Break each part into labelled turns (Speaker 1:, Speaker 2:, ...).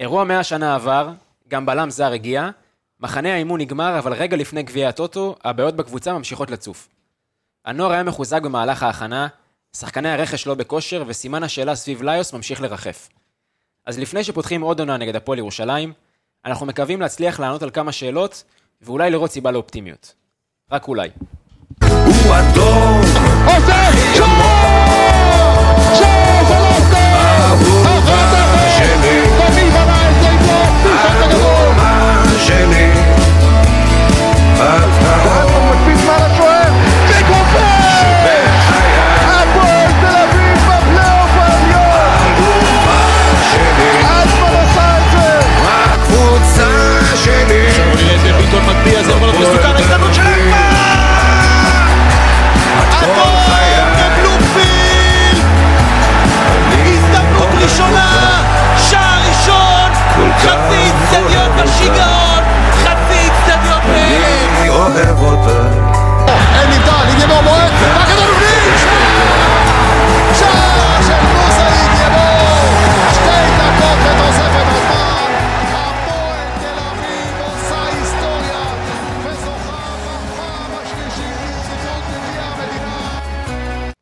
Speaker 1: אירוע 100 שנה עבר, גם בלם זר הגיע, מחנה האימון נגמר, אבל רגע לפני גביע הטוטו, הבעיות בקבוצה ממשיכות לצוף. הנוער היה מחוזק במהלך ההכנה, שחקני הרכש לא בכושר, וסימן השאלה סביב ליוס ממשיך לרחף. אז לפני שפותחים עוד עונה נגד הפועל ירושלים, אנחנו מקווים להצליח לענות על כמה שאלות, ואולי לראות סיבה לאופטימיות. רק אולי.
Speaker 2: הוא אדום,
Speaker 3: עושה שור! שור של עושה! אחת אחת!
Speaker 2: שלי.
Speaker 3: ומי בנה את זה אם לא? תשעת הגדול!
Speaker 2: מה שלי. אתה
Speaker 3: מדפיס מעל השוער! וגופר! הפועל תל אביב בפלייאוף העליון!
Speaker 2: שלי.
Speaker 3: אסמן עשה את זה!
Speaker 2: הקבוצה שלי. מסוכן, ההזדמנות של אדום,
Speaker 4: בבלומפילד! הזדמנות ראשונה, שער ראשון, חצי איצטדיון בשיגעון, חצי איצטדיון בהלם.
Speaker 2: אני אוהב אותה.
Speaker 3: אין נבדל, הגיבור מועד! והכדור בפנים! שער של מוסא הגיבור! שתי דקות ותוספת הזמן! הפועל תל אביב עושה היסטוריה וזוכה בפעם השלישית ברציפות בגביע המדינה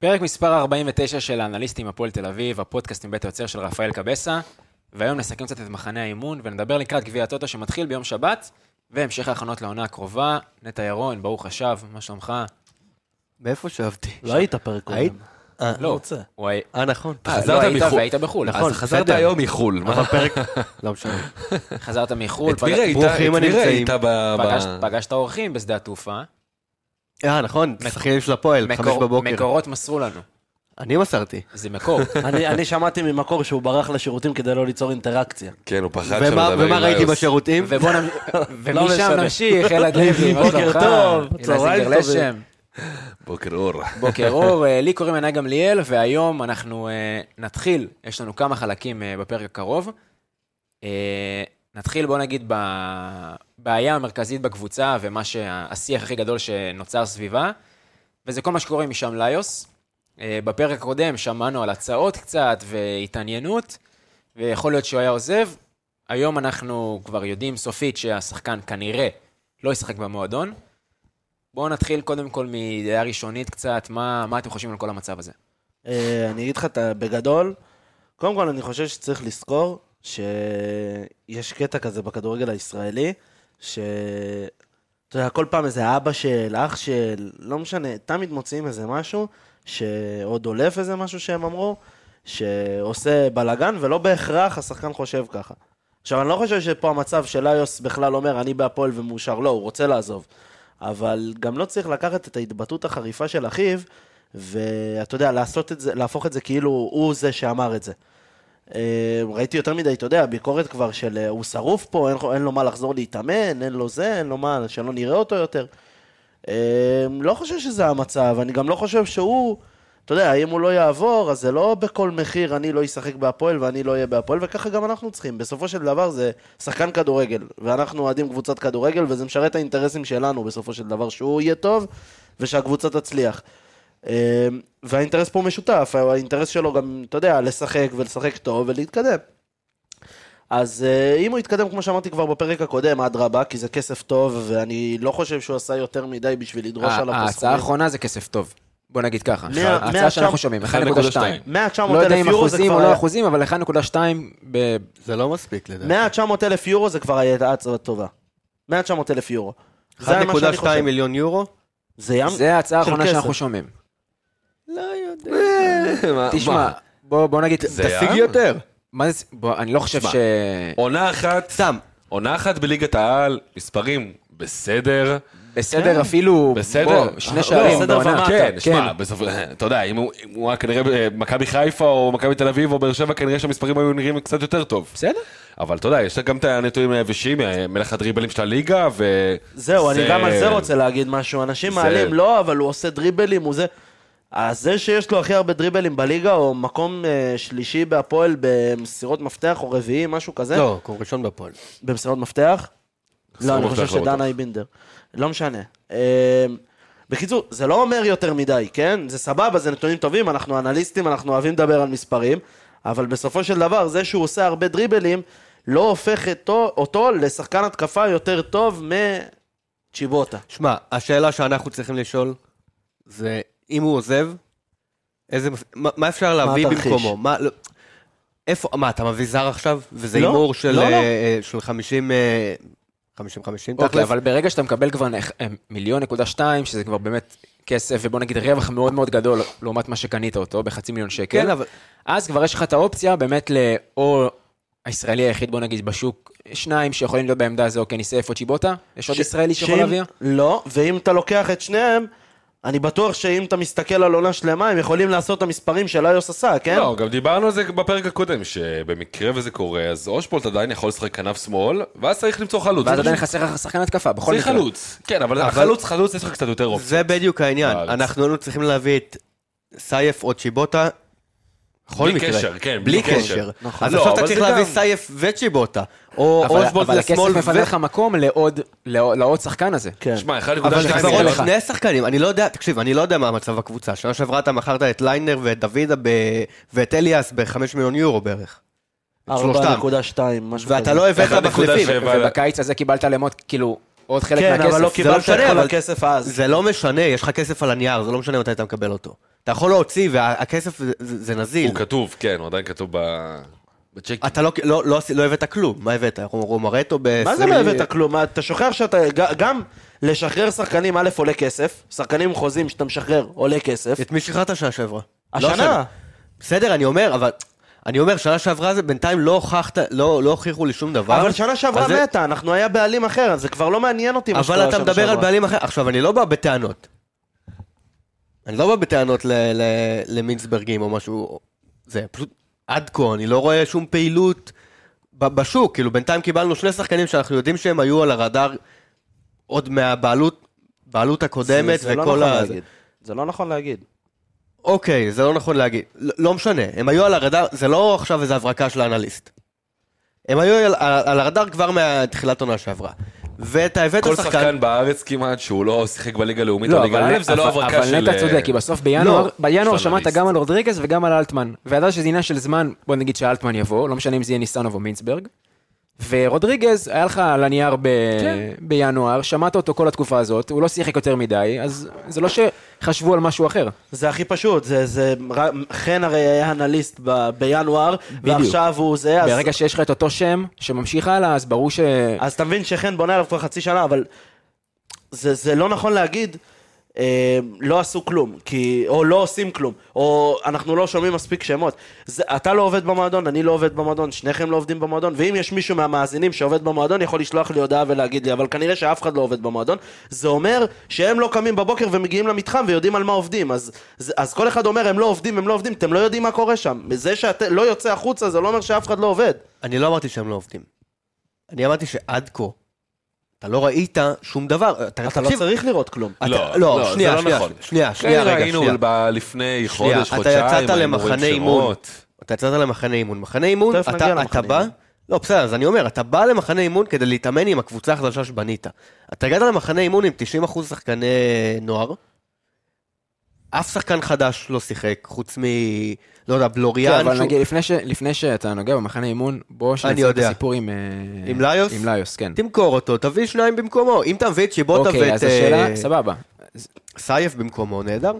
Speaker 1: פרק מספר 49 של האנליסטים הפועל תל אביב, הפודקאסט מבית היוצר של רפאל קבסה, והיום נסכם קצת את מחנה האימון ונדבר לקראת גביע הטוטו שמתחיל ביום שבת, והמשך ההכנות לעונה הקרובה. נטע ירון, ברוך השב, מה שלומך?
Speaker 5: מאיפה שאבתי?
Speaker 6: לא היית פרק קודם.
Speaker 5: היית? אה,
Speaker 1: לא,
Speaker 5: רוצה.
Speaker 1: הוא היה...
Speaker 5: אה, נכון.
Speaker 1: אה, לא
Speaker 5: חזרת
Speaker 1: היית
Speaker 5: מחו"ל.
Speaker 1: והיית בחו"ל.
Speaker 5: נכון,
Speaker 1: אז
Speaker 5: חזרת
Speaker 7: בסדר.
Speaker 5: היום.
Speaker 7: היום מחו"ל, מה?
Speaker 5: אבל פרק... לא משנה.
Speaker 1: חזרת מחו"ל,
Speaker 7: את מי ראית?
Speaker 5: ברוכים
Speaker 7: את מי
Speaker 5: הנמצאים.
Speaker 7: ראית ב... ב-
Speaker 1: פגשת- פגשת אורחים בשדה התעופה.
Speaker 5: אה, נכון, שחקנים של הפועל, חמש
Speaker 1: מקור-
Speaker 5: בבוקר.
Speaker 1: מקורות מסרו לנו.
Speaker 5: אני מסרתי.
Speaker 1: זה מקור.
Speaker 6: אני אני שמעתי ממקור שהוא ברח לשירותים כדי לא ליצור אינטראקציה.
Speaker 7: כן, הוא פחד שלא
Speaker 5: ומה
Speaker 7: לדבר עם
Speaker 5: ומה ראיתי
Speaker 7: ליוס.
Speaker 5: בשירותים?
Speaker 1: ובוא נמשיך,
Speaker 6: לא
Speaker 1: ומשם
Speaker 6: משנה.
Speaker 1: נמשיך, אלעד לוי, מה
Speaker 6: בוקר
Speaker 1: שלומך?
Speaker 6: טוב,
Speaker 1: הילה
Speaker 6: צהריים
Speaker 1: זינגר
Speaker 6: טובים.
Speaker 1: לשם.
Speaker 7: בוקר אור.
Speaker 1: בוקר אור, אה, לי קוראים עיני גמליאל, והיום אנחנו אה, נתחיל, יש לנו כמה חלקים אה, בפרק הקרוב. אה, נתחיל, בוא נגיד, בבעיה המרכזית בקבוצה ומה שהשיח הכי גדול שנוצר סביבה, וזה כל מה שקורה עם משם ליוס. אה, בפרק הקודם שמענו על הצעות קצת והתעניינות, ויכול להיות שהוא היה עוזב. היום אנחנו כבר יודעים סופית שהשחקן כנראה לא ישחק במועדון. בואו נתחיל קודם כל מדעה ראשונית קצת, מה, מה אתם חושבים על כל המצב הזה?
Speaker 6: אה, אני אגיד לך, אתה בגדול, קודם כל אני חושב שצריך לזכור שיש קטע כזה בכדורגל הישראלי, ש... אתה יודע, כל פעם איזה אבא של, אח של, לא משנה, תמיד מוצאים איזה משהו, שעוד דולף איזה משהו שהם אמרו, שעושה בלאגן, ולא בהכרח השחקן חושב ככה. עכשיו, אני לא חושב שפה המצב של איוס בכלל אומר, אני בהפועל ומאושר. לא, הוא רוצה לעזוב. אבל גם לא צריך לקחת את ההתבטאות החריפה של אחיו, ואתה יודע, לעשות את זה, להפוך את זה כאילו הוא זה שאמר את זה. אה, ראיתי יותר מדי, אתה יודע, ביקורת כבר של אה, הוא שרוף פה, אין, אין לו מה לחזור להתאמן, אין לו זה, אין לו מה, שלא נראה אותו יותר. אה, לא חושב שזה המצב, אני גם לא חושב שהוא, אתה יודע, אם הוא לא יעבור, אז זה לא בכל מחיר אני לא אשחק בהפועל ואני לא אהיה בהפועל, וככה גם אנחנו צריכים. בסופו של דבר זה שחקן כדורגל, ואנחנו אוהדים קבוצת כדורגל, וזה משרת את האינטרסים שלנו בסופו של דבר, שהוא יהיה טוב ושהקבוצה תצליח. אה, והאינטרס פה משותף, האינטרס שלו גם, אתה יודע, לשחק ולשחק טוב ולהתקדם. אז אה, אם הוא יתקדם, כמו שאמרתי כבר בפרק הקודם, אדרבה, כי זה כסף טוב, ואני לא חושב שהוא עשה יותר מדי בשביל לדרוש
Speaker 1: ה-
Speaker 6: עליו פה
Speaker 1: ההצעה האחרונה זה כסף טוב. בוא נגיד ככה,
Speaker 6: מאה- מאה
Speaker 1: ההצעה
Speaker 6: עכשיו-
Speaker 1: שאנחנו שומעים, 1.2.
Speaker 6: 100-900
Speaker 1: לא יודע
Speaker 6: אלף
Speaker 1: אם
Speaker 6: יורו זה
Speaker 1: אחוזים
Speaker 6: כבר...
Speaker 1: או לא
Speaker 6: היה-
Speaker 1: אחוזים, אבל 1.2 ב...
Speaker 5: זה לא מספיק לדעתי.
Speaker 6: 100-900 אלף יורו זה כבר הייתה הצעה טובה. 100-900 אלף יורו. זה מה שאני
Speaker 5: 1.2
Speaker 6: חושב.
Speaker 5: מיליון יורו?
Speaker 6: זה ים?
Speaker 1: זה ההצעה
Speaker 6: של
Speaker 1: האחרונה
Speaker 6: כסף.
Speaker 1: שאנחנו שומעים.
Speaker 5: לא
Speaker 6: אה,
Speaker 7: מה-
Speaker 1: תשמע,
Speaker 7: אה, מה?
Speaker 1: בוא בוא נגיד,
Speaker 7: זה
Speaker 5: תשיג
Speaker 7: היה?
Speaker 5: יותר.
Speaker 1: מה זה, בוא, אני לא חושב ש...
Speaker 7: עונה אחת,
Speaker 5: סתם.
Speaker 7: עונה אחת בליגת העל, מספרים בסדר.
Speaker 6: כן.
Speaker 1: בסדר אה, לא, אפילו,
Speaker 7: בסדר.
Speaker 1: בוא, שני שערים
Speaker 6: בסדר
Speaker 1: בעונה.
Speaker 7: כן, שמע, בסופו אתה יודע, אם הוא אם הוא היה כנראה במכבי חיפה או מכבי תל אביב או באר שבע, כנראה שהמספרים היו נראים קצת יותר טוב.
Speaker 1: בסדר.
Speaker 7: אבל אתה יודע, יש לה גם את הנתונים אה, היבשים, מלך הדריבלים של הליגה, ו...
Speaker 6: זהו,
Speaker 7: זה-
Speaker 6: אני גם על זה רוצה להגיד משהו. אנשים
Speaker 7: זה-
Speaker 6: מעלים, לא, אבל הוא עושה דריבלים, הוא זה... אז זה שיש לו הכי הרבה דריבלים בליגה, או מקום אה, שלישי בהפועל במסירות מפתח, או רביעי, משהו כזה,
Speaker 5: לא, הוא ראשון בפועל.
Speaker 6: במסירות מפתח, לא, אני
Speaker 7: מפתח
Speaker 6: חושב
Speaker 7: לא
Speaker 6: שדן
Speaker 7: בטוח.
Speaker 6: אייבינדר. לא משנה. אה, בקיצור, זה לא אומר יותר מדי, כן? זה סבבה, זה נתונים טובים, אנחנו אנליסטים, אנחנו אוהבים לדבר על מספרים, אבל בסופו של דבר, זה שהוא עושה הרבה דריבלים, לא הופך אותו, אותו לשחקן התקפה יותר טוב מצ'יבוטה.
Speaker 5: שמע, השאלה שאנחנו צריכים לשאול זה, אם הוא עוזב, איזה, מה, מה אפשר להביא
Speaker 6: התרחיש?
Speaker 5: במקומו? מה, לא, איפה, מה, אתה מביא זר עכשיו? וזה
Speaker 6: לא,
Speaker 5: הימור של,
Speaker 6: לא, לא.
Speaker 5: אה, אה, של 50... אה, 50-50
Speaker 1: אוקיי,
Speaker 5: תכלס?
Speaker 1: אבל ברגע שאתה מקבל כבר נח- אה, מיליון נקודה שתיים, שזה כבר באמת כסף, ובוא נגיד רווח מאוד מאוד גדול לעומת מה שקנית אותו בחצי מיליון שקל,
Speaker 5: כן, אבל...
Speaker 1: אז כבר יש לך את האופציה באמת ל... או הישראלי היחיד, בוא נגיד, בשוק, שניים שיכולים להיות בעמדה הזו, כן, ניסייף או צ'יבוטה? יש עוד
Speaker 6: ש-
Speaker 1: ישראלי שיכול
Speaker 6: שאם-
Speaker 1: להעביר?
Speaker 6: לא, ואם אתה לוקח את שניהם, אני בטוח שאם אתה מסתכל על עונה שלמה, הם יכולים לעשות את המספרים של איוס עשה, כן?
Speaker 7: לא, גם דיברנו על זה בפרק הקודם, שבמקרה וזה קורה, אז אושבולט עדיין יכול לשחק כנף שמאל, ואז צריך למצוא חלוץ.
Speaker 1: ואז
Speaker 7: זה
Speaker 1: עדיין
Speaker 7: פשוט-
Speaker 1: חסר לך שחקן התקפה, בכל
Speaker 7: צריך
Speaker 1: מקרה.
Speaker 7: חלוץ. כן, אבל החלוץ, חלוץ יש לך קצת יותר אופציה.
Speaker 5: זה בדיוק העניין.
Speaker 7: בארץ.
Speaker 5: אנחנו היינו צריכים להביא את סייף או צ'יבוטה. בכל
Speaker 7: בלי
Speaker 5: מקרה.
Speaker 7: קשר, כן,
Speaker 5: בלי
Speaker 7: בלי
Speaker 5: קשר.
Speaker 7: קשר.
Speaker 5: אז
Speaker 7: לא,
Speaker 5: עכשיו
Speaker 7: אבל
Speaker 5: אתה
Speaker 7: זה
Speaker 5: צריך להביא
Speaker 7: גם-
Speaker 5: סייף וצ'יבוטה. או
Speaker 1: נכון. אבל-
Speaker 5: אוסבולט
Speaker 1: אבל הכסף לא-
Speaker 5: לשמאל
Speaker 1: מפנה
Speaker 5: ו...
Speaker 1: לך מקום לעוד, לעוד- לעוד שחקן הזה.
Speaker 6: כן.
Speaker 7: שמע, 1.2
Speaker 5: אבל זה כבר
Speaker 1: נראה
Speaker 5: עוד
Speaker 1: לך.
Speaker 5: שני שחקנים, אני לא יודע, תקשיב, אני לא יודע מה המצב הקבוצה. שנה שעברה אתה מכרת את ליינר ואת דוידה ב... ואת אליאס ב-5 מיליון יורו בערך. את שלושתם.
Speaker 6: 4.2, משהו כזה.
Speaker 5: ואתה לא הבאת מחליפים.
Speaker 7: 1.7. אבל-
Speaker 1: ובקיץ הזה קיבלת למוט, כאילו, עוד חלק
Speaker 6: כן,
Speaker 1: מהכסף.
Speaker 6: אבל לא
Speaker 1: זה
Speaker 6: קיבלת את
Speaker 5: משנה,
Speaker 6: כל
Speaker 5: אבל-
Speaker 6: הכסף אז.
Speaker 5: זה לא משנה, יש לך כסף על הנייר, זה לא משנה מתי אתה מקבל אותו. אתה יכול להוציא, והכסף זה- זה זה נזיל.
Speaker 7: הוא כתוב, כן, הוא עדיין כתוב ב- בצ'קים.
Speaker 5: אתה לא, לא, לא, עשי- לא הבאת כלום, מה הבאת? רומרטו ב...
Speaker 6: מה זה לא הבאת כלום? מה, אתה שוכח שאתה... ג- גם לשחרר שחקנים, א', עולה כסף. שחקנים עם חוזים שאתה משחרר, עולה כסף.
Speaker 5: את מי שחררת שנה שעברה? לא
Speaker 6: השנה.
Speaker 5: בסדר, אני אומר, אבל... אני אומר, שנה שעברה זה בינתיים לא הוכחת, לא, לא הוכיחו לי שום דבר.
Speaker 6: אבל שנה שעברה
Speaker 5: אז זה-
Speaker 6: מתה, אנחנו היה בעלים אחר, אז זה כבר לא מעניין אותי מה שקרה
Speaker 5: אבל
Speaker 6: שנה
Speaker 5: אתה
Speaker 6: שעברה.
Speaker 5: מדבר על בעלים אחר. עכשיו, אני לא בא בטענות. אני לא בא בטענות ל- ל- למינסברגים או משהו. זה פשוט... עד כה, אני לא רואה שום פעילות ב- בשוק. כאילו, בינתיים קיבלנו שני שחקנים שאנחנו יודעים שהם היו על הרדאר עוד מהבעלות בעלות הקודמת
Speaker 6: זה- זה לא
Speaker 5: וכל
Speaker 6: נכון
Speaker 5: ה...
Speaker 6: להגיד. זה לא נכון להגיד.
Speaker 5: אוקיי, זה לא נכון להגיד. לא, לא משנה, הם היו על הרדאר, זה לא עכשיו איזו הברקה של האנליסט. הם היו על, על, על הרדאר כבר מתחילת עונה שעברה. ואתה הבאת
Speaker 7: כל
Speaker 5: שחקן...
Speaker 7: שחקן בארץ כמעט, שהוא לא שיחק בליגה הלאומית או
Speaker 1: לא,
Speaker 7: ליגה
Speaker 1: אבל,
Speaker 7: א', זה לא
Speaker 1: אבל,
Speaker 7: הברקה של...
Speaker 1: אבל נטע צודק, כי בסוף בינואר,
Speaker 5: לא,
Speaker 7: של
Speaker 1: בינואר שמעת
Speaker 7: אנליסט.
Speaker 1: גם על רודריגז וגם על אלטמן. וידע שזה עניין של זמן, בוא נגיד שאלטמן יבוא, לא משנה אם זה יהיה ניסנוב או מינסברג. ורודריגז, היה לך על הנייר ב... בינואר, שמעת אותו כל התקופה הזאת, הוא לא שיחק יותר מדי, אז זה לא שחשבו על משהו אחר.
Speaker 6: זה הכי פשוט, זה, זה, ר- חן הרי היה אנליסט ב, בינואר, ועכשיו הוא זה, אז,
Speaker 1: ברגע שיש לך את אותו שם שממשיך הלאה, אז ברור ש...
Speaker 6: אז אתה מבין שחן בונה עליו כבר חצי שנה, אבל זה, זה לא נכון להגיד, אה, לא עשו כלום, כי, או לא עושים כלום, או אנחנו לא שומעים מספיק שמות. זה, אתה לא עובד במועדון, אני לא עובד במועדון, שניכם לא עובדים במועדון, ואם יש מישהו מהמאזינים שעובד במועדון, יכול לשלוח לי הודעה ולהגיד לי, אבל כנראה שאף אחד לא עובד במועדון. זה אומר שהם לא קמים בבוקר ומגיעים למתחם ויודעים על מה עובדים. אז, אז, אז כל אחד אומר, הם לא עובדים, הם לא עובדים, אתם לא יודעים מה קורה שם. זה שאתה לא יוצא החוצה, זה לא אומר שאף אחד לא עובד.
Speaker 5: אני לא אמרתי שהם לא עובדים. אני אמרתי שעד כה, אתה לא ראית שום דבר. אתה,
Speaker 6: אתה לא
Speaker 5: תקשיב,
Speaker 6: צריך לראות כלום.
Speaker 5: אתה-
Speaker 7: לא, לא, זה
Speaker 5: שנייה,
Speaker 7: לא
Speaker 5: שנייה,
Speaker 7: נכון.
Speaker 5: שנייה, שנייה,
Speaker 7: כן,
Speaker 5: רגע,
Speaker 7: ראינו
Speaker 5: שנייה.
Speaker 7: ב- לפני
Speaker 5: שנייה,
Speaker 7: חודש,
Speaker 5: אתה
Speaker 7: חודשיים,
Speaker 5: יצאת
Speaker 7: היינו רואים
Speaker 5: למחנה אימון.
Speaker 7: שמות.
Speaker 5: אתה יצאת למחנה אימון. מחנה אימון,
Speaker 6: תכף נגיע
Speaker 5: אתה,
Speaker 6: למחנה
Speaker 5: אתה בא...
Speaker 6: אימון.
Speaker 5: לא, בסדר, אז אני אומר, אתה בא למחנה אימון כדי להתאמן עם הקבוצה החדשה שבנית. אתה הגעת למחנה אימון עם 90% שחקני נוער, אף שחקן חדש לא שיחק, חוץ מ... לא יודע,
Speaker 1: כן,
Speaker 5: בלוריאן,
Speaker 1: אבל
Speaker 5: שהוא-
Speaker 1: נגיד, לפני, ש... לפני שאתה נוגע במחנה אימון, בוא שנעשה את
Speaker 5: יודע.
Speaker 1: הסיפור עם... אה,
Speaker 5: עם ליוס?
Speaker 1: עם ליוס, כן.
Speaker 5: תמכור אותו, תביא שניים במקומו. אם אתה מביא את שיבוטה
Speaker 1: אוקיי,
Speaker 5: ואת
Speaker 1: אז השאלה,
Speaker 5: אה,
Speaker 1: סבבה.
Speaker 5: סייף במקומו, נהדר.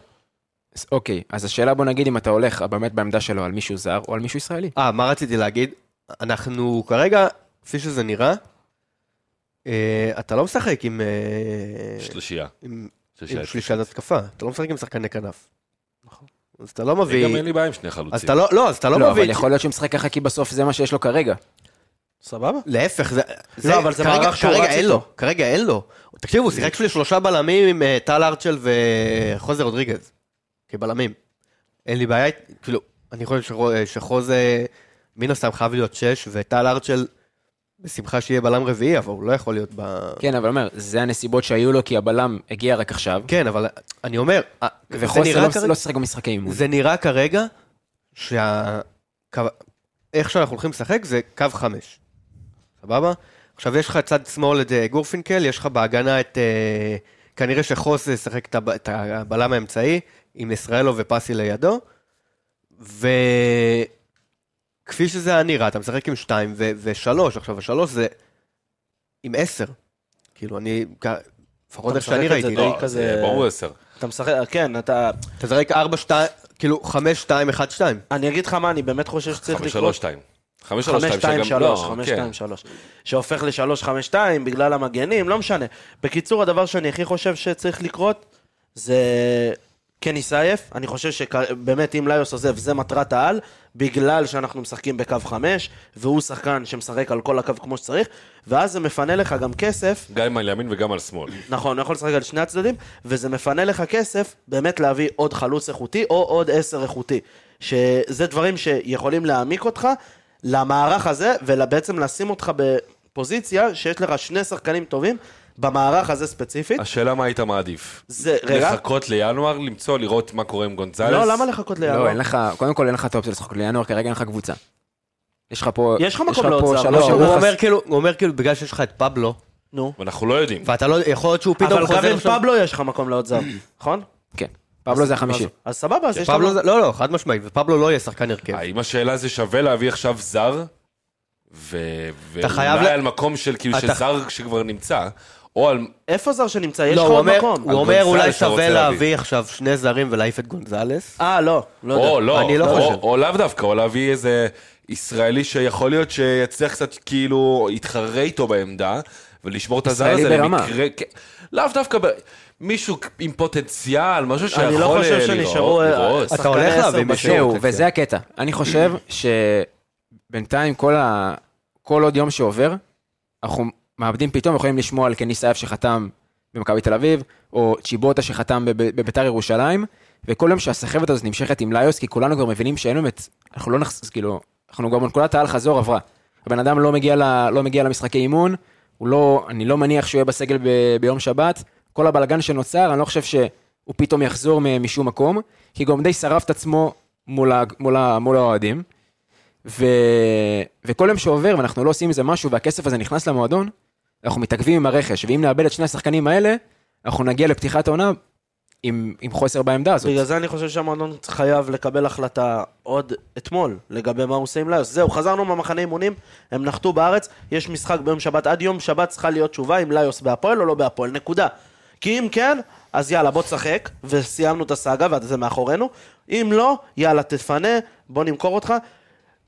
Speaker 1: אז אוקיי, אז השאלה בוא נגיד אם אתה הולך באמת בעמדה שלו על מישהו זר או על מישהו ישראלי.
Speaker 5: אה, מה רציתי להגיד? אנחנו כרגע, כפי שזה נראה, אה, אתה לא משחק עם... אה,
Speaker 7: שלישייה.
Speaker 5: עם-
Speaker 7: שלישייה.
Speaker 5: עם שלישת התקפה. אתה לא משחק עם שחקני כנף. אז אתה לא
Speaker 7: אני גם
Speaker 5: מביא...
Speaker 7: אין לי בעיה עם שני
Speaker 5: אז
Speaker 7: חלוצים.
Speaker 5: אתה לא, לא, אז אתה לא
Speaker 1: לא,
Speaker 5: מביא...
Speaker 1: אבל יכול להיות שהוא משחק ככה כי בסוף זה מה שיש לו כרגע.
Speaker 6: סבבה?
Speaker 5: להפך, זה...
Speaker 6: לא, אבל זה
Speaker 5: כרגע-
Speaker 6: מערך שהוא
Speaker 5: כרגע
Speaker 6: רץ
Speaker 5: אין
Speaker 6: איתו.
Speaker 5: לו, כרגע אין לו. תקשיבו, הוא שיחק שלי שלושה בלמים עם אה, טל ארצ'ל וחוזה רודריגז. כבלמים. אין לי בעיה, כאילו, אני חושב שרו- אה, שחוזה מן הסתם חייב להיות שש, וטל ארצ'ל בשמחה שיהיה בלם רביעי, אבל הוא לא יכול להיות ב...
Speaker 1: כן, אבל אומר, זה הנסיבות שהיו לו כי הבלם הגיע רק עכשיו,
Speaker 5: כן, אבל אני אומר, אה, זה
Speaker 1: וחוסר
Speaker 5: נראה
Speaker 1: לא-
Speaker 5: כרגע-
Speaker 1: לא שיחק במשחקי אימון.
Speaker 5: זה נראה כרגע שה... קו- איך שאנחנו הולכים לשחק זה קו חמש, סבבה? עכשיו יש לך צד שמאל את אה, גורפינקל, יש לך בהגנה את... אה, כנראה שחוס ישחק את הב- את הבלם האמצעי, עם ישראלו ופסי לידו, ו... כפי שזה היה נראה, אתה משחק עם שתיים ו- ושלוש, עכשיו השלוש זה עם עשר. כאילו, אני, כ- לפחות
Speaker 6: אתה
Speaker 5: איך שאני
Speaker 6: משחק את זה
Speaker 5: ראיתי,
Speaker 6: די
Speaker 5: לא?
Speaker 7: לא,
Speaker 6: כזה-
Speaker 7: זה ברור עשר.
Speaker 6: אתה משחק, כן, אתה...
Speaker 5: אתה זרק ארבע, שתיים, כאילו, חמש, שתיים, אחד, שתיים.
Speaker 6: אני אגיד לך מה, אני באמת חושב שצריך
Speaker 7: חמש,
Speaker 6: לקרות
Speaker 7: שלוש, שתיים. חמש, שלוש, שתיים.
Speaker 6: 5-2-3,
Speaker 7: שגם- לא, כן.
Speaker 6: 5-2-3, שהופך ל-3-5-2 בגלל המגנים, לא משנה. בקיצור, הדבר שאני הכי חושב שצריך לקרות זה קני סייף. אני חושב שבאמת אם ליוס עוזב, זה מטרת העל, בגלל שאנחנו משחקים בקו 5, והוא שחקן שמשחק על כל הקו כמו שצריך, ואז זה מפנה לך גם כסף
Speaker 7: כן. גם על ימין וגם על שמאל.
Speaker 6: נכון, הוא יכול לשחק על שני הצדדים, וזה מפנה לך כסף באמת להביא עוד חלוץ איכותי או עוד עשר איכותי. שזה דברים שיכולים להעמיק אותך למערך הזה, ובעצם לשים אותך בפוזיציה שיש לך שני שחקנים טובים במערך הזה ספציפית.
Speaker 7: השאלה מה היית מעדיף?
Speaker 6: זה, רגע,
Speaker 7: לחכות לינואר, למצוא, לראות מה קורה עם גונזלס?
Speaker 6: לא, למה לחכות
Speaker 1: לא,
Speaker 6: לינואר?
Speaker 1: אין לך, קודם כל אין לך את האופציה לשחק לינואר, כרגע אין לך קבוצה. יש לך פה...
Speaker 6: יש לך מקום לאוצר,
Speaker 1: פה
Speaker 6: לא,
Speaker 1: שלוש
Speaker 5: לא, הוא
Speaker 1: אירופה-
Speaker 5: אומר כאילו, הוא אומר כאילו, בגלל שיש לך את פבלו,
Speaker 6: נו.
Speaker 7: ואנחנו לא יודעים.
Speaker 5: ואתה לא, יכול להיות שהוא פתאום
Speaker 6: אבל גם
Speaker 5: חוזר
Speaker 6: עם
Speaker 5: עכשיו...
Speaker 6: פבלו יש לך מקום לעוד זר, נכון?
Speaker 1: כן, פבלו זה החמישי.
Speaker 6: אז- אז סבבה, אז יש לך...
Speaker 5: פבלו, זה- לא, לא, חד משמעית, ופבלו לא יהיה שחקן הרכב.
Speaker 7: האם השאלה זה שווה להביא עכשיו זר? ו-
Speaker 5: חייב
Speaker 7: ואולי
Speaker 5: ל-
Speaker 7: על מקום של כאילו
Speaker 5: אתה-
Speaker 7: של זר שכבר נמצא, או על...
Speaker 6: איפה זר שנמצא? יש
Speaker 5: לא,
Speaker 6: לך
Speaker 5: הוא
Speaker 6: עוד
Speaker 5: אומר-
Speaker 6: מקום.
Speaker 5: הוא
Speaker 7: על
Speaker 5: אומר אולי
Speaker 7: גונזלס אתה
Speaker 5: שווה
Speaker 7: רוצה
Speaker 5: להביא
Speaker 7: להביא.
Speaker 5: עכשיו שני זרים ולהעיף את גונזלס.
Speaker 6: אה, לא, לא יודע.
Speaker 7: או לא,
Speaker 5: אני לא
Speaker 7: או-
Speaker 5: חושב.
Speaker 7: או לאו דווקא, או להביא איזה ישראלי שיכול להיות שיצליח קצת כאילו, יתחרה איתו בעמדה, ולשמור את הזר
Speaker 1: ישראלי
Speaker 7: הזה
Speaker 1: ברמה.
Speaker 7: למקרה... כן, לאו דווקא, ב- מישהו עם פוטנציאל, משהו שיכול
Speaker 6: אני לא חושב
Speaker 7: אה, לראות-
Speaker 6: שנשארו, אה,
Speaker 7: לראות.
Speaker 5: אתה הולך
Speaker 6: עשר
Speaker 5: להביא מישהו.
Speaker 1: זהו,
Speaker 5: אוקיי.
Speaker 1: וזה הקטע. אני חושב שבינתיים כל ה- כל עוד יום שעובר, אנחנו מאבדים פתאום, יכולים לשמוע על קני סייף שחתם במכבי תל אביב, או צ'יבוטה שחתם בב- בביתר ירושלים, וכל יום שהסחבת הזאת נמשכת עם ליוס, כי כולנו כבר מבינים שאין באמת, אנחנו לא נחס... כאילו, אנחנו גם מנקודת העל חזור עברה. הבן אדם לא מגיע, ל... לא מגיע למשחקי אימון, הוא לא, אני לא מניח שהוא יהיה בסגל ב... ביום שבת, כל הבלגן שנוצר, אני לא חושב שהוא פתאום יחזור מ... משום מקום, כי גם די שרף את עצמו מול, ה... מול, ה... מול האוהדים. ו... וכל יום שעובר ואנחנו לא עושים עם זה משהו והכסף הזה נכנס למועדון, אנחנו מתעכבים עם הרכש, ואם נאבד את שני השחקנים האלה, אנחנו נגיע לפתיחת העונה עם, עם חוסר בעמדה הזאת.
Speaker 6: בגלל זה אני חושב שהמועדון חייב לקבל החלטה עוד אתמול לגבי מה הוא עושה עם ליוס. זהו, חזרנו מהמחנה אימונים, הם נחתו בארץ, יש משחק ביום שבת, עד יום שבת צריכה להיות תשובה אם ליוס בהפועל או לא בהפועל, נקודה. כי אם כן, אז יאללה, בוא תשחק, וסיימנו את הסאגה וזה מאחורינו. אם לא, יאללה, תפנה, בוא נמכור אותך.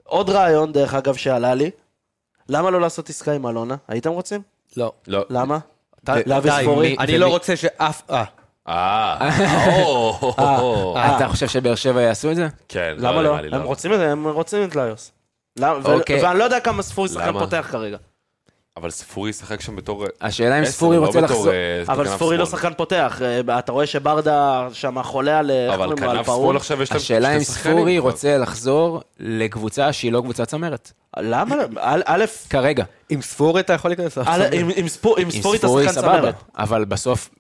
Speaker 6: עוד רעיון, דרך אגב, שעלה לי, למה לא לעשות עסקה עם אלונה? הייתם רוצים?
Speaker 5: לא.
Speaker 7: לא.
Speaker 6: למה?
Speaker 5: די,
Speaker 6: להביא
Speaker 5: די,
Speaker 6: ספורי.
Speaker 5: מי- אני
Speaker 6: ומי-
Speaker 5: לא רוצה שאף... אה.
Speaker 7: אה, או, או, או, או.
Speaker 1: לא. אה, אתה חושב שבאר שבע יעשו את זה?
Speaker 7: כן,
Speaker 6: אה. למה
Speaker 7: יודע
Speaker 6: לא?
Speaker 7: מה לי
Speaker 6: הם רוצים את זה, הם רוצים את ליוס. למה- ו-
Speaker 1: אוקיי.
Speaker 6: ואני לא יודע כמה ספורי שחקן
Speaker 7: למה?
Speaker 6: פותח כרגע.
Speaker 7: אבל ספורי ישחק שם בתור...
Speaker 1: השאלה אם
Speaker 7: עשר,
Speaker 1: ספורי
Speaker 7: לא
Speaker 1: רוצה
Speaker 7: בתור,
Speaker 1: לחזור...
Speaker 7: אה,
Speaker 6: אבל
Speaker 7: כנף
Speaker 6: ספורי לא
Speaker 7: שמאל.
Speaker 6: שחקן פותח, אה, אתה רואה שברדה שם חולה על... אה, איך
Speaker 7: אבל
Speaker 6: קוראים לו? על
Speaker 7: כנף
Speaker 6: פאול?
Speaker 7: שמאל עכשיו יש להם
Speaker 1: השאלה
Speaker 7: שני
Speaker 1: אם
Speaker 7: שחקנים
Speaker 1: ספורי
Speaker 7: כבר.
Speaker 1: רוצה לחזור לקבוצה שהיא לא קבוצה צמרת.
Speaker 6: למה? לא? א', א',
Speaker 1: כרגע.
Speaker 5: עם ספורי אתה יכול להיכנס
Speaker 6: א',
Speaker 5: עכשיו.
Speaker 6: עם- עם ספור- עם
Speaker 1: אם
Speaker 6: ספורי אתה שחקן
Speaker 1: סבבה,
Speaker 6: צמרת.
Speaker 1: אבל בסוף...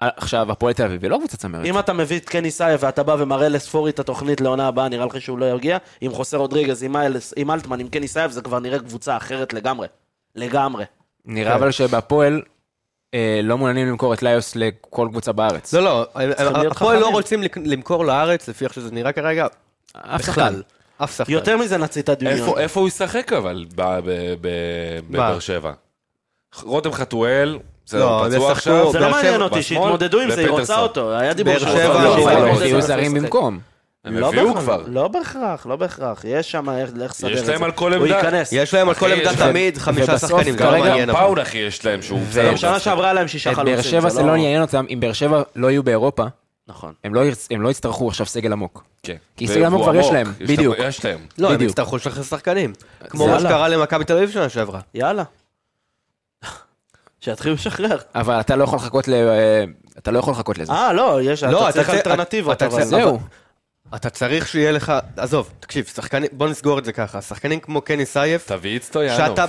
Speaker 1: עכשיו, הפועל תל אביב היא לא קבוצה צמרת.
Speaker 6: אם אתה מביא את קני סייף ואתה בא ומראה לספורי את התוכנית לעונה הבאה, נראה לך שהוא לא יגיע? עם חוסר רודריגז, עם איילס- עם אלטמן, עם קני סייף, זה כבר נראה קבוצה אחרת לגמרי. לגמרי.
Speaker 1: נראה
Speaker 6: כן.
Speaker 1: אבל שבהפועל אה, לא מעוניינים למכור את ליוס לכל קבוצה בארץ.
Speaker 5: לא, לא,
Speaker 6: להיות
Speaker 5: הפועל לא
Speaker 6: חכמים.
Speaker 5: רוצים לק- למכור לארץ, לפי איך שזה נראה כרגע,
Speaker 1: אף שחקן.
Speaker 5: בכלל. אף שחקן.
Speaker 6: יותר מזה נצית את הדמיון.
Speaker 7: איפה- איפה הוא ישחק אבל ב- ב- ב-
Speaker 5: מה?
Speaker 7: בבאר שבע? רותם חטואל,
Speaker 5: לא,
Speaker 7: בסדר, הוא
Speaker 5: זה
Speaker 7: פצוע
Speaker 5: שחקו-
Speaker 7: עכשיו.
Speaker 6: זה לא
Speaker 5: באר
Speaker 6: מעניין
Speaker 5: שבע
Speaker 6: אותי,
Speaker 7: בשמאל,
Speaker 6: שיתמודדו עם זה, היא רוצה
Speaker 7: ופטרסון.
Speaker 6: אותו. היה דיבור
Speaker 5: באר
Speaker 6: שהוא
Speaker 5: שבע,
Speaker 6: רוצה
Speaker 5: לא,
Speaker 6: אותו,
Speaker 5: אבל
Speaker 6: אבל
Speaker 1: אבל
Speaker 5: לא,
Speaker 6: הוא
Speaker 1: הביאו
Speaker 6: רוצה
Speaker 1: זרים
Speaker 6: לשחק.
Speaker 1: במקום.
Speaker 7: הם הביאו
Speaker 6: בהכרח,
Speaker 7: כבר.
Speaker 6: לא בהכרח, לא בהכרח. יש שם איך איך לסדר את
Speaker 7: יש
Speaker 6: זה.
Speaker 7: להם על כל
Speaker 6: הוא
Speaker 7: עמדה.
Speaker 6: ייכנס.
Speaker 5: יש להם על כל
Speaker 7: אחי,
Speaker 5: עמדה
Speaker 7: יש להם-
Speaker 5: תמיד חמישה
Speaker 1: ובסוף
Speaker 5: שחקנים, זה לא
Speaker 1: כרגע
Speaker 5: מעניין.
Speaker 7: כרגע
Speaker 5: אבל.
Speaker 7: פאון אחי יש להם שהוא בסדר.
Speaker 6: גם שנה שעברה להם שישה
Speaker 1: את
Speaker 6: חלוצים.
Speaker 1: באר שבע זה לא עניין אותם, אם באר שבע לא יהיו באירופה,
Speaker 6: נכון.
Speaker 1: הם לא ירצ- הם לא יצטרכו עכשיו סגל עמוק.
Speaker 7: כן.
Speaker 1: כי סגל עמוק
Speaker 7: והוא
Speaker 1: כבר יש
Speaker 7: עמוק,
Speaker 1: להם, בדיוק.
Speaker 7: יש להם.
Speaker 5: לא, הם
Speaker 1: בדיוק.
Speaker 5: יצטרכו לשחרר שחקנים. כמו
Speaker 1: יאללה.
Speaker 5: מה שקרה למכבי תל אביב שנה שעברה.
Speaker 6: יאללה. שיתחילו לשחרר.
Speaker 1: אבל אתה לא יכול לחכות ל... אה, אתה לא יכול לחכות לזה.
Speaker 6: אה, לא, יש,
Speaker 5: לא,
Speaker 6: אתה צריך
Speaker 5: אתה-
Speaker 6: אלטרנטיבות,
Speaker 5: אתה-
Speaker 6: אבל...
Speaker 5: אתה-
Speaker 1: זהו.
Speaker 5: אתה צריך שיהיה לך, עזוב, תקשיב, שחקנים, בוא נסגור את זה ככה, שחקנים כמו קני סייף,
Speaker 7: תביא את סטויאנוב.
Speaker 5: שאתה,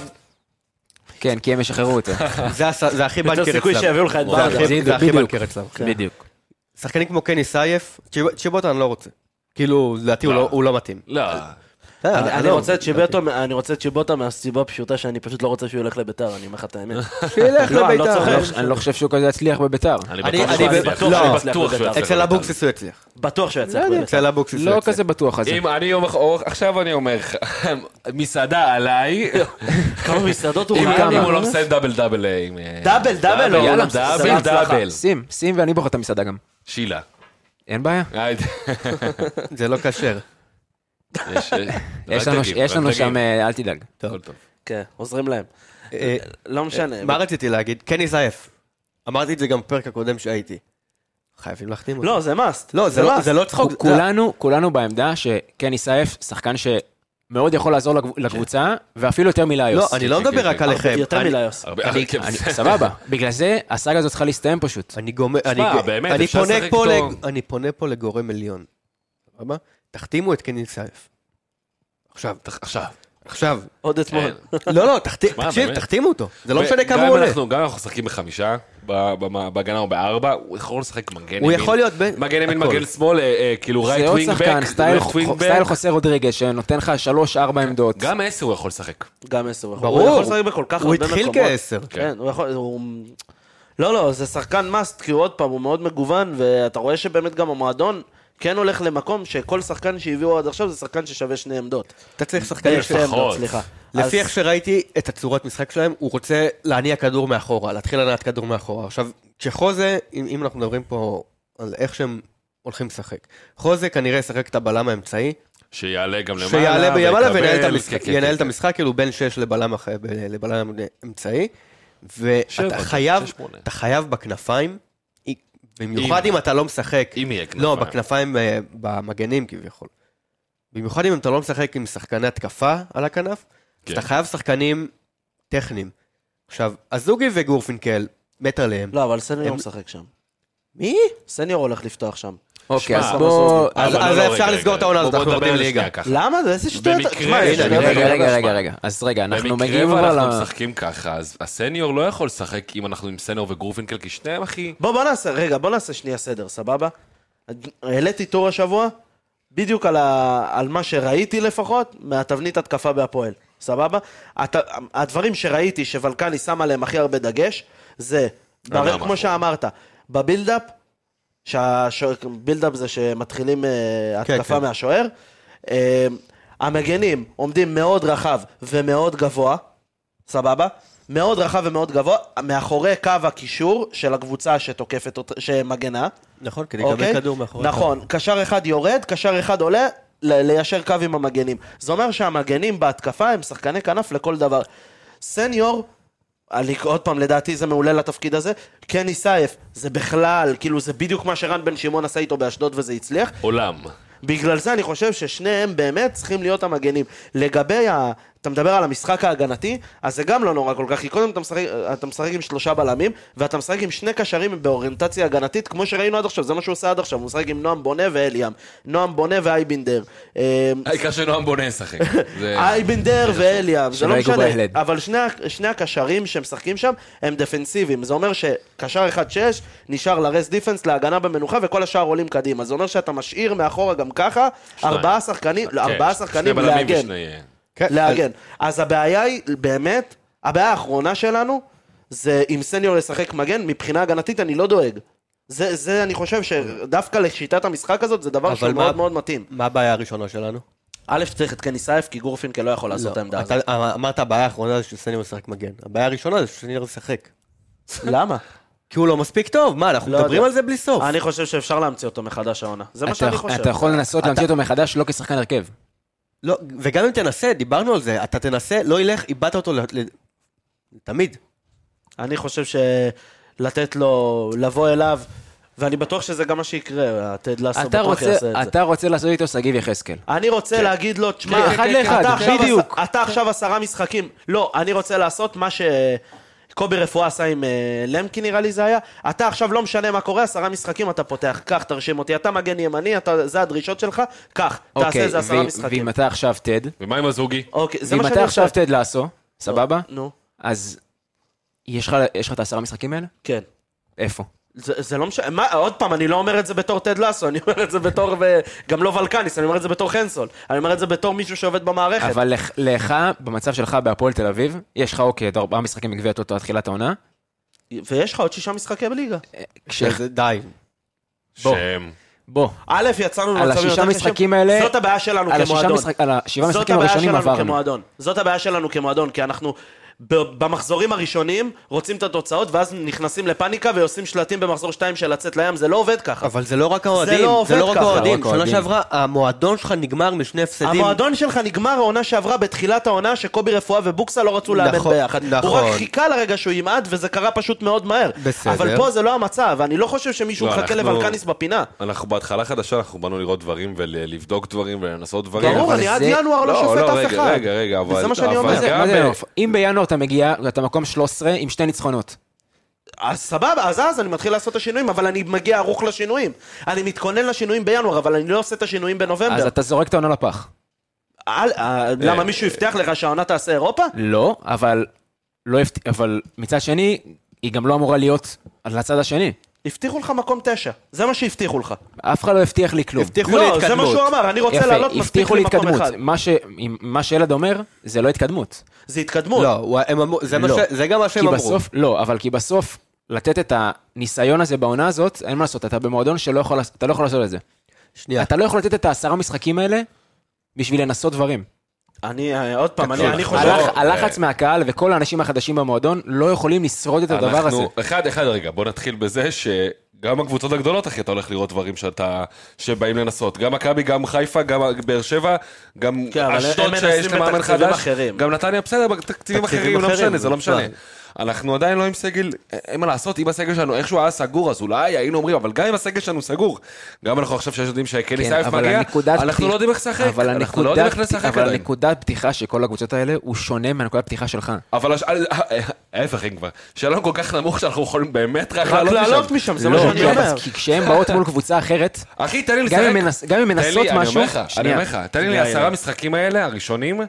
Speaker 1: כן, כי הם ישחררו אותו.
Speaker 5: זה הס- זה הכי
Speaker 6: יותר
Speaker 5: בנקר
Speaker 6: סיכוי
Speaker 5: אצלם.
Speaker 6: שיביאו לך את
Speaker 5: זה
Speaker 6: ברדה.
Speaker 5: הכי- זה הכי
Speaker 1: בדיוק.
Speaker 5: בנקר אצלם.
Speaker 1: בדיוק.
Speaker 5: שחקנים כמו קני סייף, צ'יב- צ'יבוטה אני לא רוצה. כאילו, לדעתי הוא לא- הוא לא מתאים.
Speaker 7: לא.
Speaker 6: אני- אני
Speaker 5: לא,
Speaker 6: רוצה את שיבוטה, אני רוצה את שיבוטה מהסיבה הפשוטה שאני פשוט לא רוצה שהוא ילך לביתר, אני אומר לך את האמת.
Speaker 5: שילך
Speaker 6: לא, אני לא
Speaker 5: לביתר.
Speaker 1: אני לא
Speaker 6: צוחק.
Speaker 1: חושב- אני לא חושב שהוא כזה יצליח בביתר.
Speaker 7: אני
Speaker 5: אני-
Speaker 7: בטוח
Speaker 5: אני
Speaker 7: שהוא
Speaker 5: ב-
Speaker 7: יצליח.
Speaker 5: לא.
Speaker 7: אני בטוח שהוא יצליח.
Speaker 5: אצל אבוקסיס הוא יצליח.
Speaker 6: בטוח שהוא יצליח. בביתר.
Speaker 5: אצל אבוקסיס הוא
Speaker 1: לא
Speaker 5: יצליח.
Speaker 1: כזה בטוח על זה.
Speaker 7: אם אני יום אח- אור- עכשיו אני אומר לך, מסעדה עליי,
Speaker 6: כמה מסעדות הוא
Speaker 7: אם
Speaker 6: חייב
Speaker 7: אם הוא לא
Speaker 6: לנו?
Speaker 7: מסיים דאבל דאבל אה, עם... אה,
Speaker 6: דאבל, לא, דאבל, או-
Speaker 7: יאללה,
Speaker 6: זה
Speaker 7: דאבל
Speaker 6: הצלחה.
Speaker 7: דאבל.
Speaker 1: שים, שים ואני בוחר את המסעדה גם.
Speaker 7: שילה.
Speaker 1: אין בעיה.
Speaker 7: אה,
Speaker 5: זה לא כשר.
Speaker 7: יש-
Speaker 1: יש
Speaker 7: רק
Speaker 1: לנו-
Speaker 7: תגיב,
Speaker 1: יש
Speaker 7: רק
Speaker 1: לנו
Speaker 7: תגיב.
Speaker 1: שם, אה, אל תדאג.
Speaker 7: הכל טוב.
Speaker 6: כן, עוזרים להם.
Speaker 5: אה,
Speaker 6: לא משנה.
Speaker 5: מה רציתי להגיד? קני זייף. אמרתי את זה גם בפרק הקודם שהייתי. חייבים להחתים אותו.
Speaker 6: לא, זה מאסט.
Speaker 5: לא, זה לא-
Speaker 6: must.
Speaker 5: זה לא צחוק. זה-
Speaker 1: כולנו, כולנו בעמדה שקני סייף, שחקן שמאוד יכול לעזור לקב- לקבוצה, ואפילו יותר
Speaker 5: לא,
Speaker 1: מליוס.
Speaker 5: אני לא
Speaker 7: כן,
Speaker 5: מדבר
Speaker 7: כן,
Speaker 5: רק
Speaker 7: כן.
Speaker 5: עליכם.
Speaker 6: אה, יותר
Speaker 5: אני-
Speaker 6: מלאיוס.
Speaker 7: הרבה-
Speaker 5: אני-
Speaker 7: כן,
Speaker 1: אני-
Speaker 7: בסדר.
Speaker 1: סאבבה. בגלל זה הסאגה הזאת צריכה להסתיים פשוט.
Speaker 5: אני גומר, אני,
Speaker 7: שמע, באמת,
Speaker 5: אני,
Speaker 7: אפשר
Speaker 5: פונה
Speaker 7: לשחק
Speaker 5: פה
Speaker 7: איתו.
Speaker 5: לג, אני פונה פה לגורם עליון, סבבה? תחתימו את קני סייף. עכשיו, תח-
Speaker 7: עכשיו.
Speaker 5: עכשיו.
Speaker 6: עוד אתמול.
Speaker 5: לא, לא, תחתי-
Speaker 7: שמע,
Speaker 5: תקשיב,
Speaker 7: באמת.
Speaker 5: תחתימו אותו. זה לא
Speaker 7: ו-
Speaker 5: משנה
Speaker 7: גם
Speaker 5: כמה
Speaker 7: אם
Speaker 5: הוא עולה.
Speaker 7: אנחנו- גם אם אנחנו משחקים בחמישה, ב- ב- בהגנה או בארבע, הוא יכול לשחק מגן ימין.
Speaker 5: הוא יכול להיות בין...
Speaker 7: מגן ימין,
Speaker 5: הכל.
Speaker 7: מגן שמאל, אה, אה, כאילו
Speaker 1: זה
Speaker 7: רייט
Speaker 1: עוד
Speaker 7: ווינג
Speaker 1: שחקן,
Speaker 7: בק,
Speaker 1: סטייל
Speaker 7: left wing
Speaker 1: חו-
Speaker 7: back.
Speaker 1: סטייל חוסה רודריגז, שנותן לך שלוש, ארבע עמדות.
Speaker 7: גם עשר הוא יכול לשחק.
Speaker 6: גם עשר. הוא
Speaker 5: ברור.
Speaker 6: יכול לשחק בכל כך
Speaker 5: הוא
Speaker 6: הרבה
Speaker 5: התחיל
Speaker 6: מקומות.
Speaker 5: כעשר.
Speaker 6: כן, הוא יכול... הוא- לא, לא, זה שחקן מאסט, כי הוא עוד פעם, הוא מאוד מגוון, ואתה רואה שבאמת גם המועדון כן הולך למקום שכל שחקן שהביאו עד עכשיו זה שחקן ששווה שני עמדות. אה,
Speaker 5: אתה צריך שחקנים ש...
Speaker 6: שתי עמדות,
Speaker 7: לפחות.
Speaker 6: סליחה. אז-
Speaker 5: כן, לפי איך שראיתי את הצורת משחק שלהם, הוא רוצה להניע כדור מאחורה, להתחיל להניע כדור מאחורה. עכשיו, כשחוזה, אם, אם אנחנו מדברים פה על איך שהם הולכים לשחק, חוזה כנראה ישחק את הבלם האמצעי,
Speaker 7: שיעלה גם למעלה.
Speaker 5: שיעלה בימלה
Speaker 7: ויקבל,
Speaker 5: וינהל את
Speaker 7: כן,
Speaker 5: המשחק,
Speaker 7: כן,
Speaker 5: ינהל
Speaker 7: כן.
Speaker 5: את המשחק, כאילו בין 6 לבלם אח- ב- לבלם אמצעי,
Speaker 7: שבע,
Speaker 5: ואתה חייב,
Speaker 7: שש, שמונה.
Speaker 5: אתה חייב בכנפיים, אי- במיוחד
Speaker 7: אם-
Speaker 5: אם אתה לא משחק,
Speaker 7: אם יהיה כנפיים.
Speaker 5: לא, בכנפיים אה, במגנים כביכול. במיוחד אם אתה לא משחק עם שחקני התקפה על הכנף, אז
Speaker 7: כן.
Speaker 5: אתה חייב שחקנים טכניים. עכשיו, אזוגי וגורפינקל, מת עליהם.
Speaker 6: לא, אבל סניור
Speaker 5: הם-
Speaker 6: משחק שם.
Speaker 5: מי?
Speaker 6: סניור הולך לפתוח שם.
Speaker 1: אוקיי, אז
Speaker 7: שמע,
Speaker 1: בוא...
Speaker 5: אז
Speaker 7: אבל לא,
Speaker 5: אז
Speaker 7: לא,
Speaker 5: אפשר
Speaker 7: רגע,
Speaker 5: לסגור
Speaker 7: רגע.
Speaker 5: את העונה הזאת,
Speaker 7: בוא
Speaker 5: אנחנו
Speaker 7: נדבר
Speaker 5: יורדים
Speaker 7: על זה
Speaker 5: ליגה.
Speaker 7: שנייה ככה.
Speaker 6: למה? זה איזה שטויות.
Speaker 7: במקרה-
Speaker 6: תשמע, יש-
Speaker 5: הנה,
Speaker 1: רגע,
Speaker 5: אני-
Speaker 1: רגע, רגע, רגע, רגע. אז רגע, אנחנו מגיעים
Speaker 7: במקרה
Speaker 1: אבל...
Speaker 7: ואנחנו
Speaker 1: ל-
Speaker 7: משחקים ככה, אז הסניור לא יכול לשחק אם אנחנו עם סניור וגרופינקל, כי שניהם הכי...
Speaker 6: בוא, בוא נעשה, רגע, בוא נעשה שנייה סדר, סבבה? העליתי טור השבוע, בדיוק על, ה, על מה שראיתי לפחות, מהתבנית התקפה בהפועל, סבבה? הת, הדברים שראיתי שוולקני שם עליהם הכי הרבה דגש, זה, בר,
Speaker 7: האחרון.
Speaker 6: כמו שאמרת, בבילדאפ, שהבילדאפ זה שמתחילים אה,
Speaker 5: כן,
Speaker 6: התקפה
Speaker 5: כן.
Speaker 6: מהשוער, אה, המגנים עומדים מאוד רחב ומאוד גבוה, סבבה? מאוד רחב ומאוד גבוה, מאחורי קו הקישור של הקבוצה שתוקפת, אות- שמגנה.
Speaker 5: נכון, כדי
Speaker 6: אוקיי?
Speaker 5: לקבל כדור מאחורי.
Speaker 6: נכון, קשר אחד יורד, קשר אחד עולה, ל- ליישר קו עם המגנים. זה אומר שהמגנים בהתקפה הם שחקני כנף לכל דבר. סניור, אני עוד פעם, לדעתי זה מעולה לתפקיד הזה, קני סייף, זה בכלל, כאילו זה בדיוק מה שרן בן שמעון עשה איתו באשדוד וזה הצליח.
Speaker 7: עולם.
Speaker 6: בגלל זה אני חושב ששניהם באמת צריכים להיות המגנים. לגבי ה... אתה מדבר על המשחק ההגנתי, אז זה גם לא נורא כל כך, כי קודם אתה משחק, אתה משחק עם שלושה בלמים, ואתה משחק עם שני קשרים באוריינטציה הגנתית, כמו שראינו עד עכשיו, זה מה שהוא עושה עד עכשיו, הוא משחק עם נועם בונה ואליאם. נועם בונה ואייבינדר. אה,
Speaker 7: העיקר שנועם בונה ישחק. זה-
Speaker 5: אה,
Speaker 7: כן,
Speaker 6: אייבנדר
Speaker 7: אה,
Speaker 6: ואליאם, זה
Speaker 1: שלא
Speaker 6: לא
Speaker 1: ייגעו
Speaker 6: משנה,
Speaker 1: בהלד.
Speaker 6: אבל שני, ה- שני הקשרים שמשחקים שם הם דפנסיביים, זה אומר שקשר 1-6 נשאר לרס דיפנס להגנה במנוחה וכל השאר עולים קדימה, זה אומר שאתה משאיר מאחורה גם ככה ארבעה שחקנים, לא,
Speaker 7: כן,
Speaker 6: ארבעה
Speaker 7: שני
Speaker 6: שחקנים
Speaker 7: בלמים
Speaker 6: להגן,
Speaker 7: ושני, אה,
Speaker 5: כן,
Speaker 6: להגן, אז הבעיה היא באמת, הבעיה האחרונה שלנו זה אם סניור ישחק מגן, מבחינה הגנתית אני לא דואג. זה, זה אני חושב שדווקא לשיטת המשחק הזאת זה דבר
Speaker 5: אבל
Speaker 6: שהוא
Speaker 5: מה-
Speaker 6: מאוד מאוד מתאים.
Speaker 5: מה הבעיה הראשונה שלנו?
Speaker 6: א', צריך את קני סייף, כי גורפינקל לא יכול לעשות את
Speaker 5: לא,
Speaker 6: העמדה הזאת.
Speaker 5: אתה אמרת הבעיה האחרונה זה שסניור משחק מגן. הבעיה הראשונה זה שסניור משחק.
Speaker 6: למה?
Speaker 5: כי הוא לא מספיק טוב, מה, אנחנו
Speaker 6: לא
Speaker 5: מדברים
Speaker 6: יודע.
Speaker 5: על זה בלי סוף.
Speaker 6: אני חושב שאפשר להמציא אותו מחדש העונה. זה מה
Speaker 1: אתה-
Speaker 6: שאני חושב.
Speaker 1: אתה יכול לנסות
Speaker 5: אתה-
Speaker 1: להמציא אותו מחדש לא כשחקן הרכב.
Speaker 5: לא, וגם אם תנסה, דיברנו על זה, אתה תנסה, לא ילך, איבדת אותו ל- ל- תמיד.
Speaker 6: אני חושב שלתת לו, לבוא אליו, ואני בטוח שזה גם מה שיקרה, הטד לאסו
Speaker 1: אתה
Speaker 6: בטוח
Speaker 1: רוצה-
Speaker 6: יעשה את זה.
Speaker 1: אתה רוצה לעשות איתו שגיב יחזקאל.
Speaker 6: אני רוצה להגיד לו, תשמע,
Speaker 1: כן, אחד
Speaker 6: אתה
Speaker 1: לאחד,
Speaker 6: עכשיו עש-
Speaker 1: בדיוק.
Speaker 6: אתה עכשיו עשרה משחקים. לא, אני רוצה לעשות מה שקובי רפואה עשה עם אה, למקין, נראה לי זה היה. אתה עכשיו לא משנה מה קורה, עשרה משחקים אתה פותח. קח, תרשים אותי. אתה מגן ימני, אתה- זה הדרישות שלך, קח, תעשה
Speaker 1: אוקיי,
Speaker 6: איזה עשרה
Speaker 1: ואם-
Speaker 6: משחקים.
Speaker 1: ואם אתה עכשיו תד,
Speaker 7: ומה עם הזוגי?
Speaker 6: אוקיי, זה מה
Speaker 1: ואם
Speaker 6: שאני
Speaker 1: אתה
Speaker 6: עושה.
Speaker 1: עכשיו תד לאסו, סבבה?
Speaker 6: נו,
Speaker 1: אז יש לך יש לך את העשרה משחקים האלה?
Speaker 6: כן.
Speaker 1: איפה?
Speaker 6: זה, זה לא משנה, מה, עוד פעם, אני לא אומר את זה בתור טד לסו, אני אומר את זה בתור, ו... גם לא ולקניס, אני אומר את זה בתור חנסול. אני אומר את זה בתור מישהו שעובד במערכת.
Speaker 1: אבל לך- לך, במצב שלך בהפועל תל אביב, יש לך אוקיי, עוד ארבעה משחקים בגביע הטוטו עד תחילת העונה.
Speaker 6: ויש לך עוד שישה משחקי בליגה.
Speaker 1: כש-
Speaker 5: שזה די.
Speaker 1: בוא.
Speaker 7: שם.
Speaker 1: בוא,
Speaker 6: א', יצאנו
Speaker 1: על
Speaker 6: במצבים
Speaker 1: השישה
Speaker 6: יותר קשים.
Speaker 1: משחקים האלה-
Speaker 6: זאת הבעיה שלנו
Speaker 1: על השישה
Speaker 6: כמועדון.
Speaker 1: משחק- על השבעה
Speaker 6: זאת
Speaker 1: משחקים
Speaker 6: הבעיה
Speaker 1: הראשונים
Speaker 6: שלנו
Speaker 1: עברנו.
Speaker 6: כמועדון. זאת הבעיה שלנו כמועדון, כי אנחנו ב- במחזורים הראשונים רוצים את התוצאות, ואז נכנסים לפאניקה ועושים שלטים במחזור 2 של לצאת לים, זה לא עובד ככה.
Speaker 5: אבל זה לא רק
Speaker 6: זה לא
Speaker 5: האוהדים,
Speaker 6: עובד
Speaker 5: זה לא רק
Speaker 6: ככה.
Speaker 5: האוהדים.
Speaker 1: לא רק
Speaker 5: שנה
Speaker 1: האוהדים.
Speaker 5: שעברה, המועדון שלך נגמר משני הפסדים.
Speaker 6: המועדון שלך נגמר העונה שעברה בתחילת העונה שקובי רפואה ובוקסה לא רצו לאמן
Speaker 5: נכון,
Speaker 6: ביחד. הוא
Speaker 5: נכון.
Speaker 6: רק חיכה לרגע שהוא ימעד וזה קרה פשוט מאוד מהר.
Speaker 5: בסדר.
Speaker 6: אבל פה זה לא המצב, אני לא חושב שמישהו
Speaker 7: לא,
Speaker 6: מחכה
Speaker 7: אנחנו-
Speaker 6: לבלקניס בפינה.
Speaker 7: אנחנו בהתחלה חדשה, אנחנו באנו לראות דברים ולבדוק דברים ולנסות דברים.
Speaker 6: ברור,
Speaker 7: אוקיי, אבל
Speaker 6: אני
Speaker 7: זה-
Speaker 6: עד ינואר לא שופט
Speaker 7: לא,
Speaker 6: אף
Speaker 7: רגע,
Speaker 6: אחד.
Speaker 7: רגע, רגע, אבל...
Speaker 6: וזה מה שאני
Speaker 7: אבל
Speaker 6: אומר.
Speaker 1: מה זה-
Speaker 7: גם
Speaker 1: מה זה
Speaker 7: ב-
Speaker 1: ינואר? אם בינואר אתה מגיע, אתה מקום 13 עם שתי ניצחונות.
Speaker 6: אז סבבה, אז אז אני מתחיל לעשות את השינויים, אבל אני מגיע ערוך לשינויים. אני מתכונן לשינויים בינואר, אבל אני לא עושה את השינויים
Speaker 1: אז
Speaker 6: בנובמבר.
Speaker 1: אתה זורק את העונה לפח.
Speaker 6: על- אה, למה מישהו הבטיח לך שהעונה תעשה אירופה?
Speaker 1: לא, אבל לא הפת- אבל מצד שני, היא גם לא אמורה להיות על הצד השני.
Speaker 6: הבטיחו לך מקום תשע, זה מה שהבטיחו לך.
Speaker 1: אף אחד לא הבטיח לי כלום.
Speaker 5: הבטיחו
Speaker 6: לא,
Speaker 5: להתקדמות.
Speaker 6: זה מה שהוא אמר, אני רוצה לעלות מספיק
Speaker 1: הבטיחו לי
Speaker 6: למקום
Speaker 1: התקדמות.
Speaker 6: אחד.
Speaker 1: מה ש- אם- מה שילד אומר, זה לא התקדמות.
Speaker 6: זה התקדמות.
Speaker 5: לא, הוא- הם אמרו- זה מה
Speaker 1: לא.
Speaker 5: ש- זה גם מה
Speaker 1: כי
Speaker 5: שהם אמרו.
Speaker 1: בסוף, לא, אבל כי בסוף, לתת את הניסיון הזה בעונה הזאת, אין מה לעשות, אתה במועדון שאתה לא יכול לעשות- אתה לא יכול לעשות את זה.
Speaker 5: שנייה.
Speaker 1: אתה לא יכול לתת את העשרה משחקים האלה בשביל לנסות דברים.
Speaker 6: אני, אה, עוד פעם, אני
Speaker 7: לא,
Speaker 6: אני
Speaker 7: לא.
Speaker 6: חושב...
Speaker 1: הלח-
Speaker 7: אה,
Speaker 1: הלחץ מהקהל וכל האנשים החדשים במועדון לא יכולים לשרוד את הדבר הזה.
Speaker 7: אנחנו, אחד, אחד, רגע, בוא נתחיל בזה שגם הקבוצות הגדולות, אחי, אתה הולך לראות דברים שאתה, שבאים לנסות. גם מכבי, גם חיפה, גם באר שבע, גם
Speaker 6: כן, אבל הם
Speaker 7: אשדוד
Speaker 6: מנסים
Speaker 7: שיש להם מאמן
Speaker 6: בתקציבים
Speaker 7: חדש.
Speaker 6: אחרים.
Speaker 7: גם נתניה בסדר, בתקציבים אחרים, לא
Speaker 6: אחרים,
Speaker 7: משנה, זה לא משנה.
Speaker 6: נכון.
Speaker 7: אנחנו עדיין לא עם סגל, אין מה לעשות, אם הסגל שלנו איכשהו היה סגור, אז אולי היינו אומרים, אבל גם אם הסגל שלנו סגור, גם אנחנו עכשיו שיש יודעים שהקלי
Speaker 1: כן,
Speaker 7: סייף
Speaker 1: אבל
Speaker 7: מגיע,
Speaker 1: הנקודת
Speaker 7: אנחנו
Speaker 1: פתיח-
Speaker 7: לא יודעים איך לשחק,
Speaker 1: אבל
Speaker 7: אנחנו לא יודעים
Speaker 1: הנקודת
Speaker 7: איך
Speaker 1: פתיח-
Speaker 7: לשחק
Speaker 1: אבל
Speaker 7: עדיין.
Speaker 1: הנקודת פתיחה של כל הקבוצות האלה, הוא שונה מהנקודת פתיחה שלך.
Speaker 7: אבל הש- ההפך, אם כבר, שלנו כל כך נמוך שאנחנו יכולים באמת רק
Speaker 6: רק
Speaker 7: לעלות
Speaker 6: לעלות
Speaker 7: משם.
Speaker 6: משם, זה מה שאני
Speaker 1: לא,
Speaker 6: אומר.
Speaker 1: אז כי כשהן באות מול קבוצה אחרת,
Speaker 7: אחי, תן לי לשחק.
Speaker 1: גם אם מנס- גם אם
Speaker 7: תן לי,
Speaker 1: מנסות משהו-
Speaker 7: אני אומר לך, אני
Speaker 1: שנייה.
Speaker 7: אומר לך, תן לי לעשרה משחקים האלה, הראשונים,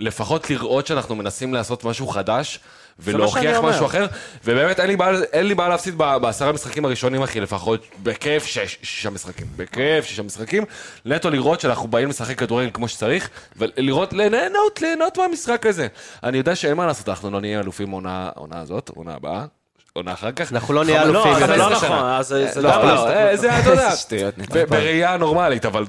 Speaker 7: לפחות לראות שאנחנו מנסים לעשות משהו חדש,
Speaker 6: שאני
Speaker 7: ולהוכיח
Speaker 6: אומר.
Speaker 7: משהו אחר, ובאמת אין לי בעיה- אין לי בעיה להפסיד ב- בעשרה המשחקים הראשונים, אחי, לפחות בכיף שש- שישה משחקים. בכיף שישה משחקים, נטו לראות שאנחנו באים לשחק כדורגל כמו שצריך, ולראות, ליהנות, ליהנות מהמשחק הזה. אני יודע שאין מה לעשות, אנחנו לא נהיה אלופים עונה העונה הזאת, עונה הבאה, עונה אחר כך.
Speaker 5: אנחנו לא נהיה
Speaker 6: אבל לא,
Speaker 5: אלופים.
Speaker 6: אבל זה לא
Speaker 7: 15
Speaker 6: נכון,
Speaker 7: שנה.
Speaker 6: אז זה זה
Speaker 7: לא,
Speaker 6: לא...
Speaker 7: לא, אה, זה אתה יודע,
Speaker 1: איזה שטויות, נו.
Speaker 7: ב- בראייה נורמלית, אבל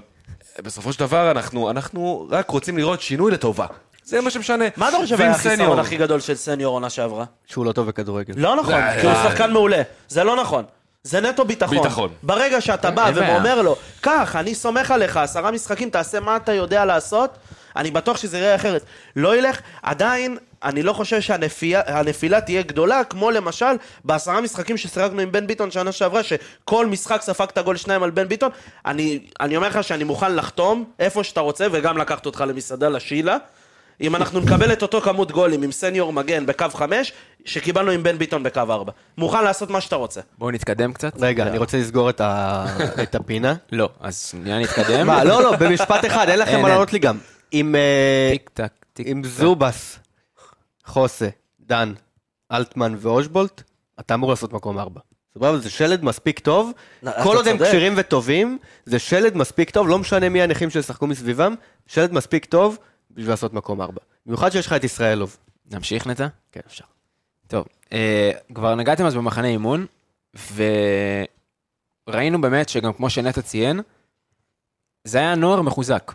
Speaker 7: בסופו של דבר אנחנו- אנחנו רק רוצים לראות שינוי לטובה. זה מה שמשנה.
Speaker 6: מה אתה חושב היה
Speaker 7: וין סניור.
Speaker 6: החיסרון הכי גדול של סניור עונה שעברה?
Speaker 5: שהוא לא טוב בכדורגל.
Speaker 6: לא נכון,
Speaker 7: לא,
Speaker 6: כי הוא
Speaker 7: לא.
Speaker 6: שחקן מעולה. זה לא נכון. זה נטו ביטחון.
Speaker 7: ביטחון.
Speaker 6: ברגע שאתה בא
Speaker 1: אין בעיה.
Speaker 6: ואומר לו, קח, אני סומך עליך, עשרה משחקים, תעשה מה אתה יודע לעשות, אני בטוח שזה יראה אחרת. לא ילך, עדיין, אני לא חושב שהנפילה תהיה גדולה, כמו למשל בעשרה משחקים שסירקנו עם בן ביטון שנה שעברה, שכל משחק ספגת גול שניים על בן ביטון. אני, אני אומר לך שאני מוכן לחתום איפה שאתה רוצה, וגם לקחת אותך למסעדה לשילה. אם אנחנו נקבל את אותו כמות גולים עם סניור מגן בקו חמש, שקיבלנו עם בן ביטון בקו ארבע. מוכן לעשות מה שאתה רוצה.
Speaker 1: בואו נתקדם קצת.
Speaker 6: לא.
Speaker 5: רגע, אני רוצה לסגור את ה- את הפינה.
Speaker 1: לא, אז שנייה נתקדם.
Speaker 5: מה, לא, לא, במשפט אחד, אין לכם
Speaker 1: אין,
Speaker 5: מה
Speaker 1: אין.
Speaker 5: לענות לי גם. עם, אה,
Speaker 1: טיק טק, טיק
Speaker 5: עם
Speaker 1: טק.
Speaker 5: זובס, חוסה, דן, אלטמן ואושבולט, אתה אמור לעשות מקום ארבע. סבבה, זה שלד מספיק טוב,
Speaker 6: לא, אתה
Speaker 5: כל עוד הם
Speaker 6: צודק.
Speaker 5: כשירים וטובים, זה שלד מספיק טוב, לא משנה מי הנכים שישחקו מסביבם, שלד מספיק טוב בשביל לעשות מקום ארבע. במיוחד שיש לך את ישראלוב.
Speaker 1: נמשיך נטע?
Speaker 5: כן, אפשר.
Speaker 1: טוב, אה, כבר נגעתם אז במחנה אימון, וראינו באמת שגם כמו שנטע ציין, זה היה נוער מחוזק.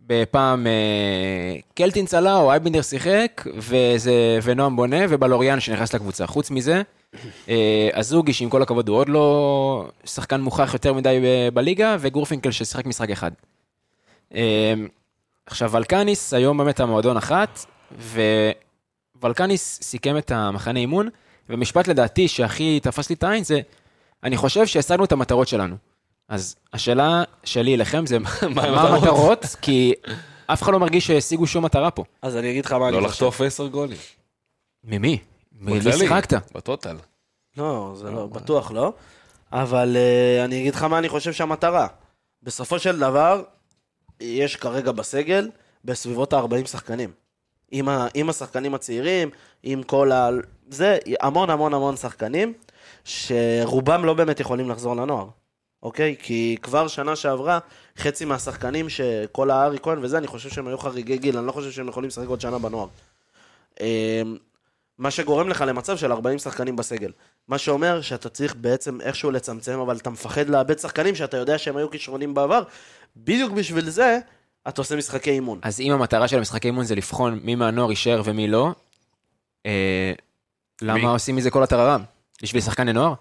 Speaker 1: בפעם אה, קלטין צלה או אייבנדר שיחק, וזה, ונועם בונה ובלוריאן שנכנס לקבוצה. חוץ מזה, אה, הזוגי, שעם כל הכבוד הוא עוד לא שחקן מוכח יותר מדי ב- בליגה, וגורפינקל ששיחק משחק אחד. אה, עכשיו, ולקניס, היום באמת המועדון אחת, ו... ולקניס סיכם את המחנה אימון, ומשפט לדעתי שהכי תפס לי את העין זה, אני חושב שהשגנו את המטרות שלנו. אז השאלה שלי אליכם זה מה המטרות, כי אף אחד לא מרגיש שהשיגו שום מטרה פה.
Speaker 6: אז אני אגיד לך מה
Speaker 7: לא
Speaker 6: אני
Speaker 7: לחטוף עשר גולים.
Speaker 1: ממי? ממי
Speaker 7: בכללי,
Speaker 1: שיחקת?
Speaker 7: בטוטל.
Speaker 6: לא, זה לא, בטוח לא. אבל אה, אני אגיד לך מה אני חושב שהמטרה. בסופו של דבר, יש כרגע בסגל בסביבות ה-40 שחקנים. עם, ה, עם השחקנים הצעירים, עם כל ה... זה המון המון המון שחקנים. שרובם לא באמת יכולים לחזור לנוער, אוקיי? כי כבר שנה שעברה, חצי מהשחקנים שכל הארי כהן וזה, אני חושב שהם היו חריגי גיל, אני לא חושב שהם יכולים לשחק עוד שנה בנוער. אה, מה שגורם לך למצב של 40 שחקנים בסגל. מה שאומר שאתה צריך בעצם איכשהו לצמצם, אבל אתה מפחד לאבד שחקנים שאתה יודע שהם היו כישרונים בעבר. בדיוק בשביל זה, אתה עושה משחקי אימון.
Speaker 1: אז אם המטרה של המשחקי אימון זה לבחון מי מהנוער יישאר ומי לא, אה, למה עושים מזה כל הטררם? בשביל שחקן לנוער?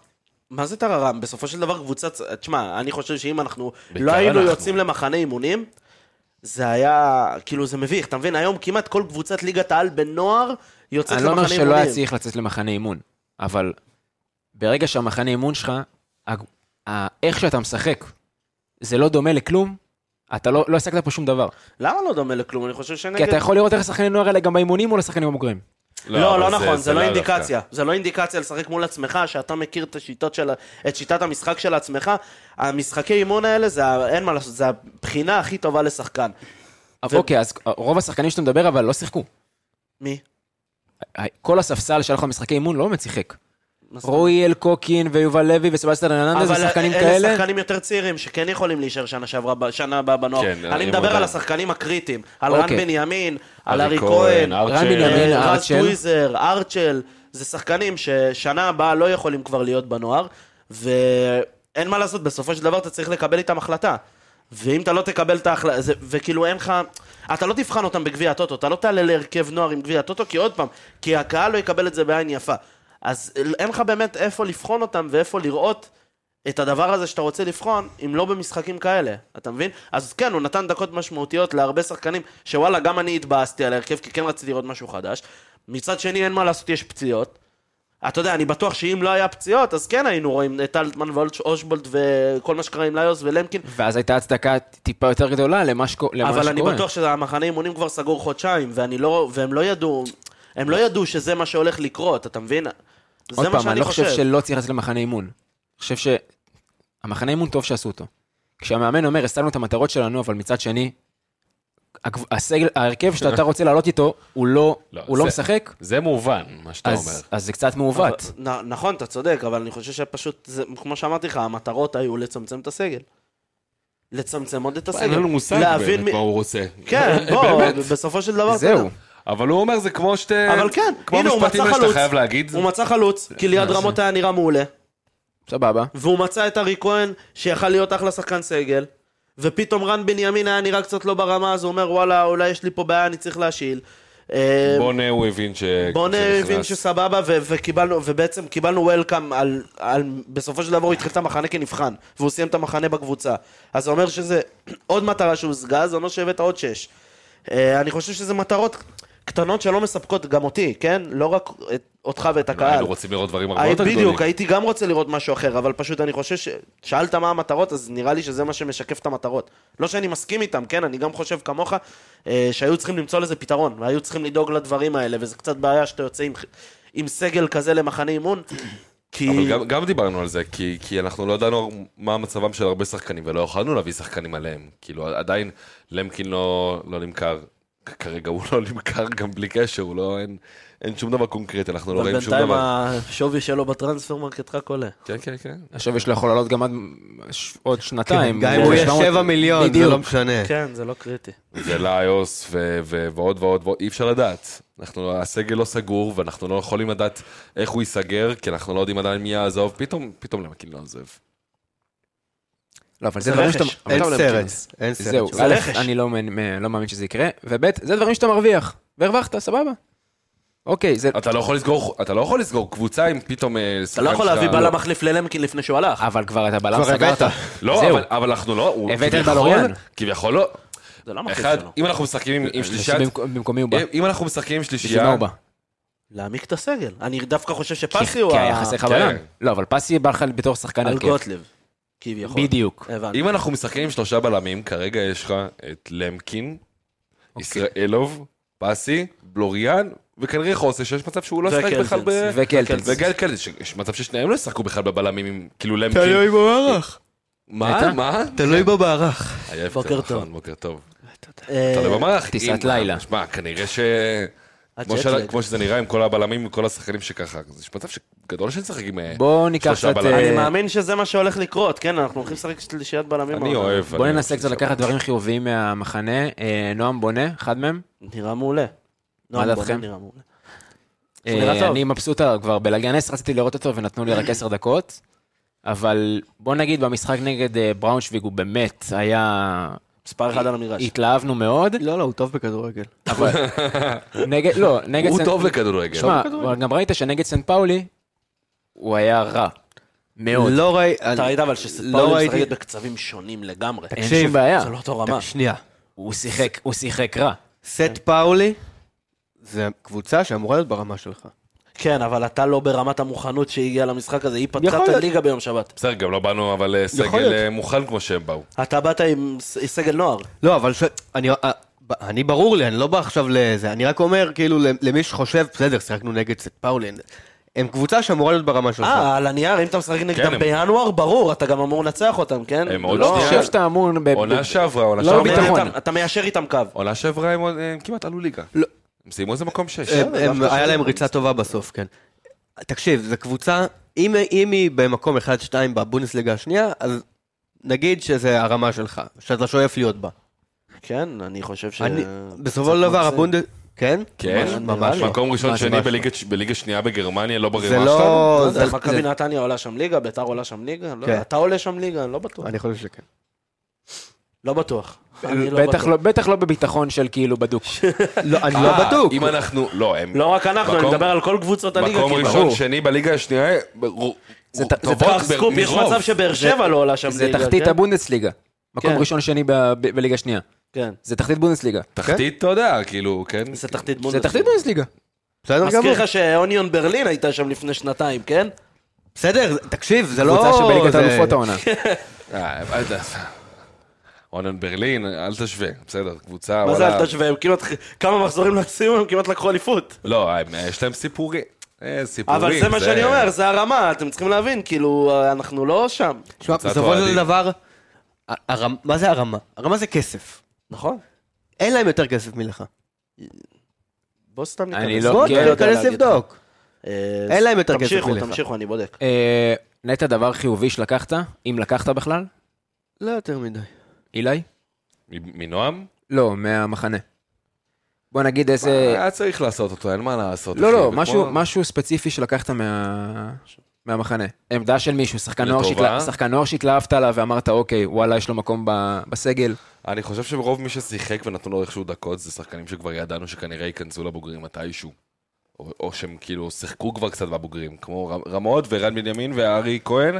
Speaker 6: מה זה טררם? בסופו של דבר קבוצה... צ- תשמע, אני חושב שאם אנחנו לא
Speaker 7: בעיקר
Speaker 6: היינו
Speaker 7: אנחנו.
Speaker 6: יוצאים למחנה אימונים, זה היה... כאילו, זה מביך. אתה מבין, היום כמעט כל קבוצת ליגת העל בנוער יוצאת
Speaker 1: אני לא אומר
Speaker 6: למחנה
Speaker 1: שלא היה
Speaker 6: אימונים.
Speaker 1: צריך לצאת למחנה אימון, אבל ברגע שהמחנה אימון שלך, ה- ה- איך שאתה משחק, זה לא דומה לכלום, אתה לא לא השגת פה שום דבר.
Speaker 6: למה לא דומה לכלום? אני חושב
Speaker 1: כי
Speaker 6: שנגד...
Speaker 1: אתה יכול לראות איך השחקני נוער האלה גם באימונים מול השחקנים הבוגרים.
Speaker 6: לא,
Speaker 7: אבל
Speaker 6: לא נכון, זה לא
Speaker 7: לאו
Speaker 6: אינדיקציה. זה לא אינדיקציה לשחק מול עצמך, שאתה מכיר את השיטות של... ה- את שיטת המשחק של עצמך. המשחקי אימון האלה, זה ה- אין מה לעשות, זה הבחינה הכי טובה לשחקן.
Speaker 1: אבל אוקיי, אז רוב השחקנים שאתה מדבר אבל לא שיחקו.
Speaker 6: מי?
Speaker 1: כל הספסל שהלך למשחקי אימון לא באמת שיחק. רועי אלקוקין ויובל לוי וסבסטן ארננדז
Speaker 6: אבל
Speaker 1: ושחקנים
Speaker 6: אלה
Speaker 1: כאלה.
Speaker 6: שחקנים יותר צעירים, שכן יכולים להישאר שנה שעברה, ב- שנה הבאה בנוער.
Speaker 7: כן,
Speaker 6: אני
Speaker 7: אם
Speaker 6: מדבר
Speaker 7: עדיין.
Speaker 6: על השחקנים הקריטיים, על רן
Speaker 1: אוקיי.
Speaker 6: בנימין, על
Speaker 7: אבי
Speaker 6: ארי
Speaker 7: כהן,
Speaker 6: כהן,
Speaker 7: ארצ'ל.
Speaker 1: רן בנימין,
Speaker 6: אה, רז
Speaker 1: ארצ'ל.
Speaker 6: טוויזר, ארצ'ל, זה שחקנים ששנה הבאה לא יכולים כבר להיות בנוער, ואין מה לעשות, בסופו של דבר אתה צריך לקבל איתם החלטה. ואם אתה לא תקבל את ההחלטה, וכאילו אין לך, אתה לא תבחן אותם בגביע הטוטו, אתה לא תעלה להרכב נוער עם גביע הטוטו, כי עוד פעם, כי הקהל לא יקבל את זה בעין יפה. אז אין לך באמת איפה לבחון אותם ואיפה לראות את הדבר הזה שאתה רוצה לבחון, אם לא במשחקים כאלה, אתה מבין? אז כן, הוא נתן דקות משמעותיות להרבה שחקנים, שוואלה, גם אני התבאסתי על ההרכב, כי כן רציתי לראות משהו חדש. מצד שני, אין מה לעשות, יש פציעות. אתה יודע, אני בטוח שאם לא היה פציעות, אז כן היינו רואים את אלטמן ואושבולט וכל מה שקרה עם ליוס ולמקין.
Speaker 1: ואז הייתה הצדקה טיפה יותר גדולה למה שק- למה שקורה.
Speaker 6: אבל אני בטוח שהמחנה אימונים כבר סגור חודשיים, ואני לא, והם לא ידעו, הם לא ידעו שזה מה שהולך לקרות, אתה מבין?
Speaker 1: עוד
Speaker 6: זה מה
Speaker 1: פעם, אני
Speaker 6: שאני
Speaker 1: לא חושב
Speaker 6: חושב.
Speaker 1: שלא צריך לצאת למחנה אימון. אני חושב שהמחנה אימון טוב שעשו אותו. כשהמאמן אומר, השגנו את המטרות שלנו, אבל מצד שני, הגב- הסגל, ההרכב שאתה רוצה לעלות איתו, הוא לא,
Speaker 7: לא,
Speaker 1: הוא לא
Speaker 7: זה-
Speaker 1: משחק,
Speaker 7: זה מובן, מה שאתה אומר.
Speaker 1: אז, אז זה קצת מעוות.
Speaker 6: נ- נכון, אתה צודק, אבל אני חושב שפשוט, זה- כמו שאמרתי לך, המטרות היו לצמצם את הסגל. לצמצם עוד את הסגל.
Speaker 7: אין לנו מושג
Speaker 6: להבין
Speaker 7: באמת
Speaker 6: מי-
Speaker 7: מה הוא רוצה.
Speaker 6: כן, בוא, בסופו של דבר... אתה
Speaker 1: זהו.
Speaker 6: יודע.
Speaker 7: אבל הוא אומר זה כמו שתי...
Speaker 6: אבל כן,
Speaker 7: אה, כמו
Speaker 6: הנה, הוא
Speaker 7: המשפטים
Speaker 6: מצא
Speaker 7: האלה שאתה
Speaker 6: חלוץ.
Speaker 7: חייב להגיד. כן,
Speaker 6: הוא מצא חלוץ, כי ליד רמות היה נראה מעולה.
Speaker 1: סבבה.
Speaker 6: והוא מצא את ארי כהן, שיכל להיות אחלה שחקן סגל, ופתאום רן בנימין היה נראה קצת לא ברמה, אז הוא אומר, וואלה, אולי יש לי פה בעיה, אני צריך להשיל. אה,
Speaker 7: בונה הוא הבין ש...
Speaker 6: בונה
Speaker 7: שנכנס.
Speaker 6: הבין שסבבה, ו- וקיבלנו, ובעצם קיבלנו וולקאם על, על... בסופו של דבר הוא התחיל את המחנה כנבחן, והוא סיים את המחנה בקבוצה. אז זה אומר שזה עוד מטרה שהושגה, זה אומר שהבאת עוד שש. אה, אני חושב שזה מטרות קטנות שלא מספקות גם אותי, כן? לא רק את, אותך ואת הקהל.
Speaker 7: היינו רוצים לראות דברים הרבה
Speaker 6: הי-
Speaker 7: יותר גדולים.
Speaker 6: אה, בדיוק, הייתי גם רוצה לראות משהו אחר, אבל פשוט אני חושב ש... שאלת מה המטרות, אז נראה לי שזה מה שמשקף את המטרות. לא שאני מסכים איתם, כן? אני גם חושב כמוך, אה, שהיו צריכים למצוא לזה פתרון, והיו צריכים לדאוג לדברים האלה, וזה קצת בעיה שאתה יוצא עם, עם סגל כזה למחנה אימון, כי...
Speaker 7: אבל גם, גם דיברנו על זה, כי, כי אנחנו לא ידענו מה מצבם של הרבה שחקנים, ולא יכולנו להביא שחקנים עליהם. כאילו, עדיין למקין לא, לא נמכר. כ- כרגע הוא לא נמכר גם בלי קשר, הוא לא, אין, אין שום דבר קונקרטי, אנחנו לא
Speaker 6: אבל
Speaker 7: רואים שום
Speaker 6: בינתיים
Speaker 7: דבר.
Speaker 6: השווי שלו בטרנספר מרקט רק עולה.
Speaker 7: כן, כן, כן.
Speaker 1: השווי שלו יכול לעלות גם עד ש- עוד שנתיים.
Speaker 5: כן, גם אם הוא יהיה
Speaker 1: 700
Speaker 5: 7 מיליון, זה
Speaker 1: בדיוק.
Speaker 5: לא משנה.
Speaker 6: כן, זה לא קריטי.
Speaker 7: וליוס ו- ו- ועוד ועוד ועוד, אי אפשר לדעת. אנחנו, הסגל לא סגור, ואנחנו לא יכולים לדעת איך הוא ייסגר, כי אנחנו לא יודעים עדיין מי יעזוב, פתאום, פתאום למקין לא עוזב.
Speaker 1: לא, אבל זה
Speaker 6: זה
Speaker 1: דברים
Speaker 6: רכש.
Speaker 1: שאתה... אבל
Speaker 5: אין
Speaker 1: אתה לא
Speaker 5: סרט,
Speaker 1: מכיר.
Speaker 5: אין סרט.
Speaker 1: זהו,
Speaker 5: שם.
Speaker 1: א',
Speaker 6: רכש.
Speaker 1: אני לא מאמין- לא מאמין שזה יקרה, וב', זה דברים שאתה מרוויח, והרווחת, סבבה. אוקיי, זה...
Speaker 7: אתה לא יכול לסגור, אתה לא יכול לסגור קבוצה אם פתאום... אה,
Speaker 6: אתה לא
Speaker 7: שחקן
Speaker 6: יכול
Speaker 7: שאתה-
Speaker 6: להביא בלם מחליף ללמקין לפני שהוא הלך.
Speaker 1: אבל כבר את הבלם
Speaker 5: כבר
Speaker 1: סגרת.
Speaker 5: הבאת.
Speaker 7: לא,
Speaker 1: זהו.
Speaker 7: אבל, אבל אנחנו לא... הוא-
Speaker 1: הבאת את
Speaker 7: כביכול-
Speaker 1: בלוריאן.
Speaker 7: כביכול לא.
Speaker 6: זה לא מחליף
Speaker 7: אחד,
Speaker 6: שלו.
Speaker 7: אם אנחנו משחקים עם- עם שלישיית... אה,
Speaker 1: במקום- במקומי הוא בא.
Speaker 7: אם- אם אנחנו משחקים עם
Speaker 1: בשביל מה
Speaker 7: שלישייה...
Speaker 1: הוא בא?
Speaker 6: להעמיק את הסגל. אני דווקא חושב
Speaker 1: כי-
Speaker 6: שפסי הוא
Speaker 1: כי
Speaker 6: ה-
Speaker 1: היה חסר לך בלם.
Speaker 7: כן.
Speaker 1: לא, אבל פסי בא לך בתור שחקן
Speaker 6: על נכון. אה.
Speaker 1: הרכב.
Speaker 6: גוטליב. כביכול.
Speaker 1: בדיוק.
Speaker 6: הבנתי.
Speaker 7: אם אנחנו משחקים עם שלושה בלמים, כרגע יש לך את למקין,
Speaker 6: אוקיי.
Speaker 7: ישראלוב, פסי, בלוריאן, וכנראה חוסה, שיש מצב שהוא לא ישחק
Speaker 6: וקלטינס.
Speaker 7: בכלל ב...
Speaker 1: וקלטינס.
Speaker 7: וגל קלטינס, ש- יש מצב ששניהם לא ישחקו בכלל בבלמים, עם- כאילו למקין.
Speaker 5: תלוי במערך.
Speaker 7: מה? מה?
Speaker 5: תלוי במערך.
Speaker 7: עייפת,
Speaker 6: בוקר
Speaker 7: נכון,
Speaker 6: טוב.
Speaker 7: בוקר טוב.
Speaker 6: אה,
Speaker 7: תלוי במערך.
Speaker 1: טיסת
Speaker 7: אם-
Speaker 1: לילה.
Speaker 7: שמע, כנראה ש... כמו
Speaker 6: הג'טלג.
Speaker 7: ש- כמו שזה נראה עם כל הבלמים וכל השחקנים שככה. אז יש מצב שגדול שנשחק עם... אה,
Speaker 1: בואו ניקח
Speaker 7: שלושה
Speaker 1: קצת...
Speaker 7: בלמים.
Speaker 1: אה,
Speaker 6: אני מאמין שזה מה שהולך לקרות, כן? אנחנו הולכים לשחק שלישיית בלמים.
Speaker 7: אני
Speaker 6: העונה.
Speaker 7: אוהב.
Speaker 1: בוא
Speaker 7: אני
Speaker 1: ננסה
Speaker 7: אוהב
Speaker 1: קצת
Speaker 7: שזה-
Speaker 1: לקחת דברים חיוביים מהמחנה. אה, נועם בונה, אחד מהם.
Speaker 6: נראה מעולה.
Speaker 1: מה
Speaker 6: נועם
Speaker 1: דעתכם?
Speaker 6: בונה נראה מעולה. הוא נראה
Speaker 1: אה,
Speaker 6: טוב.
Speaker 1: אני מבסוט עליו כבר. בלגנס רציתי לראות אותו ונתנו לי רק עשר דקות, אבל בוא נגיד במשחק נגד אה, בראונשוויג הוא באמת היה...
Speaker 6: מספר אחד על המגרש.
Speaker 1: התלהבנו מאוד,
Speaker 5: לא, לא, הוא טוב בכדורגל.
Speaker 1: אבל... נגד, לא, נגד...
Speaker 7: הוא
Speaker 1: סן-
Speaker 7: טוב לכדורגל.
Speaker 1: שמע, אבל גם ראית שנגד סן פאולי הוא היה רע. מאוד.
Speaker 5: לא ראיתי...
Speaker 6: אתה ראית אבל
Speaker 5: לא
Speaker 6: שספאולי
Speaker 5: ראיתי-
Speaker 6: משחקת בקצבים שונים לגמרי.
Speaker 1: אין שום בעיה.
Speaker 6: זה לא אותו רמה.
Speaker 5: שנייה.
Speaker 1: הוא שיחק, הוא שיחק רע.
Speaker 5: סט פאולי, זה קבוצה שאמורה להיות ברמה שלך.
Speaker 6: כן, אבל אתה לא ברמת המוכנות שהגיעה למשחק הזה, היא פתחה
Speaker 5: יכול
Speaker 6: את
Speaker 5: להיות.
Speaker 6: הליגה ביום שבת.
Speaker 7: בסדר, גם לא באנו, אבל אה, סגל
Speaker 5: להיות.
Speaker 7: אה, מוכן כמו שהם באו.
Speaker 6: אתה באת עם ס- סגל נוער.
Speaker 5: לא, אבל ש... אני, אה, ב- אני ברור לי, אני לא בא עכשיו לזה. אני רק אומר, כאילו, למי שחושב, בסדר, שיחקנו נגד סט פאולי. הם קבוצה שאמורה להיות ברמה שלך.
Speaker 6: אה, על הנייר, אם אתה משחק נגדם
Speaker 7: כן, הם-
Speaker 6: בינואר, ברור, אתה גם אמור לנצח אותם, כן?
Speaker 7: הם עוד
Speaker 6: לא,
Speaker 1: אני
Speaker 7: שנייה.
Speaker 1: חושב שאתה אמון... ב- ב-
Speaker 7: עונה שעברה, עונה
Speaker 1: לא
Speaker 6: אתה
Speaker 7: שעברה.
Speaker 6: עומד
Speaker 1: ביטחון.
Speaker 6: איתם, אתה מיישר איתם קו.
Speaker 7: עונה שעברה הם עוד- הם כמעט עלו ליגה.
Speaker 5: לא.
Speaker 7: הם סיימו איזה מקום שש.
Speaker 5: הם- הם-
Speaker 6: לא
Speaker 5: היה להם ריצה טובה בסוף, כן. תקשיב, זו קבוצה, אם אם היא במקום 1-2 בבונדסליגה השנייה, אז נגיד שזה הרמה שלך, שאתה שואף להיות בה.
Speaker 6: כן, אני חושב ש...
Speaker 5: אני- בסופו של דבר, הבונדס... כן?
Speaker 7: כן?
Speaker 5: ממש-
Speaker 6: נראה
Speaker 5: ממש
Speaker 6: לי.
Speaker 5: לא.
Speaker 7: מקום ראשון
Speaker 5: ממש
Speaker 7: שני
Speaker 5: ממש לא.
Speaker 7: בליגה- בליגה שנייה בגרמניה, לא ברמה
Speaker 5: זה
Speaker 7: שלנו.
Speaker 5: לא...
Speaker 6: זה...
Speaker 5: זה-
Speaker 6: מכבי
Speaker 5: זה-
Speaker 6: נתניה עולה שם ליגה, ביתר עולה שם ליגה, לא,
Speaker 5: כן.
Speaker 6: אתה עולה שם ליגה, אני לא בטוח.
Speaker 5: אני אה, חושב שכן.
Speaker 6: לא בטוח. אני לא
Speaker 1: בטח
Speaker 6: בטוח.
Speaker 1: לא- בטח לא בביטחון של כאילו בדוק.
Speaker 5: לא, אני
Speaker 7: אה,
Speaker 5: לא בדוק.
Speaker 7: אם אנחנו... לא, הם...
Speaker 6: לא רק אנחנו, אני
Speaker 7: מקום-
Speaker 6: מדבר על כל קבוצות הליגה.
Speaker 7: מקום
Speaker 6: כאילו.
Speaker 7: ראשון, שני בליגה השנייה, ר-
Speaker 1: זה
Speaker 7: ר-
Speaker 1: ת- זה
Speaker 7: טובות
Speaker 6: פתח סקופ, יש
Speaker 7: מרוב.
Speaker 6: מצב שבאר שבע לא עולה שם
Speaker 1: זה
Speaker 6: ליגה.
Speaker 1: תחתית
Speaker 6: כן?
Speaker 1: הבונדסליגה. מקום
Speaker 6: כן.
Speaker 1: ראשון שני ב- ב- בליגה השנייה.
Speaker 6: כן.
Speaker 1: זה תחתית בונדסליגה.
Speaker 7: תחתית, אתה יודע, כאילו, כן?
Speaker 6: זה תחתית
Speaker 1: זה
Speaker 6: בונדס.
Speaker 1: תחתית בונדסליגה.
Speaker 5: בסדר גמור.
Speaker 6: מזכיר לך שאוניון ברלין הייתה שם לפני שנתיים, כן?
Speaker 5: בסדר, תקשיב, זה לא...
Speaker 1: קבוצה שבליגת
Speaker 5: זה-
Speaker 1: האלופות העונה.
Speaker 7: אה, אל ת- רונן ברלין, אל תשווה, בסדר, קבוצה...
Speaker 6: מה זה
Speaker 7: וואלה.
Speaker 6: אל תשווה, הם כמעט, כמה מחזורים לא עשינו, הם כמעט לקחו אליפות.
Speaker 7: לא, הם- יש להם סיפורים. אה, סיפורים.
Speaker 6: אבל זה מה שאני אומר, זה הרמה, אתם צריכים להבין, כאילו, אנחנו לא שם.
Speaker 5: תשמע,
Speaker 7: קבוצת
Speaker 5: בסופו של
Speaker 7: אוהדים.
Speaker 5: דבר, ה- הרמ- מה זה הרמה? הרמה זה כסף.
Speaker 6: נכון.
Speaker 5: אין להם יותר כסף מלך.
Speaker 6: בוא סתם ניכנס.
Speaker 1: אני לא-
Speaker 5: בוא
Speaker 1: כן, לא יודע
Speaker 5: תיכנס לבדוק. אין להם יותר כסף
Speaker 6: אה, תמשיכו,
Speaker 5: מלך.
Speaker 6: תמשיכו, אני בודק.
Speaker 1: אה, נטע, דבר חיובי שלקחת, אם לקחת בכלל,
Speaker 5: לא יותר מדי.
Speaker 1: אילי?
Speaker 7: מ- מנועם?
Speaker 1: לא, מהמחנה. אה, בוא נגיד איזה...
Speaker 7: היה אה, צריך לעשות אותו, נכון? אין מה לעשות. כאילו,
Speaker 1: לא,
Speaker 7: אחי,
Speaker 1: לא,
Speaker 7: וכמו-
Speaker 1: משהו- משהו ספציפי שלקחת מה- מהמחנה. עמדה של מישהו, שחקן נוער
Speaker 7: לטובה.
Speaker 1: שהתלה- שחקן נוער שהתלהבת עליו ואמרת, אוקיי, וואלה, יש לו מקום ב- בסגל.
Speaker 7: אני חושב שרוב מי ששיחק ונתנו לו איכשהו דקות, זה שחקנים שכבר ידענו שכנראה ייכנסו לבוגרים מתישהו. או, או שהם כאילו שיחקו כבר קצת בבוגרים, כמו רמ- רמות ורן בנימין וארי כהן,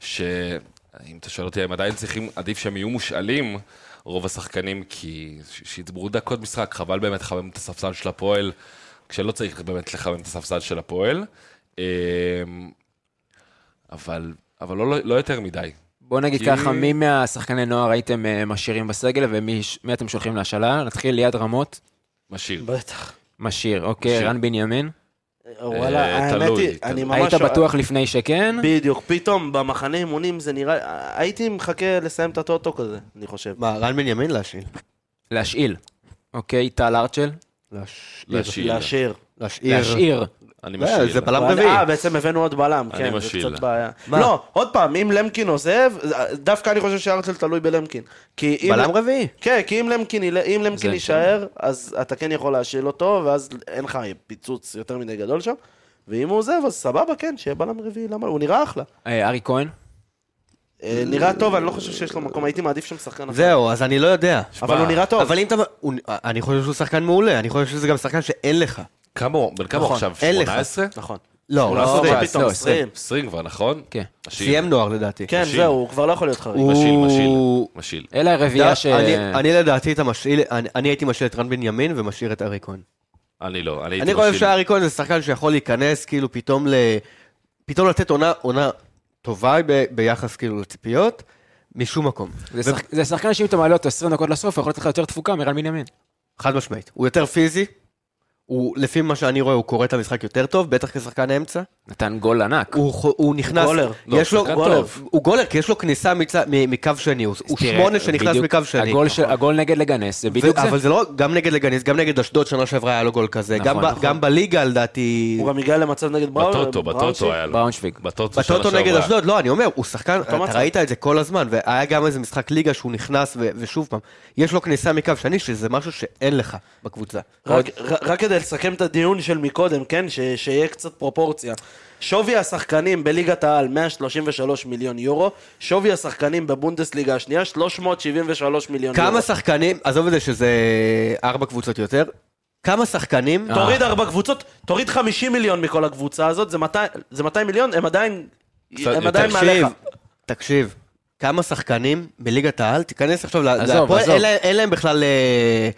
Speaker 7: שאם אתה שואל אותי, הם עדיין צריכים, עדיף שהם יהיו מושאלים, רוב השחקנים, כי ש- שיצברו דקות משחק, חבל באמת לחמם את הספסל של הפועל, כשלא צריך באמת לחמם את הספסל של הפועל. אמ, אבל, אבל לא, לא יותר מדי.
Speaker 1: בוא נגיד
Speaker 7: כי-
Speaker 1: ככה, מי מהשחקני נוער הייתם אה, משאירים בסגל ומי ש- מי אתם שולחים להשאלה? נתחיל ליד רמות,
Speaker 7: משאיר.
Speaker 6: בטח.
Speaker 1: משאיר, אוקיי,
Speaker 7: משאיר.
Speaker 1: רן בנימין.
Speaker 6: וואלה,
Speaker 7: אה,
Speaker 6: האמת
Speaker 7: תלוי,
Speaker 6: היא, אני
Speaker 7: תלוי.
Speaker 6: ממש...
Speaker 1: היית בטוח לפני שכן?
Speaker 6: בדיוק, פתאום במחנה אימונים זה נראה... הייתי מחכה לסיים את הטוטו כזה, אני חושב.
Speaker 5: מה, רן בנימין להשאיל?
Speaker 1: להשאיל. אוקיי, טל ארצ'ל?
Speaker 7: להשאיר.
Speaker 6: להשאיר.
Speaker 5: להשאיר.
Speaker 1: להשאיר.
Speaker 7: אני
Speaker 5: לא,
Speaker 7: משאיר.
Speaker 5: זה בלם
Speaker 6: אבל-
Speaker 5: רביעי.
Speaker 6: אה, בעצם הבאנו עוד בלם,
Speaker 7: אני
Speaker 6: כן, זה
Speaker 7: משיל.
Speaker 6: קצת בעיה.
Speaker 5: מה?
Speaker 6: לא, עוד פעם, אם למקין עוזב, אה, דווקא אני חושב שהרצל תלוי בלמקין. כי אם...
Speaker 5: בלם רביעי.
Speaker 6: כן, כי אם למקין, יל- אם למקין
Speaker 1: זה-
Speaker 6: יישאר, אז אתה כן יכול להשאיל אותו, ואז אין לך פיצוץ יותר מדי גדול שם. ואם הוא עוזב, אז סבבה, כן, שיהיה בלם רביעי, למה? הוא נראה אחלה.
Speaker 1: אה, ארי כהן?
Speaker 6: אה, נראה טוב, אני לא חושב שיש לו מקום, הייתי מעדיף שם שחקן אחר.
Speaker 5: זהו, אז אני לא יודע.
Speaker 6: אבל הוא נראה טוב.
Speaker 5: אבל אם אתה... הוא- אני חושב שהוא שחקן מעולה, אני חושב שזה גם שחקן שאין לך.
Speaker 7: כמה הוא, בן כמה הוא עכשיו?
Speaker 5: אין לך.
Speaker 7: 18?
Speaker 6: נכון.
Speaker 5: לא,
Speaker 7: לא,
Speaker 5: לא,
Speaker 7: אבל-
Speaker 5: זה-
Speaker 6: מה פתאום,
Speaker 1: לא,
Speaker 6: 20.
Speaker 7: 20 כבר, נכון?
Speaker 1: כן.
Speaker 7: משיל.
Speaker 5: סיים נוער לדעתי.
Speaker 6: כן,
Speaker 7: משיל.
Speaker 6: זהו, הוא כבר לא יכול להיות חריג.
Speaker 5: הוא-
Speaker 7: משיל, משיל, משיל.
Speaker 1: אלה הרביעייה ש...
Speaker 5: אני- אני לדעתי את המשאיל, אני- אני הייתי משאיל את רן בנימין ומשאיר את ארי כהן.
Speaker 7: אני לא, אני הייתי
Speaker 5: אני חושב
Speaker 7: משיל.
Speaker 5: שהארי כהן זה שחקן שיכול להיכנס כאילו פתאום ל... פתאום לתת עונה, עונה טובה ב... ביחס כאילו לציפיות, משום מקום.
Speaker 1: זה שחק- זה שחקן שאם אתה מעלה אותו 20 דקות לסוף, הוא יכול לתת לך יותר תפוקה מרן בנימין.
Speaker 5: חד משמעית. הוא יותר פיזי, הוא, לפי מה שאני רואה, הוא קורא את המשחק יותר טוב, בטח כשחקן אמצע.
Speaker 1: נתן גול ענק.
Speaker 5: הוא, חו- הוא נכנס...
Speaker 6: גולר.
Speaker 7: לא,
Speaker 5: יש לו,
Speaker 7: שחקן
Speaker 5: גולר.
Speaker 7: טוב.
Speaker 5: הוא גולר, כי יש לו כניסה מצ- מ- מקו שני. הוא הוא
Speaker 1: תראה,
Speaker 5: שמונה שנכנס
Speaker 1: בדיוק,
Speaker 5: מקו שני.
Speaker 1: הגול של- הגול נגד לגנס, זה בדיוק
Speaker 5: ו-
Speaker 1: זה.
Speaker 5: אבל זה לא, גם נגד לגניס, גם נגד אשדוד שנה שעברה היה לו גול כזה.
Speaker 1: נכון,
Speaker 5: גם ב-
Speaker 1: נכון.
Speaker 5: גם בליגה לדעתי...
Speaker 6: הוא גם הגיע למצב נגד בראון.
Speaker 7: בטוטו, בטוטו היה לו.
Speaker 1: בראונשוויג.
Speaker 7: בטוטו שנה
Speaker 5: בטוטו נגד
Speaker 7: שעברה.
Speaker 5: אשדוד, לא, אני אומר, הוא שחקן, אתה
Speaker 6: מצב.
Speaker 5: ראית את זה כל הזמן, והיה גם איזה משחק ליגה שהוא נכנס, ו- ושוב פעם, יש לו כניסה מקו שני, שזה משהו שאין לך בקבוצה.
Speaker 6: רק, רק רק כדי לסכם את הדיון של מקודם, כן? ש, שיהיה קצת פרופורציה. שווי השחקנים בליגת העל 133 מיליון יורו, שווי השחקנים בבונדסליגה השנייה 373 מיליון יורו.
Speaker 5: כמה שחקנים, עזוב את זה שזה ארבע קבוצות יותר, כמה שחקנים,
Speaker 6: תוריד ארבע קבוצות, תוריד 50 מיליון מכל הקבוצה הזאת, זה 200, זה 200 מיליון, הם עדיין, הם
Speaker 7: יותר.
Speaker 6: עדיין מעליך.
Speaker 5: תקשיב, תקשיב, כמה שחקנים בליגת העל, תיכנס עכשיו ל-
Speaker 1: עזוב,
Speaker 5: להפועל,
Speaker 1: עזוב.
Speaker 5: אין להם- אין להם בכלל, אה,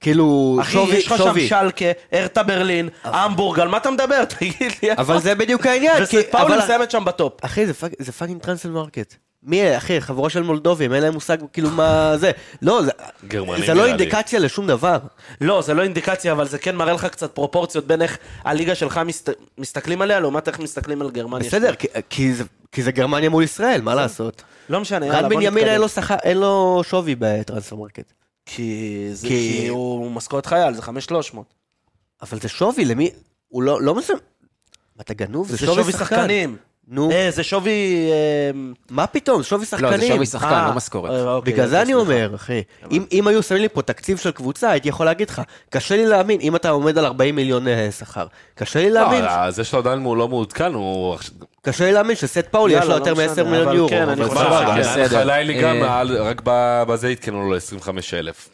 Speaker 5: כאילו,
Speaker 6: אחי,
Speaker 5: שווי,
Speaker 6: יש לך שם
Speaker 5: שווי.
Speaker 6: שלקה, ארתה ברלין, המבורג, על מה אתה מדבר? תגיד לי.
Speaker 5: אבל זה בדיוק העניין, כי-
Speaker 6: וספאולי
Speaker 5: אבל-
Speaker 6: מסיימת שם בטופ.
Speaker 5: אחי, זה פאק- זה פאקינג טרנסל מרקט. מי, אלה, אחי, חבורה של מולדובים, אין להם מושג כאילו מה זה. לא, זה-
Speaker 7: גרמנים,
Speaker 5: זה
Speaker 7: נראה
Speaker 5: לא
Speaker 7: לי.
Speaker 5: אינדיקציה לשום דבר.
Speaker 6: לא, זה לא אינדיקציה, אבל זה כן מראה לך קצת פרופורציות בין איך הליגה שלך מסת... מסתכלים עליה, לעומת איך מסתכלים על גרמניה.
Speaker 5: בסדר, כי- כי זה- כי זה גרמניה מול ישראל, מה לעשות?
Speaker 6: לא משנה, יאללה,
Speaker 5: רן
Speaker 6: בוא
Speaker 5: בנימין אין
Speaker 6: נתקדם.
Speaker 5: לו שכר- אין לו שווי בטרנסל מרקט.
Speaker 6: כי... זה...
Speaker 5: כי-
Speaker 6: כי הוא משכורת חייל, זה 5,300.
Speaker 5: אבל זה שווי, למי... הוא לא לא מסוים... אתה גנוב?
Speaker 6: זה שווי שחקנים.
Speaker 5: נו,
Speaker 6: אה, זה שווי... אה,
Speaker 5: מה פתאום? שווי
Speaker 1: לא, זה
Speaker 5: שחקנים.
Speaker 1: שווי שחקן,
Speaker 6: אה,
Speaker 1: לא משכורת.
Speaker 6: אה, אוקיי,
Speaker 5: בגלל זה
Speaker 6: אוקיי,
Speaker 5: אני
Speaker 6: סליחה.
Speaker 5: אומר, אחי, אם- אם היו שמים לי פה תקציב של קבוצה, הייתי יכול להגיד לך, קשה לי להאמין, אם אתה עומד על 40 מיליון אה, שכר, קשה לי להאמין
Speaker 7: לא, זה שלו עדיין הוא לא מעודכן, הוא... עכשיו-
Speaker 5: קשה לי להאמין שסט פאולי יש לו
Speaker 6: יאללה,
Speaker 5: יותר
Speaker 6: לא
Speaker 5: מ-10
Speaker 6: משנה,
Speaker 5: מיליון
Speaker 6: אבל
Speaker 5: יורו.
Speaker 6: כן, אני
Speaker 5: אבל
Speaker 6: חושב
Speaker 5: סבבה.
Speaker 1: שכן. בסדר.
Speaker 7: חלילי גם,
Speaker 1: אה,
Speaker 7: על- רק ב- בזה התקנו לו ל-25,000.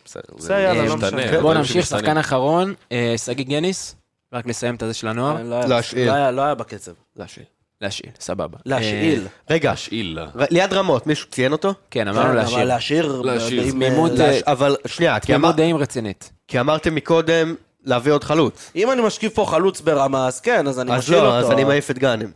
Speaker 7: בסדר,
Speaker 6: בסדר, יאללה, לא
Speaker 7: משתנה,
Speaker 6: משנה.
Speaker 7: דברים
Speaker 1: בואו כן, נמשיך,
Speaker 7: שמשתנים.
Speaker 1: שחקן אחרון, אה, שגיא גניס, רק לסיים את הזה של הנוער.
Speaker 5: אה,
Speaker 6: לא היה-
Speaker 5: להשאיל.
Speaker 6: לא היה- לא היה בקצב.
Speaker 1: להשאיל, סבבה.
Speaker 6: להשאיל.
Speaker 1: אה,
Speaker 5: רגע,
Speaker 7: להשאיל.
Speaker 5: ר- ליד רמות, מישהו ציין אותו?
Speaker 1: כן,
Speaker 5: אה,
Speaker 1: אמרנו
Speaker 6: אבל
Speaker 1: להשאיל.
Speaker 6: להשאיר.
Speaker 7: להשאיר.
Speaker 6: עם-
Speaker 1: תמימות,
Speaker 6: אה,
Speaker 5: להש- אבל שנייה, כי אמר-
Speaker 1: תמימות דעים רצינית.
Speaker 5: כי אמרתם מקודם להביא עוד חלוץ.
Speaker 6: אם אני משכיב פה חלוץ ברמה, אז כן, אז אני
Speaker 5: אז
Speaker 6: משאיל
Speaker 5: לא,
Speaker 6: אותו.
Speaker 5: אז אני מעיף את גאנם.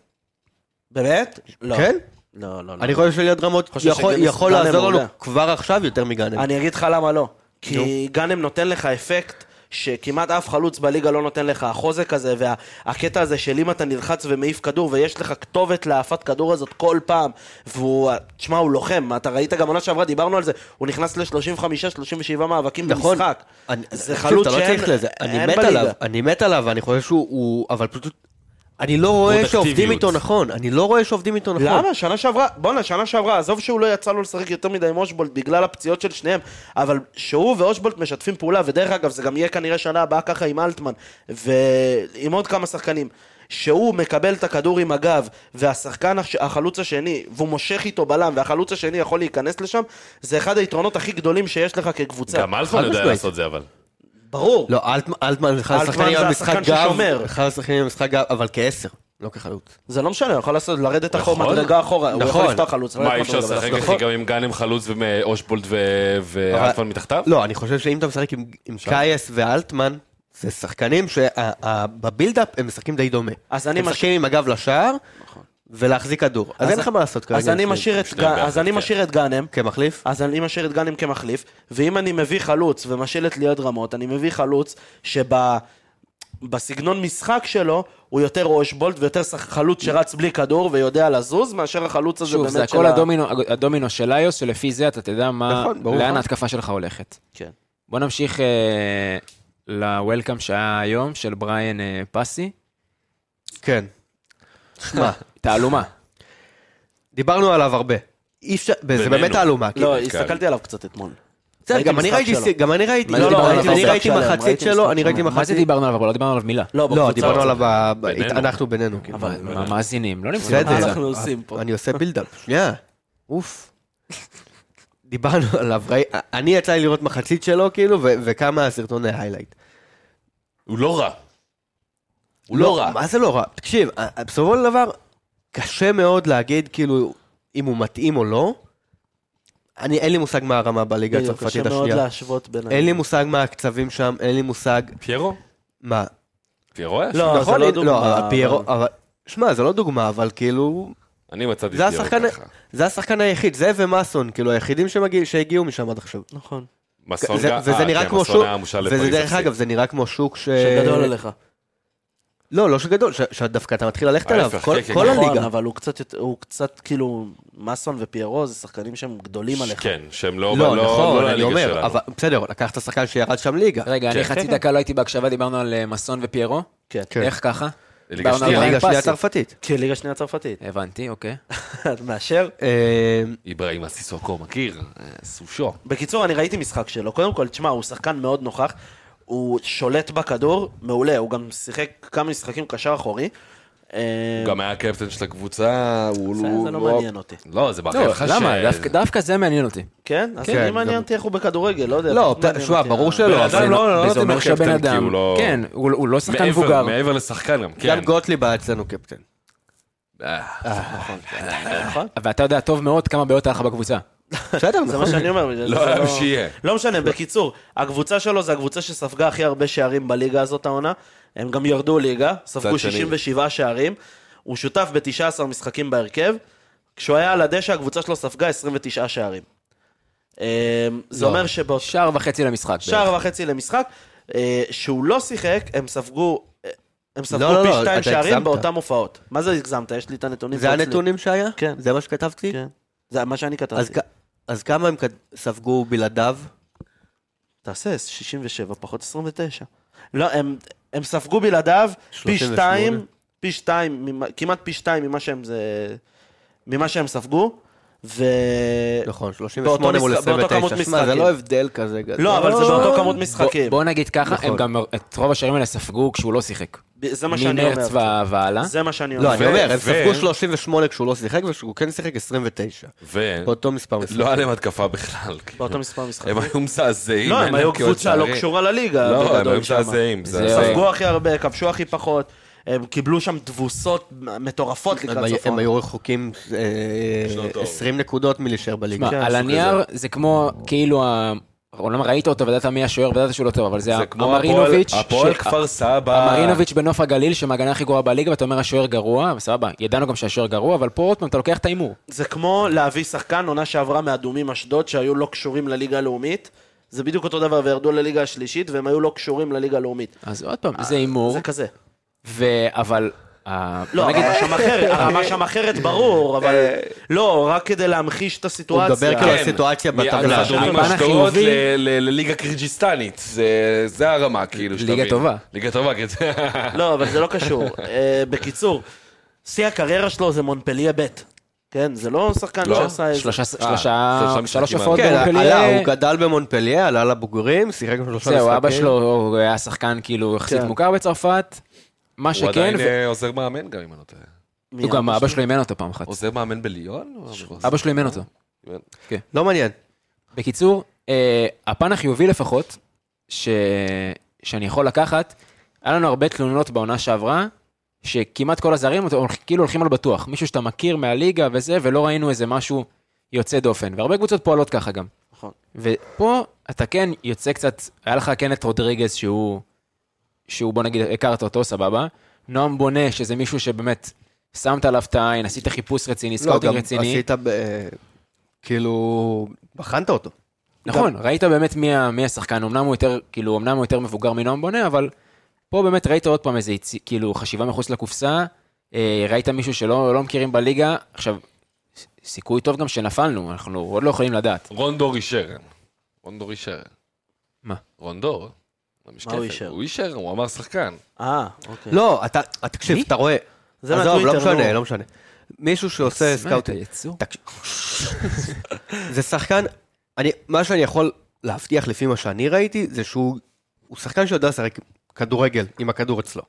Speaker 6: באמת? לא.
Speaker 5: כן?
Speaker 6: לא, לא, לא.
Speaker 5: אני חושב שליד רמות
Speaker 6: חושב
Speaker 5: יכול-
Speaker 6: שגניס
Speaker 5: יכול
Speaker 6: גאנם
Speaker 5: לעזור
Speaker 6: מעולה.
Speaker 5: לנו כבר עכשיו יותר מגאנם.
Speaker 6: אני אגיד לך למה לא. כי גאנם נותן לך אפקט שכמעט אף חלוץ בליגה לא נותן לך. החוזק הזה והקטע הזה של אם אתה נלחץ ומעיף כדור ויש לך כתובת להעפת כדור הזאת כל פעם. והוא, תשמע, הוא לוחם. אתה ראית גם עונה שעברה, דיברנו על זה. הוא נכנס ל-35-37 מאבקים
Speaker 5: נכון.
Speaker 6: במשחק.
Speaker 5: אני-
Speaker 6: זה
Speaker 5: תקשיב,
Speaker 6: חלוץ
Speaker 5: אתה לא
Speaker 6: שאין-
Speaker 5: צריך לזה. אני
Speaker 6: אין
Speaker 5: מת
Speaker 6: בליגה.
Speaker 5: עליו, אני מת עליו, ואני חושב שהוא... הוא- אבל פשוט... אני לא רואה שעובדים
Speaker 7: פרודקטיביות.
Speaker 5: איתו נכון. אני לא רואה שעובדים איתו נכון.
Speaker 6: למה? שנה שעברה, בואנה, שנה שעברה, עזוב שהוא לא יצא לו לשחק יותר מדי עם אושבולט בגלל הפציעות של שניהם, אבל שהוא ואושבולט משתפים פעולה, ודרך אגב, זה גם יהיה כנראה שנה הבאה ככה עם אלטמן, ועם עוד כמה שחקנים. שהוא מקבל את הכדור עם הגב, והשחקן, הש- החלוץ השני, והוא מושך איתו בלם, והחלוץ השני יכול להיכנס לשם, זה אחד היתרונות הכי גדולים שיש לך כקבוצה.
Speaker 7: גם אלפון
Speaker 5: חד
Speaker 7: יודע
Speaker 5: משמעית.
Speaker 7: לעשות זה, אבל.
Speaker 6: ברור.
Speaker 5: לא, אלטמן- אלטמן זה אחד
Speaker 6: אלטמן
Speaker 5: השחקנים
Speaker 6: זה
Speaker 5: על
Speaker 6: השחקן
Speaker 5: משחק גב,
Speaker 6: ששומר.
Speaker 5: אחד השחקנים על משחק גב, אבל כעשר, לא כחלוץ.
Speaker 6: זה לא משנה, הוא יכול לעשות, לרדת
Speaker 7: הוא
Speaker 6: אחורה,
Speaker 7: יכול?
Speaker 6: מדרגה אחורה, הוא יכול
Speaker 5: נכון.
Speaker 6: לפתוח חלוץ.
Speaker 7: נכון. מה,
Speaker 6: לרדת
Speaker 7: אי אפשר
Speaker 6: מדרגה, נכון.
Speaker 7: לשחק
Speaker 6: אבל-
Speaker 7: אחי גם עם גאנם חלוץ ואושבולד ו- ואלפון מתחתיו?
Speaker 5: לא, אני חושב שאם אתה משחק עם, עם קייס ואלטמן, זה שחקנים שבבילדאפ הם משחקים די דומה.
Speaker 6: אז אני נכון.
Speaker 5: הם משחקים עם הגב לשער, ולהחזיק כדור. אז
Speaker 6: אז-
Speaker 5: אין לך מה לעשות כרגע.
Speaker 6: אז אני
Speaker 5: עם שניהם.
Speaker 6: משאיר את
Speaker 7: שניהם
Speaker 6: גא-
Speaker 7: ביחד,
Speaker 6: אז אני
Speaker 7: כן.
Speaker 6: משאיר את גאנם,
Speaker 5: כמחליף?
Speaker 6: אז אני משאיר את גאנם כמחליף, ואם אני מביא חלוץ ומשאיל את ליעד רמות, אני מביא חלוץ שבסגנון משחק שלו הוא יותר אושבולט ויותר שח- חלוץ שרץ בלי כדור ויודע לזוז, מאשר החלוץ הזה
Speaker 1: שוב,
Speaker 6: באמת של
Speaker 1: זה הכל הדומינו, הדומינו של איוס, שלפי זה אתה תדע מה,
Speaker 5: נכון, ברור
Speaker 1: לאן
Speaker 5: לך.
Speaker 1: ההתקפה שלך הולכת.
Speaker 6: כן.
Speaker 1: בוא נמשיך אה, ל-Welcome שהיה היום, של בריאן אה, פסי.
Speaker 5: כן. שמע,
Speaker 1: תעלומה.
Speaker 5: דיברנו עליו הרבה. אי אפשר, זה
Speaker 7: בינינו.
Speaker 5: באמת תעלומה. כי-
Speaker 6: לא,
Speaker 7: כן.
Speaker 6: הסתכלתי עליו קצת אתמול.
Speaker 5: בסדר, גם
Speaker 6: ראיתי
Speaker 5: אני
Speaker 6: משחק
Speaker 5: ראיתי,
Speaker 6: שלו.
Speaker 5: ס- גם אני ראיתי,
Speaker 1: מה זה
Speaker 5: לא,
Speaker 1: דיברנו
Speaker 5: לא,
Speaker 1: עליו?
Speaker 5: ראיתי-
Speaker 1: המשחק
Speaker 5: אני ראיתי
Speaker 6: שלהם,
Speaker 5: מחצית
Speaker 6: ראיתי
Speaker 5: שלו,
Speaker 6: משחק
Speaker 5: אני
Speaker 6: שלהם.
Speaker 5: ראיתי
Speaker 1: מה זה
Speaker 5: מחצית,
Speaker 1: דיברנו עליו? אבל לא דיברנו עליו מילה.
Speaker 6: לא,
Speaker 5: לא,
Speaker 6: בקבוצה.
Speaker 5: דיברנו עליו, ב-
Speaker 7: בינינו.
Speaker 5: אנחנו בינינו. כאילו.
Speaker 1: אבל המאזינים לא נמצאים
Speaker 5: בסדר.
Speaker 6: מה
Speaker 1: בקבוצה.
Speaker 6: אנחנו עושים פה?
Speaker 5: אני עושה בילדאפ, שנייה. אוף. דיברנו עליו, ראי- אני יצא לי לראות מחצית שלו כאילו, ו- וכמה הסרטון היילייט.
Speaker 7: הוא לא רע. הוא לא רע.
Speaker 5: מה זה לא רע? תקשיב, ה- בסופו של דבר, קשה מאוד להגיד כאילו אם הוא מתאים או לא. אני, אין לי מושג מה הרמה בליגה
Speaker 6: בדיוק,
Speaker 5: הצרפתית
Speaker 6: קשה מאוד
Speaker 5: השנייה.
Speaker 6: להשוות בין...
Speaker 5: אין לי מושג מה הקצבים שם, אין לי מושג
Speaker 7: פיירו?
Speaker 5: מה.
Speaker 7: פיירו היה? שם?
Speaker 6: לא, זה
Speaker 5: נכון,
Speaker 6: לא
Speaker 5: אין-
Speaker 6: דוגמה.
Speaker 5: לא, פיירו,
Speaker 6: אבל-
Speaker 5: אבל... שמע, זה לא דוגמה, אבל כאילו...
Speaker 7: אני מצאתי
Speaker 5: זה
Speaker 7: פיירו
Speaker 5: השחקן,
Speaker 7: ככה.
Speaker 5: זה השחקן היחיד, זה ומאסון, כאילו היחידים שמגיע, שהגיעו משם עד עכשיו.
Speaker 6: נכון.
Speaker 7: מסונגה,
Speaker 5: זה- וזה
Speaker 7: אה,
Speaker 5: נראה
Speaker 7: כן,
Speaker 5: כמו
Speaker 7: מסונגה
Speaker 5: שוק,
Speaker 7: המושל
Speaker 5: וזה
Speaker 7: לפריז
Speaker 5: דרך
Speaker 7: FC.
Speaker 5: אגב, זה נראה כמו שוק ש...
Speaker 6: שגדול עליך.
Speaker 5: לא, לא שגדול, ש- שדווקא אתה מתחיל ללכת עליו,
Speaker 7: ההפך,
Speaker 5: כל-
Speaker 7: כן, כן,
Speaker 5: כל
Speaker 6: נכון,
Speaker 5: הליגה.
Speaker 6: אבל הוא קצת, יותר- הוא קצת כאילו, מסון ופיירו זה שחקנים שהם גדולים עליך.
Speaker 7: כן, שהם לא,
Speaker 5: לא, נכון, אני
Speaker 7: לליגה
Speaker 5: אומר,
Speaker 7: שלנו.
Speaker 5: אבל בסדר, לקחת שחקן שירד שם ליגה.
Speaker 1: רגע, אני
Speaker 7: כן.
Speaker 1: חצי דקה לא הייתי בהקשבה, דיברנו על אה, מסון ופיירו.
Speaker 6: כן.
Speaker 5: כן.
Speaker 1: איך ככה?
Speaker 7: ליגה
Speaker 1: דיברנו על
Speaker 7: שנייה.
Speaker 1: ריין
Speaker 5: לא, ליגה שנייה
Speaker 1: פאסי.
Speaker 5: צרפתית.
Speaker 6: כן, ליגה שנייה צרפתית.
Speaker 1: הבנתי, אוקיי.
Speaker 6: את מאשר?
Speaker 5: אה,
Speaker 7: איברהים אסיסוקו, מכיר? אה, סושו.
Speaker 6: בקיצור, אני ראיתי משחק שלו. קודם כל, תשמע, הוא שחקן מאוד נוכח, הוא שולט בכדור, מעולה, הוא גם שיחק כמה משחקים קשר אחורי. אה,
Speaker 7: גם היה הקפטן של הקבוצה, הוא...
Speaker 6: זה-
Speaker 7: הוא-
Speaker 6: זה לא
Speaker 7: הוא-
Speaker 6: מעניין אותי.
Speaker 7: לא, זה מאחל
Speaker 1: לא,
Speaker 7: לך ש... לא,
Speaker 1: למה? דווקא- דווקא זה מעניין אותי.
Speaker 6: כן? אז
Speaker 5: כן,
Speaker 6: אני
Speaker 5: גם-
Speaker 6: מעניין אותי איך הוא בכדורגל, לא יודע.
Speaker 5: לא,
Speaker 6: פחות מעניין
Speaker 5: שמע,
Speaker 6: אותי.
Speaker 5: ברור
Speaker 7: בן
Speaker 5: שלא.
Speaker 7: אדם
Speaker 5: אבל-
Speaker 7: לא לא
Speaker 1: וזה
Speaker 7: נותן
Speaker 1: אומר
Speaker 7: לו
Speaker 1: שהבן
Speaker 7: קפטן, כי הוא
Speaker 1: אדם,
Speaker 7: לא...
Speaker 1: כן, הוא הוא לא שחקן
Speaker 7: מעבר-
Speaker 1: מבוגר.
Speaker 7: מעבר לשחקן גם, כן.
Speaker 5: גם גוטליב היה אצלנו קפטן.
Speaker 6: נכון?
Speaker 1: ואתה יודע טוב מאוד כמה בעיות היה לך בקבוצה.
Speaker 5: בסדר,
Speaker 6: זה מה
Speaker 5: נכון.
Speaker 6: שאני אומר. בגלל זה
Speaker 7: לא היה
Speaker 6: זה
Speaker 7: מי שיהיה.
Speaker 6: לא משנה, בקיצור, הקבוצה שלו זה הקבוצה שספגה הכי הרבה שערים בליגה הזאת העונה. הם גם ירדו ליגה, ספגו
Speaker 7: צד שני.
Speaker 6: 67 שערים. הוא שותף ב-19 משחקים בהרכב. כשהוא היה על הדשא, הקבוצה שלו ספגה 29 שערים. אמ, זה
Speaker 7: לא.
Speaker 6: אומר שבאותו...
Speaker 1: שער וחצי למשחק.
Speaker 6: שער וחצי למשחק, אה, שהוא לא שיחק, הם ספגו... אה, הם ספגו
Speaker 5: לא, לא,
Speaker 6: פי
Speaker 5: לא,
Speaker 6: שתיים
Speaker 5: אתה
Speaker 6: שערים
Speaker 5: הגזמת.
Speaker 6: באותם הופעות. מה זה הגזמת? יש לי את הנתונים.
Speaker 5: זה
Speaker 6: פה אצלי.
Speaker 5: הנתונים שהיה?
Speaker 6: כן.
Speaker 5: זה מה שכתבתי?
Speaker 6: כן. זה מה שאני
Speaker 5: אז
Speaker 6: כתבתי.
Speaker 5: כ- אז כמה הם כ- ספגו בלעדיו?
Speaker 6: תעשה 67 פחות 29. לא, הם, הם ספגו בלעדיו פי
Speaker 5: 38.
Speaker 6: שתיים, פי שתיים, ממה- כמעט פי שתיים ממה שהם זה... ממה שהם ספגו, ו...
Speaker 5: נכון,
Speaker 6: באותו
Speaker 5: 38 מול
Speaker 6: משחק- באותו כמות
Speaker 5: 29. שמע, זה
Speaker 6: משחקים.
Speaker 5: לא הבדל כזה גדול.
Speaker 6: לא, אבל זה באותו כמות משחקים.
Speaker 1: בואו נגיד ככה, הם
Speaker 5: נכון.
Speaker 1: גם את רוב השערים האלה ספגו כשהוא לא שיחק.
Speaker 6: זה מה שאני אומר.
Speaker 1: ממרץ והלאה.
Speaker 6: זה מה שאני
Speaker 5: לא,
Speaker 6: אומר.
Speaker 5: אני אומר, הם
Speaker 7: ו-
Speaker 5: ספגו 38 כשהוא לא שיחק, וכשהוא כן שיחק 29.
Speaker 7: ו...
Speaker 5: באותו מספר
Speaker 7: לא
Speaker 5: משחקים.
Speaker 7: היה להם התקפה בכלל. כאילו.
Speaker 6: באותו מספר משחקים.
Speaker 7: הם היו מזעזעים.
Speaker 6: לא, הם
Speaker 7: אין
Speaker 6: היו
Speaker 7: להם כמעט
Speaker 6: קבוצה לא
Speaker 7: שערים.
Speaker 6: קשורה לליגה.
Speaker 7: לא, הם
Speaker 6: בגדול
Speaker 7: היו
Speaker 6: שם.
Speaker 7: מזעזעים.
Speaker 5: אה,
Speaker 1: זה-
Speaker 7: מזעזעים.
Speaker 6: ספגו הכי הרבה, כבשו הכי פחות, הם קיבלו שם תבוסות מטורפות
Speaker 5: הם
Speaker 6: לקראת
Speaker 5: היו-
Speaker 6: סוף
Speaker 5: הם
Speaker 6: העונה.
Speaker 5: היו רחוקים אה,
Speaker 7: שנות אור.
Speaker 5: 20 נקודות מלהישאר בליגה.
Speaker 7: כן,
Speaker 1: תשמע, על הנייר זה כמו כאילו, ה- אומנם ראית אותו וידעת מי השוער וידעת שהוא לא טוב, אבל זה
Speaker 7: זה כמו
Speaker 1: המרינוביץ',
Speaker 7: הפועל- הפועל
Speaker 1: ש-
Speaker 7: כפר סבא.
Speaker 1: המרינוביץ' בנוף הגליל, שמהגנה הכי גרועה בליגה, ואתה אומר השוער גרוע, סבבה, ידענו גם שהשוער גרוע, אבל פה עוד פעם אתה לוקח את ההימור.
Speaker 6: זה כמו להביא שחקן עונה שעברה מאדומים אשדוד, שהיו לא קשורים לליגה הלאומית. זה בדיוק אותו דבר, וירדו לליגה השלישית, והם היו לא קשורים לליגה הלאומית.
Speaker 1: אז עוד פעם, זה הימור,
Speaker 6: זה כזה.
Speaker 1: ו- אבל... ה-
Speaker 6: לא,
Speaker 1: בוא נגיד-
Speaker 6: הרמה שם אחרת,
Speaker 5: אה,
Speaker 6: הרמה שם אחרת ברור, אבל לא, רק כדי להמחיש את
Speaker 5: הוא מדבר
Speaker 6: הסיטואציה.
Speaker 5: כאילו על
Speaker 7: כן.
Speaker 5: סיטואציה בטבלה.
Speaker 7: מהדומים
Speaker 1: הפן
Speaker 7: אשדוד
Speaker 1: החיובי-
Speaker 7: ל- ל- לליגה קירג'יסטנית, זה- זה הרמה כאילו. שאתה
Speaker 1: ליגה
Speaker 7: מבין.
Speaker 1: טובה.
Speaker 7: ליגה טובה, כן. זה-
Speaker 6: לא, אבל זה לא קשור. אה, בקיצור, שיא הקריירה שלו זה מונפליה ב'. כן, זה לא שחקן
Speaker 7: לא,
Speaker 6: שעשה... איזה-
Speaker 1: שלושה,
Speaker 7: אה,
Speaker 1: שלושה,
Speaker 7: שלושה
Speaker 1: שלוש
Speaker 7: משחקים,
Speaker 1: הופעות
Speaker 5: כן, עלה,
Speaker 1: במונפליה.
Speaker 5: הוא גדל במונפליה, עלה לבוגרים, שיחק בשלושה משחקים.
Speaker 1: זהו, אבא שלו הוא היה שחקן כאילו יחסית
Speaker 6: כן.
Speaker 1: מוכר בצרפת. מה
Speaker 7: הוא
Speaker 1: שכן,
Speaker 7: עדיין
Speaker 1: ו-
Speaker 7: אה, עוזר מאמן גם, אם אני לא טועה.
Speaker 6: מי
Speaker 1: הוא גם אבא שלו אימן אותו פעם אחת.
Speaker 7: עוזר מאמן בליון? או-
Speaker 1: אבא שלו אימן אותו.
Speaker 5: לא מעניין.
Speaker 1: בקיצור, אה, הפן החיובי לפחות, ש... שאני יכול לקחת, היה לנו הרבה תלונות בעונה שעברה, שכמעט כל הזרים אותו- הולכ- כאילו הולכים על בטוח. מישהו שאתה מכיר מהליגה וזה, ולא ראינו איזה משהו יוצא דופן. והרבה קבוצות פועלות ככה גם.
Speaker 6: נכון.
Speaker 1: ופה אתה כן יוצא קצת, היה לך כן את רודריגז שהוא, שהוא בוא נגיד, הכרת אותו, סבבה. נועם בונה, שזה מישהו שבאמת שמת עליו את העין, עשית חיפוש
Speaker 5: לא,
Speaker 1: רציני, סקאוטינג רציני.
Speaker 5: עשית, ב- אה, כאילו, בחנת אותו.
Speaker 1: נכון, ראית באמת מי, ה- מי השחקן, אמנם הוא יותר, כאילו, אמנם הוא יותר מבוגר מנועם בונה, אבל פה באמת ראית עוד פעם איזה, יצ- כאילו, חשיבה מחוץ לקופסה, אה, ראית מישהו שלא לא מכירים בליגה, עכשיו, ס- סיכוי טוב גם שנפלנו, אנחנו עוד לא יכולים לדעת.
Speaker 7: רונדור אישר. רונדור אישר.
Speaker 1: מה?
Speaker 7: רונדור. המשקפת.
Speaker 6: הוא אישר?
Speaker 7: הוא אישר, הוא אמר שחקן.
Speaker 6: אה, אוקיי.
Speaker 5: לא, אתה, אה, תקשיב, אתה רואה.
Speaker 6: זה
Speaker 5: עזוב, לא
Speaker 6: מהטוויטר, נו.
Speaker 5: משנה, לא משנה. מישהו שעושה סקאוטינג.
Speaker 1: יצור.
Speaker 5: זה שחקן, אני, מה שאני יכול להבטיח לפי מה שאני ראיתי, זה שהוא הוא שחקן שיודע לשחק כדורגל עם הכדור אצלו.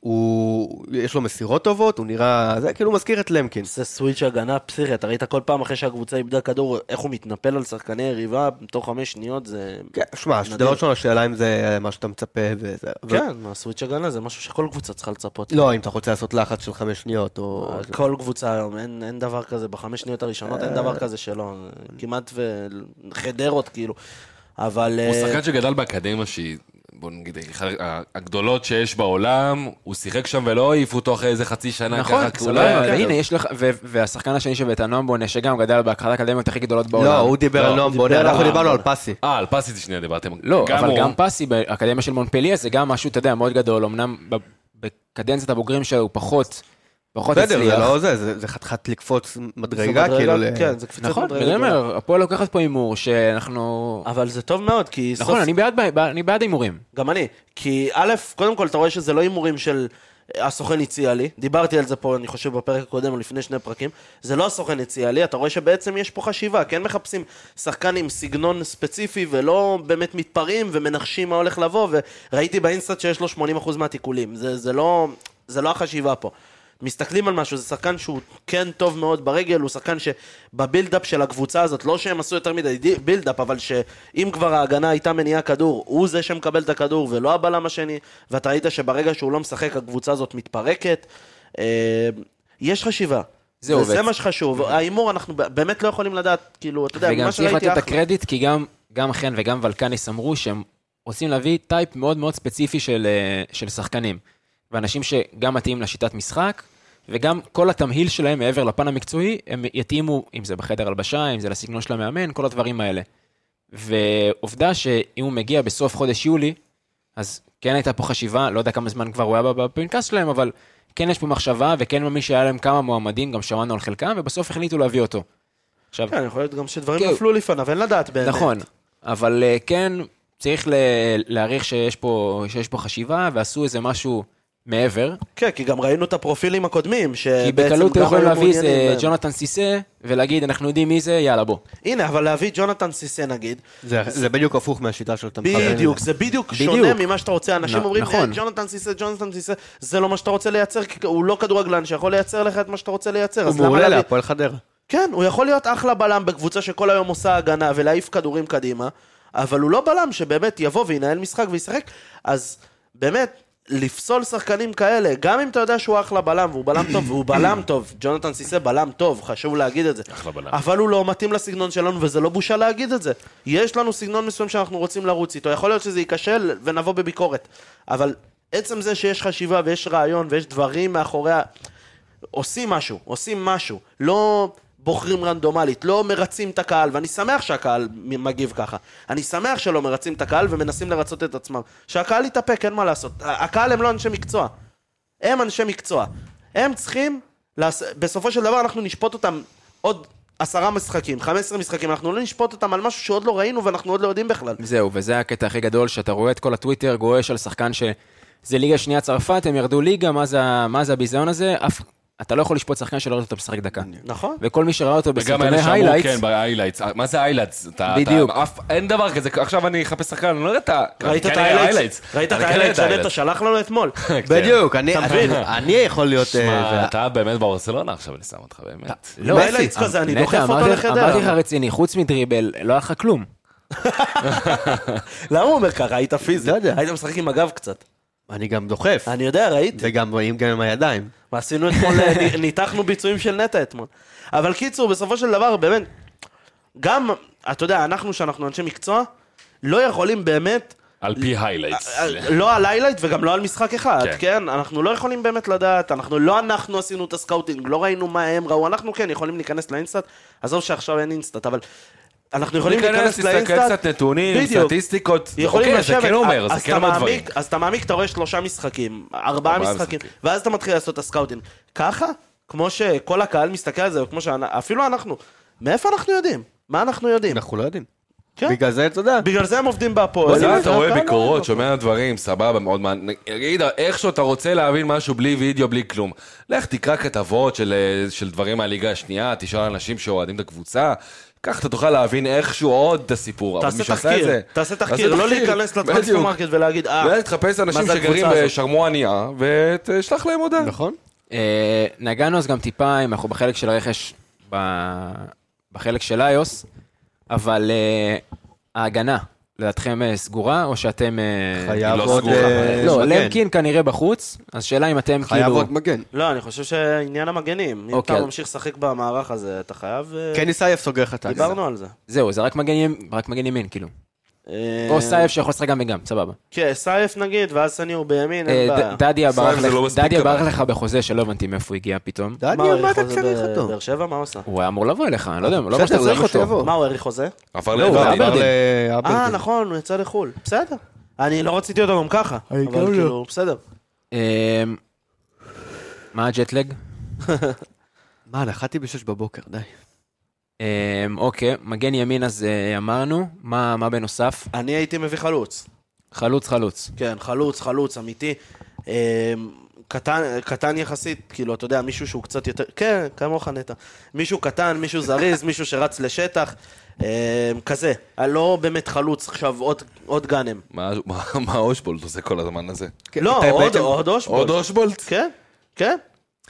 Speaker 5: הוא, יש לו מסירות טובות, הוא נראה, זה כאילו מזכיר את למקין.
Speaker 6: זה סוויץ' הגנה פסיכי, אתה ראית כל פעם אחרי שהקבוצה איבדה כדור, איך הוא מתנפל על שחקני יריבה בתוך חמש שניות, זה...
Speaker 5: כן, שמע, דבר
Speaker 6: נדיר.
Speaker 5: ראשון, השאלה אם זה מה שאתה מצפה וזה. ו-
Speaker 6: כן, הסוויץ' הגנה זה משהו שכל קבוצה צריכה לצפות.
Speaker 5: לא, אם אתה רוצה לעשות לחץ של חמש שניות, או...
Speaker 6: אה,
Speaker 5: לא,
Speaker 6: כל קבוצה היום, אין, אין דבר כזה, בחמש שניות הראשונות אין דבר כזה שלא, כמעט ו... חדרות כאילו, אבל...
Speaker 7: הוא
Speaker 6: אה,
Speaker 7: שחקן שגדל באקדמיה שהיא בוא נגיד, אחד ה- הגדולות שיש בעולם, הוא שיחק שם ולא העיפו אותו אחרי איזה חצי שנה
Speaker 1: נכון,
Speaker 7: ככה, כי הוא לא
Speaker 1: סבבה,
Speaker 7: היה...
Speaker 1: והנה, יש לך, ו- והשחקן השני שבטה, נועם בונה, שגם גדל באחת האקדמיות הכי גדולות בעולם.
Speaker 5: לא, הוא דיבר על נועם בונה, אנחנו דיברנו על פסי.
Speaker 7: אה, על פסיטי שנייה דיברתם.
Speaker 1: לא, אבל
Speaker 7: הוא-
Speaker 1: גם פסי באקדמיה של מונפליה זה גם משהו, אתה יודע, מאוד גדול. אמנם ב- בקדנציית הבוגרים שלו הוא פחות, פחות הצליח.
Speaker 5: בסדר, זה לא זה, זה, זה חתיכת לקפוץ מדרגה, כאילו, ל...
Speaker 6: כן, זה קפיצת
Speaker 1: נכון,
Speaker 6: מדרגה.
Speaker 1: אני אומר, הפועל לוקחת פה הימור שאנחנו...
Speaker 6: אבל זה טוב מאוד, כי סוף...
Speaker 1: נכון, אני בעד ב- אני בעד הימורים.
Speaker 6: גם אני. כי א', קודם כל, אתה רואה שזה לא הימורים של אה, הסוכן הציע לי. דיברתי על זה פה, אני חושב, בפרק הקודם, או לפני שני פרקים. זה לא הסוכן הציע לי, אתה רואה שבעצם יש פה חשיבה. כן מחפשים שחקן עם סגנון ספציפי, ולא באמת מתפרעים ומנחשים מה הולך לבוא, וראיתי באינסטאט שיש לו 80% מהתיקולים. זה, זה, לא, זה לא החשיבה פה. מסתכלים על משהו, זה שחקן שהוא כן טוב מאוד ברגל, הוא שחקן שבבילדאפ של הקבוצה הזאת, לא שהם עשו יותר מדי די- בילדאפ, אבל שאם כבר ההגנה הייתה מניעה כדור, הוא זה שמקבל את הכדור ולא הבלם השני, ואתה ראית שברגע שהוא לא משחק הקבוצה הזאת מתפרקת. אה, יש חשיבה.
Speaker 1: זה
Speaker 6: וזה
Speaker 1: עובד.
Speaker 6: מה שחשוב, ההימור אנחנו ב- באמת לא יכולים לדעת, כאילו, אתה יודע,
Speaker 1: וגם
Speaker 6: מה
Speaker 1: צריך
Speaker 6: שראיתי
Speaker 1: לתת את
Speaker 6: אחלה.
Speaker 1: הקרדיט, כי גם- גם חן וגם ולקניס אמרו שהם רוצים להביא טייפ מאוד מאוד ספציפי של אה, של שחקנים. ואנשים שגם מתאים לשיטת משחק, וגם כל התמהיל שלהם מעבר לפן המקצועי, הם יתאימו, אם זה בחדר הלבשה, אם זה לסגנון של המאמן, כל הדברים האלה. ועובדה שאם הוא מגיע בסוף חודש יולי, אז כן הייתה פה חשיבה, לא יודע כמה זמן כבר הוא היה בפנקס שלהם, אבל כן יש פה מחשבה, וכן מאמין שהיה להם כמה מועמדים, גם שמענו על חלקם, ובסוף החליטו להביא אותו. עכשיו,
Speaker 6: כן, יכול להיות גם שדברים
Speaker 1: כן.
Speaker 6: נפלו לפניו, אין לדעת באמת.
Speaker 1: נכון, אבל אה, כן, צריך ל- להעריך שיש פה, שיש פה חשיבה, ועשו איזה משהו מעבר.
Speaker 6: כן, כי גם ראינו את הפרופילים הקודמים,
Speaker 1: כי
Speaker 6: שבעצם
Speaker 1: בקלות
Speaker 6: גם
Speaker 1: יכולים
Speaker 6: היו
Speaker 1: להביא איזה
Speaker 6: מעוניינים בהם.
Speaker 1: ג'ונתן סיסא, ולהגיד, אנחנו יודעים מי זה, יאללה, בוא.
Speaker 6: הנה, אבל להביא ג'ונתן סיסא נגיד,
Speaker 5: זה, זה בדיוק הפוך מהשיטה של תמחר.
Speaker 6: בדיוק, זה בדיוק שונה
Speaker 1: בדיוק.
Speaker 6: ממה שאתה רוצה. אנשים
Speaker 1: נ-
Speaker 6: אומרים, "אה,
Speaker 1: נכון.
Speaker 6: ג'ונתן סיסא, ג'ונתן סיסא, זה לא מה שאתה רוצה לייצר, כי הוא לא כדורגלן שיכול לייצר לך את מה שאתה רוצה לייצר.
Speaker 5: הוא
Speaker 6: אז למה
Speaker 5: מעולה
Speaker 6: להביא-
Speaker 5: להפועל חדרה.
Speaker 6: כן, הוא יכול להיות אחלה בלם בקבוצה שכל היום עושה הגנה ולהעיף כדורים קדימה, אבל הוא לא בלם שבאמת יבוא וינהל משחק וישחק, אז באמת, לפסול שחקנים כאלה, גם אם אתה יודע שהוא אחלה בלם, והוא בלם טוב, והוא בלם טוב, ג'ונתן סיסא בלם טוב, חשוב להגיד את זה.
Speaker 7: אחלה בלם.
Speaker 6: אבל הוא לא מתאים לסגנון שלנו, וזה לא בושה להגיד את זה. יש לנו סגנון מסוים שאנחנו רוצים לרוץ איתו, יכול להיות שזה ייכשל ונבוא בביקורת, אבל עצם זה שיש חשיבה ויש רעיון ויש דברים מאחורי ה... עושים משהו, עושים משהו, לא בוחרים רנדומלית, לא מרצים את הקהל, ואני שמח שהקהל מ- מגיב ככה. אני שמח שלא מרצים את הקהל ומנסים לרצות את עצמם. שהקהל יתאפק, אין מה לעשות. ה- הקהל הם לא אנשי מקצוע. הם אנשי מקצוע. הם צריכים, לעש... בסופו של דבר אנחנו נשפוט אותם עוד עשרה משחקים, חמש עשרה משחקים, אנחנו לא נשפוט אותם על משהו שעוד לא ראינו ואנחנו עוד לא יודעים בכלל.
Speaker 1: זהו, וזה הקטע הכי גדול, שאתה רואה את כל הטוויטר גועש על שחקן ש... זה ליגה שנייה צרפת, הם ירדו ליגה, מה זה, מה זה הביזיון הזה? אף... אתה לא יכול לשפוט שחקן שלא ראית אותו משחק דקה.
Speaker 6: נכון?
Speaker 1: וכל מי שראה אותו
Speaker 7: וגם
Speaker 1: בסרטוני
Speaker 7: אלה שאמרו, כן,
Speaker 1: היילייטס,
Speaker 7: בהיילייטס. מה זה היילייטס?
Speaker 1: בדיוק.
Speaker 7: אין דבר כזה, עכשיו אני אחפש שחקן, אני לא יודע את ה...
Speaker 6: ראית
Speaker 7: אני
Speaker 6: את
Speaker 7: כן אראה
Speaker 6: ההיילייטס? ראית את
Speaker 7: אני כן אראה
Speaker 6: ההיילייטס שנטע
Speaker 7: ה-highlights.
Speaker 6: שלח לנו אתמול?
Speaker 7: כן.
Speaker 5: בדיוק, אני, אני, אני יכול להיות... אה,
Speaker 7: שמע,
Speaker 5: זה-
Speaker 7: אתה באמת ברצלונה עכשיו, אני שם אותך, באמת.
Speaker 1: לא,
Speaker 7: אה,
Speaker 6: בהיילייטס כזה, אני
Speaker 1: נטע,
Speaker 6: דוחף אותו
Speaker 1: אמרתי-
Speaker 6: לחדרה.
Speaker 1: אמרתי לך רציני, חוץ מדריבל, לא היה לך כלום.
Speaker 6: למה הוא אומר ככה? היית פיזי.
Speaker 5: לא יודע.
Speaker 6: היית משחק עם הגב קצת.
Speaker 5: אני גם דוחף.
Speaker 6: אני יודע, ראיתי.
Speaker 5: וגם עם- גם עם הידיים.
Speaker 6: ועשינו אתמול, אה, ניתחנו ביצועים של נטע אתמול. אבל קיצור, בסופו של דבר, באמת, גם, אתה יודע, אנחנו, שאנחנו אנשי מקצוע, לא יכולים באמת,
Speaker 7: על פי היילייטס.
Speaker 6: אה, לא על היילייט וגם לא על משחק אחד,
Speaker 7: כן.
Speaker 6: כן. כן? אנחנו לא יכולים באמת לדעת, אנחנו, לא אנחנו עשינו את הסקאוטינג, לא ראינו מה הם ראו, אנחנו כן יכולים להיכנס לאינסטאט, עזוב שעכשיו אין אינסטאט, אבל... אנחנו יכולים להיכנס
Speaker 7: תסתכל
Speaker 6: לאינסטאט,
Speaker 7: קצת נתונים,
Speaker 6: בדיוק.
Speaker 7: סטטיסטיקות.
Speaker 6: יכולים
Speaker 7: אוקיי,
Speaker 6: לשבת,
Speaker 7: זה כן אומר,
Speaker 6: אז
Speaker 7: זה כן
Speaker 6: אתה
Speaker 7: אומר דברים.
Speaker 6: מעמיק- אז אתה מעמיק, אתה רואה שלושה משחקים, ארבעה
Speaker 7: ארבעה
Speaker 6: משחקים,
Speaker 7: משחקים.
Speaker 6: ואז אתה מתחיל לעשות את הסקאוטינג. ככה, כמו שכל הקהל מסתכל על זה, וכמו שאפילו אנחנו, מאיפה אנחנו יודעים? מה אנחנו יודעים?
Speaker 5: אנחנו לא יודעים.
Speaker 6: כן.
Speaker 5: בגלל זה, אתה יודע.
Speaker 6: בגלל זה הם עובדים בהפועל.
Speaker 7: אבל אתה רואה
Speaker 6: והקהל לא
Speaker 7: ביקורות,
Speaker 6: רואה.
Speaker 7: שומע דברים, סבבה, מאוד מעניין. נגיד, איכשהו אתה רוצה להבין משהו בלי וידאו, בלי כלום. לך תקרא כתבות של, אה, של דברים מהליגה השנייה, תשאל אנשים שאוהדים את הקבוצה. כך אתה תוכל להבין איכשהו עוד את הסיפור. אבל מי
Speaker 6: תעשה
Speaker 7: שעשה את
Speaker 6: תחקיר,
Speaker 7: זה-
Speaker 6: תעשה תחקיר,
Speaker 7: תחקיר,
Speaker 6: לא להיכנס
Speaker 7: בדיוק.
Speaker 6: לטרנספורמרקט ולהגיד, אה,
Speaker 7: ואז תחפש אנשים
Speaker 6: מה זה
Speaker 7: שגרים
Speaker 6: הקבוצה הזאת?
Speaker 7: בשרמועניה, ותשלח להם הודעה. נכון.
Speaker 1: אה, נגענו אז גם טיפה, אם אנחנו בחלק של הרכש, ב- בחלק של איוס, אבל אה, ההגנה, לדעתכם אה, סגורה, או שאתם... אה,
Speaker 5: חייב
Speaker 7: לא
Speaker 5: עוד...
Speaker 7: סגורה,
Speaker 5: אה,
Speaker 1: לא,
Speaker 5: מגן.
Speaker 1: למקין כנראה בחוץ, אז שאלה אם אתם
Speaker 5: חייב
Speaker 1: כאילו...
Speaker 5: עוד מגן.
Speaker 6: לא, אני חושב שעניין המגנים, אם
Speaker 1: אוקיי.
Speaker 6: אתה ממשיך לשחק במערך הזה, אתה חייב... אה,
Speaker 5: כן, עיסאייף סוגר לך את ההגנה.
Speaker 6: דיברנו על זה.
Speaker 1: זהו, זה רק מגן ימין, רק מגן ימין, כאילו.
Speaker 6: אה,
Speaker 1: או סייף שיכול לשחק גם וגם, סבבה.
Speaker 6: כן, סייף נגיד, ואז סניור בימין,
Speaker 1: אה,
Speaker 6: אין
Speaker 1: ד-
Speaker 6: בעיה.
Speaker 1: דדיה
Speaker 7: סייף
Speaker 1: ברח
Speaker 7: זה
Speaker 1: לך-
Speaker 7: לא מספיק,
Speaker 1: דדיה
Speaker 7: אבל.
Speaker 1: ברח לך בחוזה שלא הבנתי מאיפה הוא הגיע פתאום.
Speaker 5: דני,
Speaker 6: הוא
Speaker 5: מה
Speaker 6: האריך
Speaker 5: אתה
Speaker 6: חוזה
Speaker 5: צריך
Speaker 6: ב-
Speaker 5: אותו?
Speaker 6: באר שבע, מה הוא עשה?
Speaker 1: הוא היה אמור לבוא אליך, אני לא יודע, לא
Speaker 5: בסדר,
Speaker 1: יודע שאתה צריך
Speaker 5: למה שהוא
Speaker 1: אותו.
Speaker 5: יבוא?
Speaker 6: מה, הוא האריך חוזה?
Speaker 7: עבר
Speaker 1: הוא
Speaker 7: לאברטון.
Speaker 1: עבר
Speaker 5: עבר
Speaker 1: אברדין.
Speaker 6: אה,
Speaker 5: לאברדין.
Speaker 6: נכון, הוא יצא לחו"ל. בסדר. אני לא רציתי אותו גם ככה. אבל כאילו, בסדר.
Speaker 1: אה, מה הג'טלג?
Speaker 5: מה, נחתי בשש בבוקר, די.
Speaker 1: אה, אוקיי, מגן ימין אז אה, אמרנו, מה מה בנוסף?
Speaker 6: אני הייתי מביא חלוץ.
Speaker 1: חלוץ חלוץ.
Speaker 6: כן, חלוץ, חלוץ, אמיתי. אה, קטן, קטן יחסית, כאילו, אתה יודע, מישהו שהוא קצת יותר... כן, כמוך נטע. מישהו קטן, מישהו זריז, מישהו שרץ לשטח, אה, כזה. אה, לא באמת חלוץ עכשיו, עוד, עוד גאנם.
Speaker 7: מה- מה- מה אושבולט עושה כל הזמן הזה?
Speaker 6: לא,
Speaker 5: אתה
Speaker 6: עוד,
Speaker 5: בעצם-
Speaker 6: עוד אושבולט.
Speaker 7: עוד אושבולט?
Speaker 6: כן, כן,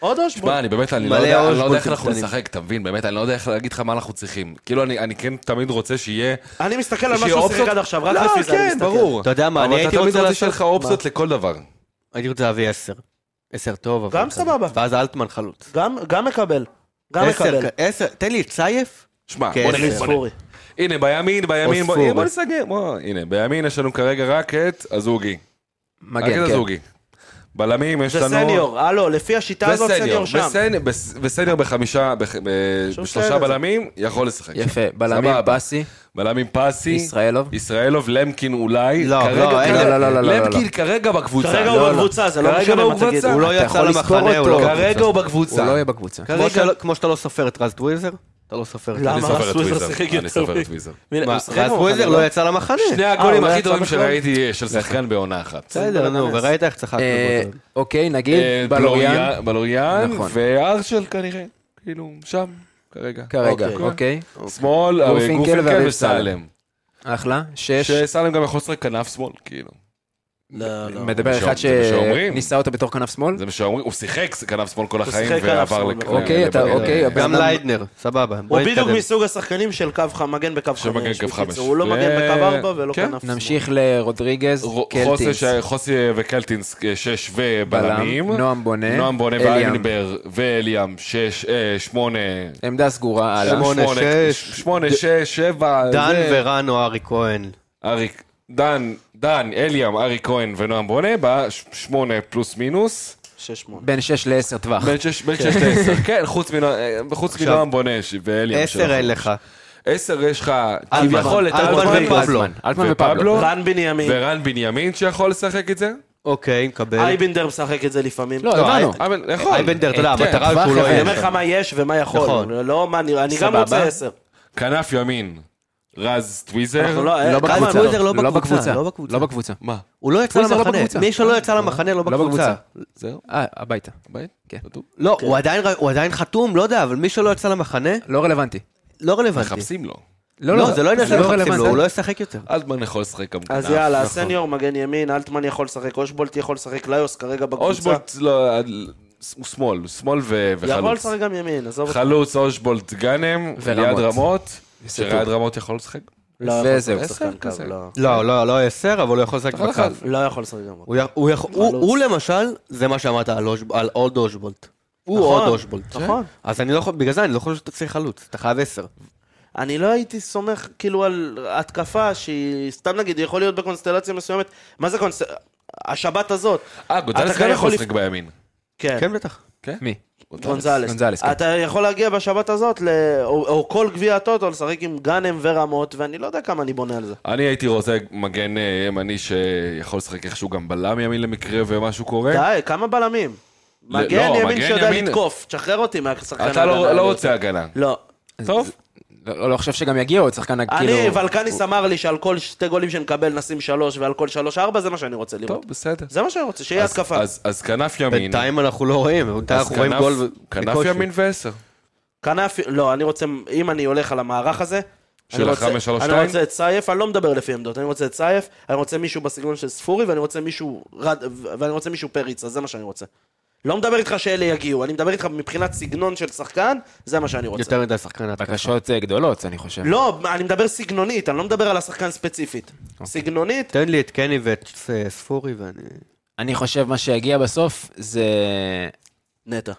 Speaker 6: עוד אושבולט.
Speaker 7: תשמע, אני באמת, אני לא
Speaker 5: מלא
Speaker 7: יודע אני לא יודע
Speaker 5: אושבולטים
Speaker 7: איך אנחנו
Speaker 5: קטנים.
Speaker 7: נשחק, אתה מבין? באמת, אני לא יודע איך להגיד לך מה אנחנו צריכים. כאילו, אני אני כן תמיד רוצה שיהיה...
Speaker 6: אני מסתכל על מה
Speaker 7: שיהיה
Speaker 6: שהוא שיחק
Speaker 7: אופציות-
Speaker 6: עד עכשיו, רק
Speaker 7: לא,
Speaker 6: לפי זה אני
Speaker 7: כן,
Speaker 6: מסתכל.
Speaker 7: ברור.
Speaker 5: אתה יודע מה, אני הייתי
Speaker 7: אבל אתה
Speaker 5: רוצה
Speaker 7: תמיד רוצה
Speaker 5: לעשות-
Speaker 7: שיהיה לך אופציות לכל דבר.
Speaker 5: הייתי רוצה להביא עשר. עשר טוב, אבל...
Speaker 6: גם
Speaker 5: כזה.
Speaker 6: סבבה.
Speaker 5: ואז אלטמן חלוץ.
Speaker 6: גם, גם מקבל. גם
Speaker 5: עשר,
Speaker 6: מקבל.
Speaker 5: כ- עשר, תן לי את סייף.
Speaker 7: שמע,
Speaker 5: כן,
Speaker 7: בוא נראה,
Speaker 5: זה
Speaker 7: בוא נראה.
Speaker 6: ספורי.
Speaker 7: הנה, בימין, בימין, בוא
Speaker 5: אוספורי.
Speaker 7: בוא נסגר. בוא, הנה, בימין יש לנו כרגע רק את אזוגי. רק
Speaker 1: מגן,
Speaker 7: את
Speaker 1: כן.
Speaker 7: אזוגי. בלמים יש
Speaker 6: זה
Speaker 7: לנו...
Speaker 6: סניור, הלו, לפי השיטה הזאת סניור שם.
Speaker 7: וסניור, בסנ- וסניור בחמישה, בח- ב-
Speaker 6: שוב
Speaker 7: בשלושה
Speaker 6: סניור.
Speaker 7: בלמים, יכול לשחק.
Speaker 1: יפה, בלמים
Speaker 7: סבבה.
Speaker 1: באסי,
Speaker 7: בלמים פסי,
Speaker 1: ישראלוב.
Speaker 7: ישראלוב, למקין אולי.
Speaker 5: לא,
Speaker 7: כרגע-
Speaker 5: לא, אין-
Speaker 7: כרגע-
Speaker 1: לא, לא, לא, לא, לא, לא.
Speaker 7: למקין כרגע בקבוצה.
Speaker 6: כרגע
Speaker 7: לא,
Speaker 6: הוא
Speaker 7: לא.
Speaker 6: בקבוצה, זה לא
Speaker 7: כרגע
Speaker 6: משנה
Speaker 7: הוא
Speaker 6: מה תגיד.
Speaker 7: בקבוצה.
Speaker 5: הוא לא
Speaker 1: אתה
Speaker 5: יצא
Speaker 1: יכול לספור
Speaker 5: למחנה, הוא
Speaker 1: אותו.
Speaker 5: לא...
Speaker 7: כרגע הוא
Speaker 1: הוא
Speaker 7: בקבוצה.
Speaker 1: לא יהיה בקבוצה.
Speaker 5: כמו
Speaker 7: כמו
Speaker 5: שלא- כמו שאתה לא סופר את רז טוויזר, אתה לא סופר את
Speaker 6: למה?
Speaker 7: אני
Speaker 5: רז-
Speaker 7: סופר את
Speaker 6: רז טוויזר
Speaker 7: טוויזר.
Speaker 6: שיחק
Speaker 7: אני
Speaker 6: יותר
Speaker 7: סופר
Speaker 6: מ-
Speaker 7: את טוויזר.
Speaker 5: מה,
Speaker 6: הוא
Speaker 5: רז
Speaker 6: שיחק במחנה,
Speaker 5: טוויזר
Speaker 6: לא?
Speaker 5: לא יצא למחנה.
Speaker 7: שני
Speaker 6: אה,
Speaker 7: הגולים
Speaker 6: הוא לא
Speaker 7: הכי
Speaker 6: יצא
Speaker 7: טובים
Speaker 6: בכלל?
Speaker 7: שראיתי של שחקן בעונה אחת.
Speaker 5: בסדר, נו, וראית איך צחקנו
Speaker 1: אה,
Speaker 5: באותו.
Speaker 1: אוקיי, נגיד,
Speaker 7: אה,
Speaker 1: בלוריאן.
Speaker 7: בלוריאן,
Speaker 1: נכון.
Speaker 7: וארשל כנראה. כאילו, שם, כרגע.
Speaker 1: כרגע,
Speaker 6: אוקיי.
Speaker 1: אוקיי.
Speaker 7: שמאל, אה,
Speaker 1: גורפינקל
Speaker 7: גורפינקל
Speaker 1: ואביב
Speaker 7: וסלם.
Speaker 1: אחלה. שש.
Speaker 7: שסלם גם יכול לשחק כנף שמאל, כאילו.
Speaker 6: לא, לא.
Speaker 1: מדבר
Speaker 7: זה
Speaker 1: אחד
Speaker 7: מה שאומרים.
Speaker 1: שניסה אותה בתור כנף שמאל.
Speaker 7: זה מה שאומרים, הוא שיחק כנף שמאל כל החיים
Speaker 6: שיחק כנף
Speaker 7: ועבר
Speaker 6: שמאל,
Speaker 7: לכ-
Speaker 6: נכון.
Speaker 1: אוקיי, אתה-
Speaker 7: לבגן.
Speaker 1: אוקיי, הבן-
Speaker 5: גם
Speaker 1: אדם-
Speaker 5: ליידנר, סבבה.
Speaker 6: הוא
Speaker 5: בוא
Speaker 6: בדיוק
Speaker 5: נתקדם.
Speaker 6: מסוג השחקנים של קו ח- מגן בקו חמש.
Speaker 7: של מגן קו
Speaker 6: בקיצור,
Speaker 7: חמש.
Speaker 6: הוא לא
Speaker 7: ו-
Speaker 6: מגן בקו ארבע ולא
Speaker 7: כן.
Speaker 6: כנף. שמאל.
Speaker 1: נמשיך לרודריגז,
Speaker 7: רו- חוסי
Speaker 1: קלטינס.
Speaker 7: ש- חוסי וקלטינס אה, שש ובלמים.
Speaker 1: בלם, נועם בונה,
Speaker 7: נועם בונה
Speaker 1: אליאם.
Speaker 7: ואיינבר ואליאם שש, אה, שמונה.
Speaker 1: עמדה סגורה, הלאה.
Speaker 5: שמונה, שש.
Speaker 7: שמונה, שש, שבע.
Speaker 5: דן
Speaker 7: זה.
Speaker 5: ורנו, ארי כהן.
Speaker 7: אריק, דן, דן, אליאם, ארי כהן ונועם בונה, בא ש- שמונה פלוס מינוס.
Speaker 6: שש שמונה.
Speaker 1: בין 6 ל-10 טווח.
Speaker 7: בין שש בין שש לעשר, כן, חוץ מנוע- אה, חוץ
Speaker 5: עכשיו,
Speaker 7: מנועם בונה ש- ואליאם.
Speaker 5: עשר
Speaker 7: שלנו.
Speaker 5: אין לך.
Speaker 7: עשר יש לך
Speaker 5: אלמן.
Speaker 7: כביכול את
Speaker 5: אלמן
Speaker 7: אלמן
Speaker 5: ופבלו.
Speaker 1: אלטמן, אלטמן ופבלו.
Speaker 6: רן בנימין.
Speaker 7: ורן בנימין שיכול לשחק את זה?
Speaker 5: אוקיי, מקבל.
Speaker 6: אייבינדר משחק את זה לפעמים.
Speaker 1: לא, הבנו.
Speaker 7: אבל יכול.
Speaker 5: אייבנדר, אתה יודע,
Speaker 7: כן,
Speaker 5: המטרה היא שהוא לא
Speaker 1: טווח
Speaker 6: אני
Speaker 5: יהיה.
Speaker 1: אפס.
Speaker 6: אומר לך מה יש ומה יכול.
Speaker 5: נכון.
Speaker 6: לא, מה, אני אני גם
Speaker 1: סבבה.
Speaker 6: רוצה עשר.
Speaker 7: אה, כנף ימין, רז
Speaker 6: אנחנו
Speaker 7: טוויזר.
Speaker 6: לא- אה,
Speaker 1: לא
Speaker 6: כמה-
Speaker 1: בקבוצה.
Speaker 7: נכון.
Speaker 5: טוויזר לא בקבוצה, לא בקבוצה.
Speaker 1: לא בקבוצה.
Speaker 7: מה?
Speaker 5: הוא לא יצא
Speaker 1: טוויזר לא
Speaker 5: למחנה.
Speaker 1: בקבוצה.
Speaker 5: מי שלא יצא למחנה לא בקבוצה.
Speaker 7: זהו,
Speaker 1: אה, הביתה.
Speaker 7: בית?
Speaker 1: כן.
Speaker 7: בטוח.
Speaker 5: לא, הוא עדיין ר- הוא עדיין חתום, לא יודע, אבל מי שלא יצא למחנה,
Speaker 1: לא רלוונטי.
Speaker 5: לא רלוונטי.
Speaker 7: מחפשים לו.
Speaker 5: לא, זה לא עניין של מחפשים לו,
Speaker 1: רלוונטי.
Speaker 5: הוא לא ישחק יותר.
Speaker 7: אלטמן יכול לשחק גם כנף.
Speaker 6: אז יאללה, הסניור, מגן ימין, אלטמן יכול לשחק, אושבולט יכול לשחק, ליוס כרגע בקבוצה.
Speaker 7: אושבולט לא... אל- הוא שמאל, שמאל ו-
Speaker 6: יכול
Speaker 7: וחלוץ.
Speaker 6: לא לשחק גם ימין, עזוב אותך.
Speaker 7: חלוץ, אושבולט, גאנם,
Speaker 1: ורמות.
Speaker 7: וליד רמות.
Speaker 1: יסתו.
Speaker 7: שליד רמות יכול לשחק. אה,
Speaker 6: לא יכול
Speaker 1: וזהו,
Speaker 6: לשחק שחקן
Speaker 7: עשר
Speaker 6: קו,
Speaker 7: כזה.
Speaker 6: לא.
Speaker 5: לא, לא, לא יסר, אבל הוא יכול לשחק
Speaker 7: אחד
Speaker 5: בקו.
Speaker 7: אחד.
Speaker 6: לא יכול לשחק גם.
Speaker 5: הוא יכ- הוא יכול- הוא- הוא למשל, זה מה שאמרת על אוש- על עוד אושבולט. הוא
Speaker 6: נכון,
Speaker 5: עוד אושבולט.
Speaker 6: נכון.
Speaker 5: אז אני לא יכול, בגלל זה אני לא חושב שאתה צריך חלוץ, אתה חייב עשר.
Speaker 6: אני לא הייתי סומך כאילו על התקפה שהיא, סתם נגיד, יכול להיות בקונסטלציה מסוימת. מה זה קונסטלציה? השבת הזאת.
Speaker 7: אה, גוטלס
Speaker 6: אתה
Speaker 7: גם
Speaker 6: כן
Speaker 7: יכול
Speaker 6: יכול
Speaker 7: לשחק בימין.
Speaker 6: כן,
Speaker 5: כן, בטח.
Speaker 1: מי?
Speaker 6: גונזלס.
Speaker 1: גונזלס, כן.
Speaker 6: אתה יכול להגיע בשבת הזאת, ל... או, או כל גביע הטוטו, לשחק עם גאנם ורמות, ואני לא יודע כמה אני בונה על זה.
Speaker 7: אני הייתי רוצה מגן אה, ימני שיכול לשחק איכשהו גם בלם ימין למקרה ומשהו קורה.
Speaker 6: די, כמה בלמים?
Speaker 7: כן. לא,
Speaker 6: מגן ימין
Speaker 7: מגן
Speaker 6: שיודע
Speaker 7: ימין-
Speaker 6: לתקוף, תשחרר אותי מהשחקן.
Speaker 7: אתה
Speaker 6: ההגנה
Speaker 7: לא
Speaker 6: האלה.
Speaker 7: לא רוצה הגנה.
Speaker 6: לא.
Speaker 7: טוב.
Speaker 1: לא לא חושב שגם יגיע עוד שחקן,
Speaker 6: אני,
Speaker 1: כאילו...
Speaker 6: ולקניס אמר לי שעל כל שתי גולים שנקבל נשים שלוש, ועל כל שלוש-ארבע, זה מה שאני רוצה לראות.
Speaker 7: טוב, בסדר.
Speaker 6: זה מה שאני רוצה, שיהיה
Speaker 7: אז-
Speaker 6: התקפה.
Speaker 7: אז- אז כנף ימין.
Speaker 5: בינתיים אנחנו לא רואים, בינתיים
Speaker 7: אז
Speaker 5: אנחנו רואים
Speaker 7: כנף-
Speaker 5: גול
Speaker 7: כנף
Speaker 5: בקושי.
Speaker 7: ימין ועשר.
Speaker 6: כנף, לא, אני רוצה, אם אני הולך על המערך הזה,
Speaker 7: של
Speaker 6: אני רוצה-
Speaker 7: ה- 5-3-2?
Speaker 6: אני רוצה את סייף, אני לא מדבר לפי עמדות, אני רוצה את סייף, אני רוצה מישהו בסגנון של ספורי, ואני רוצה מישהו רד, ו- ואני רוצה מישהו פריצה, זה מה שאני רוצה. לא מדבר איתך שאלה יגיעו, אני מדבר איתך מבחינת סגנון של שחקן, זה מה שאני רוצה.
Speaker 5: יותר מדי שחקן התקפה.
Speaker 1: בקשות אה, גדולות, אני חושב.
Speaker 6: לא, אני מדבר סגנונית, אני לא מדבר על השחקן ספציפית.
Speaker 7: אוקיי.
Speaker 6: סגנונית,
Speaker 5: תן לי את קני ואת ס- ספורי ואני...
Speaker 1: אני חושב מה שיגיע בסוף זה...
Speaker 6: נטע.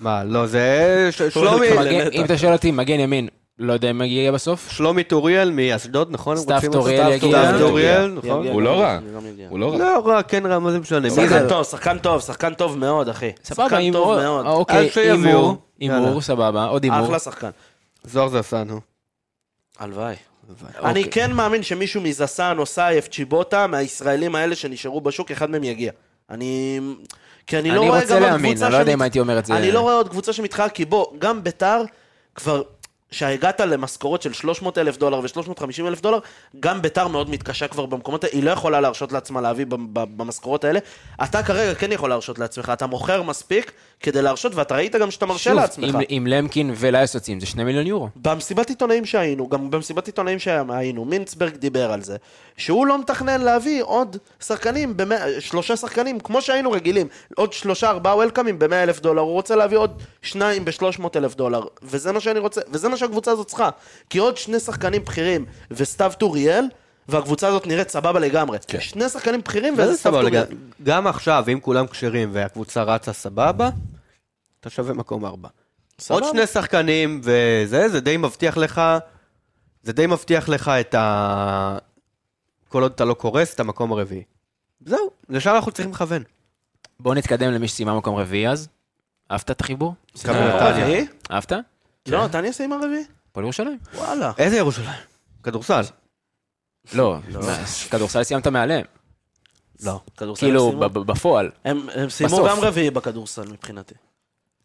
Speaker 5: מה, לא, זה... ש- שלומי...
Speaker 6: כן,
Speaker 1: מגן- אם אתה שואל אותי, מגן ימין, לא יודע אם יגיע בסוף.
Speaker 5: שלומי טוריאל מאשדוד, נכון? הם
Speaker 1: סתיו
Speaker 5: רוצים אותו?
Speaker 1: טוריאל
Speaker 5: סתיו
Speaker 1: יגיע.
Speaker 5: סתיו טוריאל,
Speaker 6: יגיע,
Speaker 5: נכון?
Speaker 6: יגיע,
Speaker 7: הוא לא
Speaker 6: יגיע,
Speaker 7: רע.
Speaker 6: גם יגיע.
Speaker 7: הוא לא רע.
Speaker 5: לא רע, כן רע, מה זה משנה? מי זה?
Speaker 6: שחקן טוב, שחקן טוב, שחקן טוב מאוד, אחי.
Speaker 1: סבבה,
Speaker 6: שחקן
Speaker 1: הימור.
Speaker 6: טוב מאוד.
Speaker 1: אוקיי,
Speaker 5: אז שיביאו.
Speaker 1: הימור,
Speaker 5: יאללה.
Speaker 1: הימור, סבבה, עוד הימור.
Speaker 6: אחלה שחקן.
Speaker 5: זוהר זסן, נו.
Speaker 6: הלוואי. אני
Speaker 1: אוקיי.
Speaker 6: כן מאמין שמישהו מזסן או סייף צ'יבוטה, מהישראלים האלה שנשארו בשוק, אחד מהם יגיע. אני... כי אני לא
Speaker 1: אני
Speaker 6: רואה גם עוד
Speaker 1: רוצה
Speaker 6: קבוצה
Speaker 1: להאמין, אני לא יודע
Speaker 6: שמת-
Speaker 1: אם הייתי אומר את זה.
Speaker 6: אני לא רואה עוד קבוצה שמתחרה, כי בוא, גם ביתר, כבר, שהגעת למשכורות של 300 אלף דולר ו-350 אלף דולר, גם ביתר מאוד מתקשה כבר במקומות האלה, היא לא יכולה להרשות לעצמה להביא במ- ב- במשכורות האלה. אתה כרגע כן יכול להרשות לעצמך, אתה מוכר מספיק כדי להרשות, ואתה ראית גם שאתה מרשה
Speaker 1: שוב,
Speaker 6: לעצמך.
Speaker 1: עם- עם למקין ולאייס יוצאים, זה שני מיליון יורו.
Speaker 6: במסיבת עיתונאים שהיינו, גם במסיבת עיתונאים שהיינו, מינצברג דיבר על זה, שהוא לא מתכנן להביא עוד שחקנים, במא, שלושה שחקנים, כמו שהיינו רגילים, עוד שלושה ארבעה וולקאמים ב-100 אלף דולר, הוא רוצה להביא עוד שניים ב-300 אלף דולר, וזה מה שאני רוצה, וזה מה שהקבוצה הזאת צריכה, כי עוד שני שחקנים בכירים וסתיו טוריאל, והקבוצה הזאת נראית סבבה לגמרי. כן. שני שחקנים בכירים
Speaker 5: מה זה
Speaker 6: ואיזה סתיו
Speaker 5: סבבה?
Speaker 6: טוריאל.
Speaker 5: לגמרי? גם עכשיו, אם כולם כשרים והקבוצה רצה סבבה, אתה שווה מקום ארבע. עוד שני שחקנים וזה, זה די מבטיח לך, זה די מבטיח לך את ה... כל עוד אתה לא קורס, את המקום הרביעי. זהו, לשם אנחנו צריכים לכוון.
Speaker 1: בואו נתקדם למי שסיימה מקום רביעי אז. אהבת את החיבור?
Speaker 5: מכבי
Speaker 7: אה,
Speaker 5: נתניה.
Speaker 6: רביעי?
Speaker 1: אהבת?
Speaker 6: לא, נתניה סיימה רביעי?
Speaker 1: הפועל ירושלים.
Speaker 6: וואלה.
Speaker 5: איזה ירושלים? כדורסל.
Speaker 1: לא, כדורסל סיימת מעליהם.
Speaker 6: לא, כדורסל
Speaker 1: כאילו,
Speaker 6: סיימו.
Speaker 1: ב- ב- בפועל.
Speaker 6: הם הם סיימו
Speaker 1: בסוף.
Speaker 6: גם רביעי בכדורסל מבחינתי.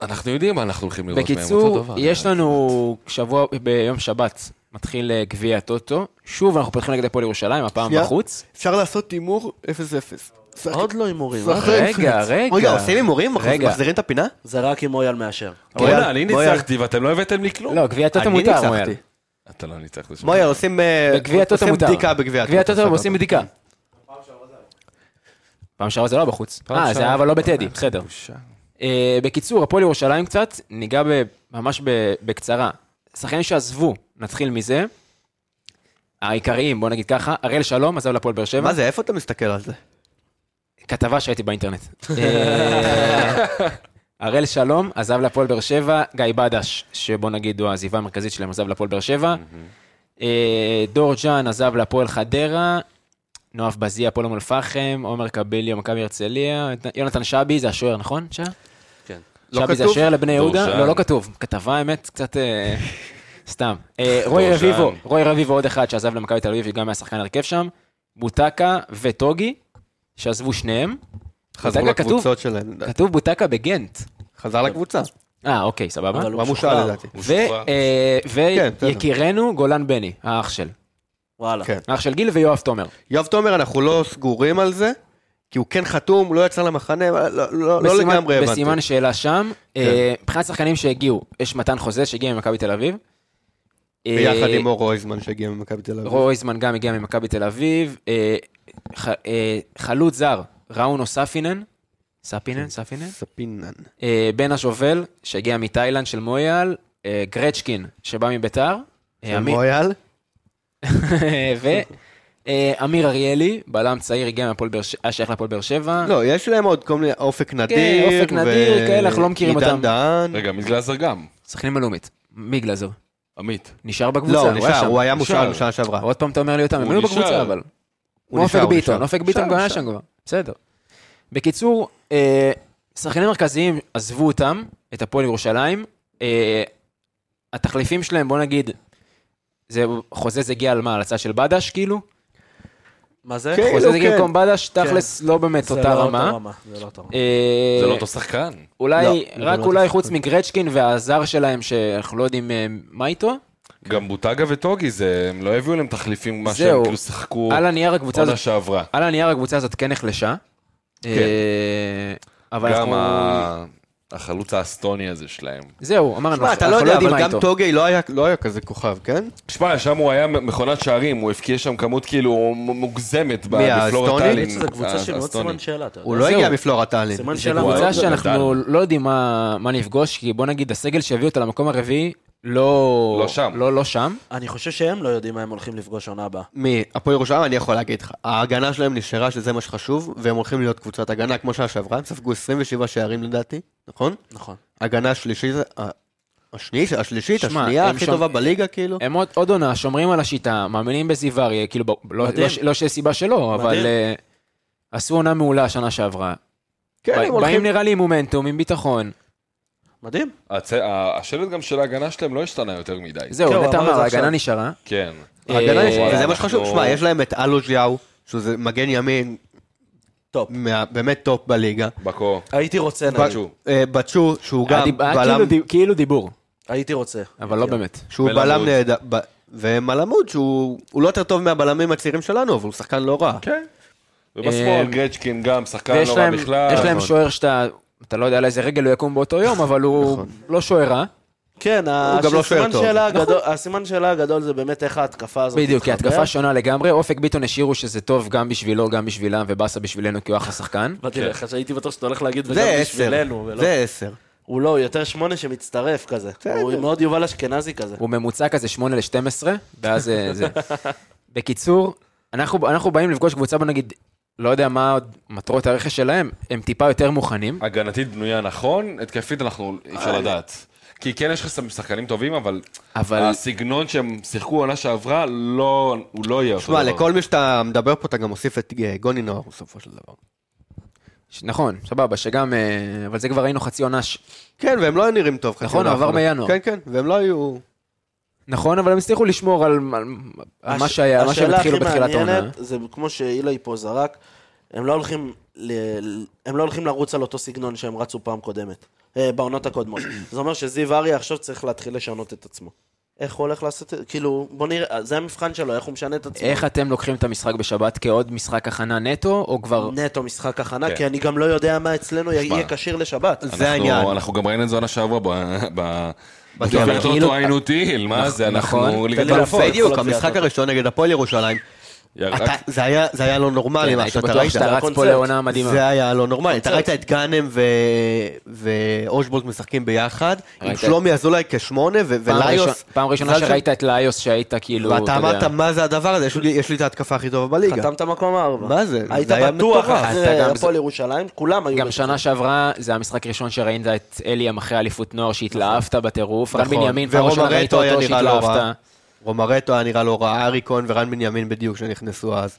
Speaker 7: אנחנו יודעים מה אנחנו הולכים לראות מהם, אותו
Speaker 1: בקיצור,
Speaker 7: דבר.
Speaker 1: יש לנו שבוע, ביום שבת, מתחיל אה, גביע הטוטו. שוב אנחנו פותחים נגד הפועל ירושלים, הפעם
Speaker 5: שנייה.
Speaker 1: בחוץ.
Speaker 5: אפשר לעשות הימור 0-0.
Speaker 6: עוד לא הימורים. אה?
Speaker 1: רגע, רגע.
Speaker 5: כן, אוקיי. רגע, אוקיי. עושים הימורים?
Speaker 1: רגע.
Speaker 5: מחזירים את הפינה?
Speaker 6: זה רק אם מויאל מאשר.
Speaker 7: בוא'נה, אני
Speaker 5: בואי,
Speaker 7: ניצחתי ואתם לא הבאתם לי כלום.
Speaker 1: לא, גביע הטוטו
Speaker 5: אני
Speaker 1: מותר,
Speaker 5: ניצחתי.
Speaker 1: מויאל.
Speaker 7: אתה לא ניצחת שם.
Speaker 5: מויה, עושים אה,
Speaker 1: בגביע הטוטו
Speaker 5: עושים
Speaker 1: מותר.
Speaker 5: בדיקה בגביע
Speaker 1: גביע הטוטו
Speaker 5: סבבה.
Speaker 1: עושים בדיקה. פעם שעברה זה לא היה בחוץ. אה, זה היה אבל לא בטדי, בסדר. אה, בקיצור, הפועל ירושלים קצת, ניגע ב- ממש ב- בקצרה. שחקנים שעזבו, נתחיל מזה. העיקריים, בוא נגיד ככה, הראל שלום עזב לפועל באר שבע.
Speaker 5: מה זה, איפה אתה מסתכל על זה?
Speaker 1: כתבה שראיתי באינטרנט. אה, הראל שלום עזב להפועל באר שבע, גיא בדש, שבוא נגיד הוא העזיבה המרכזית שלהם, עזב להפועל באר שבע. אה, דור ג'אן עזב להפועל חדרה. נואף בזיה, הפועל אום אל-פחם, עומר קביליו, מכבי הרצליה, יונתן שבי, זה השוער, נכון, שעה?
Speaker 6: כן.
Speaker 5: לא
Speaker 1: שבי זה
Speaker 5: כתוב?
Speaker 1: השוער לבני
Speaker 7: דור
Speaker 1: יהודה?
Speaker 7: ז'אן.
Speaker 1: לא, לא כתוב. כתבה, האמת, קצת... אה, סתם. אה, רוי
Speaker 7: דור ז'אן.
Speaker 1: רביבו, רוי רביבו עוד אחד שעזב למכבי תל אביב, שגם היה שחקן הרכב שם. בוטקה וטוגי, שעזבו שניהם.
Speaker 5: חזרו
Speaker 1: בוטקה כתוב-
Speaker 5: לקבוצות שלהם.
Speaker 1: כתוב בוטקה בגנט.
Speaker 5: חזר לקבוצה.
Speaker 1: אה, אוקיי, סבבה.
Speaker 6: אבל הוא
Speaker 5: מה מושאל
Speaker 6: שוחרר.
Speaker 5: לדעתי.
Speaker 7: הוא
Speaker 1: ו-
Speaker 7: שוחרר.
Speaker 1: אה,
Speaker 5: כן, בסדר.
Speaker 1: ויקירנו גולן בני, האח של.
Speaker 6: וואלה.
Speaker 5: כן.
Speaker 1: האח של גיל ויואב תומר.
Speaker 5: יואב תומר, אנחנו לא סגורים על זה, כי הוא כן חתום, הוא לא יצא למחנה, לא- לא לא
Speaker 1: בסימן-
Speaker 5: לגמרי הבנתי. כן.
Speaker 1: בסימן שאלה שם. אה, מבחינת שחקנים שהגיעו, יש מתן חוזה שהגיע ממכבי תל אביב. אה,
Speaker 5: ביחד עם אור רויזמן שהגיע ממכבי תל אביב.
Speaker 1: רויזמן גם הגיע ממכבי תל אביב. אה, ח- אה, חלוץ זר, ראונו ספינן. ספינן? ספינן?
Speaker 5: ספינן.
Speaker 1: אה, בן השובל, שהגיע מתאילנד של מויאל. אה, גרצ'קין, שבא מביתר. אה, עמית-
Speaker 5: מויאל?
Speaker 1: ואמיר אה, אריאלי, בלם צעיר, הגיע מהפועל באר שבע, היה שייך להפועל באר שבע.
Speaker 5: לא, יש להם עוד כל מיני אופק נדיר.
Speaker 1: אה. כן, אופק נדיר,
Speaker 5: ו-
Speaker 1: כאלה, אנחנו לא מכירים
Speaker 5: עידן
Speaker 1: אותם.
Speaker 5: דהן.
Speaker 7: רגע, מגלזר גם.
Speaker 1: שחקנים בלאומית. מיגלזר.
Speaker 7: עמית.
Speaker 1: נשאר בקבוצה,
Speaker 5: לא, הוא
Speaker 1: היה
Speaker 5: נשאר,
Speaker 1: שם.
Speaker 5: הוא היה
Speaker 7: נשאר.
Speaker 5: מושאל בשנה שעברה.
Speaker 1: אה, עוד פעם אתה אומר לי אותם, הם
Speaker 7: הוא
Speaker 1: היו
Speaker 7: נשאר.
Speaker 1: בקבוצה, אבל.
Speaker 5: הוא
Speaker 1: כמו
Speaker 5: נשאר,
Speaker 1: אופק
Speaker 5: הוא
Speaker 1: ביטון,
Speaker 5: נשאר.
Speaker 1: אופק ביטון
Speaker 5: נשאר,
Speaker 1: גם היה
Speaker 5: נשאר.
Speaker 1: שם כבר. בסדר. בקיצור, אה, שחקנים מרכזיים עזבו אותם, את הפועל ירושלים. אה, התחליפים שלהם, בוא נגיד, זה חוזה זה הגיע על מה? על הצד של בדש, כאילו?
Speaker 6: מה זה?
Speaker 5: כן,
Speaker 1: חוזה זה הגיע
Speaker 5: כן.
Speaker 1: במקום בדש, תכלס לא באמת
Speaker 6: זה
Speaker 1: אותה
Speaker 6: לא אותה
Speaker 1: רמה.
Speaker 6: רמה, זה לא אותה רמה.
Speaker 1: אה,
Speaker 7: זה לא אותו שחקן.
Speaker 1: אולי,
Speaker 5: לא,
Speaker 1: רק
Speaker 5: לא
Speaker 1: אולי
Speaker 5: תפסיקו.
Speaker 1: חוץ מגרצ'קין והזר שלהם, שאנחנו לא יודעים אה, מה איתו,
Speaker 7: גם בוטגה וטוגי, זה- הם לא הביאו להם תחליפים, מה
Speaker 1: כן. זהו.
Speaker 7: שהם כאילו שיחקו
Speaker 1: על הנייר הקבוצה
Speaker 7: עונה
Speaker 1: הזאת,
Speaker 7: שעברה.
Speaker 1: על הנייר הקבוצה הזאת כן נחלשה.
Speaker 5: כן.
Speaker 1: אה, אבל
Speaker 7: גם
Speaker 1: אנחנו...
Speaker 7: ה- החלוץ האסטוני הזה שלהם.
Speaker 1: זהו, אמרנו,
Speaker 5: שמע, אתה לא
Speaker 1: אנחנו לא
Speaker 5: יודע,
Speaker 1: יודעים
Speaker 5: אבל
Speaker 1: מה
Speaker 5: גם
Speaker 1: איתו. אה,
Speaker 5: טוגי לא היה- לא היה כזה כוכב, כן?
Speaker 7: תשמע, שם הוא היה מכונת שערים, הוא הבקיע שם כמות כאילו מ- מוגזמת ב-
Speaker 5: מי,
Speaker 7: בפלורה
Speaker 5: האסטוני?
Speaker 7: טאלין.
Speaker 5: האמת
Speaker 6: שזו קבוצה
Speaker 7: אה,
Speaker 6: שהיא מאוד
Speaker 7: האסטוני.
Speaker 6: סימן שאלה, אתה
Speaker 5: הוא
Speaker 6: יודע.
Speaker 5: לא
Speaker 1: זהו.
Speaker 5: הגיע מפלורה טאלין.
Speaker 6: סימן
Speaker 1: זו
Speaker 6: שאלה
Speaker 7: הוא
Speaker 1: קבוצה
Speaker 7: היה
Speaker 6: מאוד גדול.
Speaker 1: שאנחנו לא יודעים מה מה נפגוש, כי בוא נגיד, הסגל שהביא אותה למקום הרביעי, לא...
Speaker 7: לא שם.
Speaker 1: לא לא שם.
Speaker 6: אני חושב שהם לא יודעים מה הם הולכים לפגוש עונה הבאה.
Speaker 5: מי, הפועל ירושלים, אני יכול להגיד לך, ההגנה שלהם נשארה, שזה מה שחשוב, והם הולכים להיות קבוצת הגנה כמו שנה שעברה, הם ספגו 27 שערים לדעתי, נכון?
Speaker 6: נכון.
Speaker 5: הגנה שלישית, אה, השנית, השלישית,
Speaker 1: שמע,
Speaker 5: השנייה
Speaker 1: הם
Speaker 5: הכי
Speaker 1: שם-
Speaker 5: טובה בליגה, כאילו.
Speaker 1: הם עוד, עוד עונה, שומרים על השיטה, מאמינים בזיו אריה, כאילו, ב- לא,
Speaker 6: מדהים.
Speaker 1: לא, ש- לא שיש סיבה שלא, אבל אה, עשו עונה מעולה שנה שעברה.
Speaker 5: כן,
Speaker 1: בא-
Speaker 5: הם
Speaker 1: באים
Speaker 5: הולכים...
Speaker 1: נראה לי עם מומנטום, עם ביטחון.
Speaker 6: מדהים.
Speaker 7: הצ- ה- השלד גם של ההגנה שלהם לא השתנה יותר מדי.
Speaker 6: כן,
Speaker 1: זהו,
Speaker 6: הוא
Speaker 1: נטע
Speaker 6: אמר את
Speaker 1: אמר,
Speaker 6: זה
Speaker 1: ההגנה
Speaker 6: עכשיו.
Speaker 1: נשארה.
Speaker 7: כן.
Speaker 5: ההגנה
Speaker 1: אה,
Speaker 5: יש,
Speaker 7: וואלה,
Speaker 5: וזה מה שחשוב.
Speaker 7: אנחנו-
Speaker 5: שמע, יש להם את אלו ז'יאו, שזה מגן ימין,
Speaker 6: טופ.
Speaker 5: מה- באמת טופ בליגה.
Speaker 7: בקו.
Speaker 6: הייתי רוצה,
Speaker 5: ב-
Speaker 6: נגיד.
Speaker 7: בצ'ו.
Speaker 5: אה, בצ'ו, שהוא גם
Speaker 1: הדיב- היה
Speaker 5: בלם, כן.
Speaker 1: כאילו דיב- כאילו דיבור,
Speaker 6: הייתי רוצה.
Speaker 1: אבל לא באמת.
Speaker 5: שהוא
Speaker 7: מלמוד.
Speaker 5: בלם נהדר. ב- ומלמוד, שהוא הוא לא יותר טוב מהבלמים הצעירים שלנו, אבל הוא שחקן לא רע.
Speaker 7: כן. ובשמאל
Speaker 1: אה,
Speaker 7: גרצ'קין גם, שחקן
Speaker 1: ויש
Speaker 7: לא רע
Speaker 1: להם,
Speaker 7: בכלל.
Speaker 1: יש להם שוער שאתה, אתה לא יודע על איזה רגל הוא יקום באותו יום, אבל הוא לא שוער רע.
Speaker 6: כן,
Speaker 5: גם לא
Speaker 6: הסימן
Speaker 5: שוער טוב.
Speaker 6: שאלה הגדול- הסימן שאלה הגדול זה באמת איך ההתקפה הזאת
Speaker 1: בדיוק, כי
Speaker 6: תתחבר.
Speaker 1: התקפה שונה לגמרי. אופק ביטון השאירו שזה טוב גם בשבילו, גם בשבילם, ובאסה בשבילנו כי הוא אחלה שחקן.
Speaker 6: באתי
Speaker 7: כן.
Speaker 6: לך, שהייתי בטוח שאתה הולך להגיד וגם
Speaker 5: זה עשר.
Speaker 6: בשבילנו. ולא.
Speaker 5: זה עשר.
Speaker 6: הוא לא, הוא יותר שמונה שמצטרף כזה. הוא מאוד יובל אשכנזי כזה.
Speaker 1: הוא ממוצע כזה 8 ל-12, ואז אה, זה... בקיצור, אנחנו אנחנו באים לפגוש קבוצה, בוא נגיד, לא יודע מה עוד מטרות הרכש שלהם, הם טיפה יותר מוכנים.
Speaker 7: הגנתית בנויה נכון, התקפית אנחנו אי אפשר לדעת. כי כן יש לך שחקנים טובים, אבל
Speaker 1: אבל
Speaker 7: הסגנון שהם שיחקו עונה שעברה, לא, הוא לא יהיה אותו דבר.
Speaker 5: תשמע, לכל מי שאתה מדבר פה, אתה גם מוסיף את אה, גוני נאור בסופו של דבר.
Speaker 1: ש- נכון, סבבה, שגם... אה, אבל זה כבר ראינו חצי עונה. ש-
Speaker 5: כן, והם לא היו נראים טוב. חצי
Speaker 1: נכון,
Speaker 5: עונה
Speaker 1: הוא עבר
Speaker 5: האחרונה.
Speaker 1: בינואר.
Speaker 5: כן, כן, והם לא היו...
Speaker 1: נכון, אבל הם הצליחו לשמור על על- על מה
Speaker 6: הש-
Speaker 1: שהיה, על מה שהם התחילו בתחילת
Speaker 6: השאלה הכי
Speaker 1: העונה.
Speaker 6: מעניינת, זה כמו שאילי פה זרק, הם לא הולכים ל- הם לא הולכים לרוץ על אותו סגנון שהם רצו פעם קודמת, אה, בעונות הקודמות. זה אומר שזיו אריה עכשיו צריך להתחיל לשנות את עצמו. איך הוא הולך לעשות את זה? כאילו, בוא נראה, זה המבחן שלו, איך הוא משנה את עצמו.
Speaker 1: איך אתם לוקחים את המשחק בשבת כעוד משחק הכנה נטו, או כבר...
Speaker 6: נטו משחק הכנה,
Speaker 7: כן.
Speaker 6: כי אני גם לא יודע מה אצלנו יהיה כשיר לשבת.
Speaker 7: אנחנו-
Speaker 5: זה העניין.
Speaker 7: אנחנו גם ראינו את זה עונה שעברה ב... ב...
Speaker 5: בטוח,
Speaker 7: בטוח
Speaker 1: כאילו-
Speaker 7: אותו היינו טיל, מה זה, אנחנו
Speaker 1: נכון.
Speaker 7: ליגת
Speaker 6: תן לי
Speaker 7: אלפות.
Speaker 6: להפוך.
Speaker 5: בדיוק,
Speaker 6: כל
Speaker 5: המשחק
Speaker 6: הגביע
Speaker 5: הראשון נגד הפועל ירושלים. אתה- זה היה- זה היה לא נורמלי מה
Speaker 1: כן, הייתי
Speaker 5: שאתה
Speaker 1: בטוח
Speaker 5: ראית.
Speaker 1: שאתה רץ פה
Speaker 6: הקונספט.
Speaker 1: לעונה מדהימה.
Speaker 5: זה היה לא נורמלי. אתה ראית את גאנם ו- ואושבולט משחקים ביחד, עם
Speaker 1: ראית
Speaker 5: שלומי אזולאי כשמונה, ו-
Speaker 1: פעם ראשון-
Speaker 5: וליוס.
Speaker 1: פעם ראשונה
Speaker 5: מזל ש-
Speaker 1: שראית את ליוס שהיית כאילו,
Speaker 5: ואתה
Speaker 1: יודע.
Speaker 5: אמרת, מה זה הדבר הזה? יש לי- יש לי את ההתקפה הכי טובה בליגה.
Speaker 6: חתמת מקום ארבע.
Speaker 5: מה זה?
Speaker 6: היית
Speaker 5: זה היה
Speaker 6: בטוח
Speaker 5: מטורף.
Speaker 1: אתה
Speaker 6: אחרי
Speaker 1: גם-
Speaker 6: הפועל ירושלים, כולם היו...
Speaker 1: גם
Speaker 6: בטוחים.
Speaker 1: שנה שעברה, זה המשחק הראשון שראית את אליאם אחרי אליפות נוער, שהתלהבת בטירוף. רן
Speaker 5: נכון.
Speaker 1: בנימין, פעם
Speaker 5: ורומא
Speaker 1: ראשונה ראית
Speaker 5: רטו היה
Speaker 1: אותו
Speaker 5: נראה לא רע.
Speaker 1: שהתלהבת.
Speaker 5: רומרטו היה נראה לא רע, ארי כהן ורן בנימין בדיוק שנכנסו אז.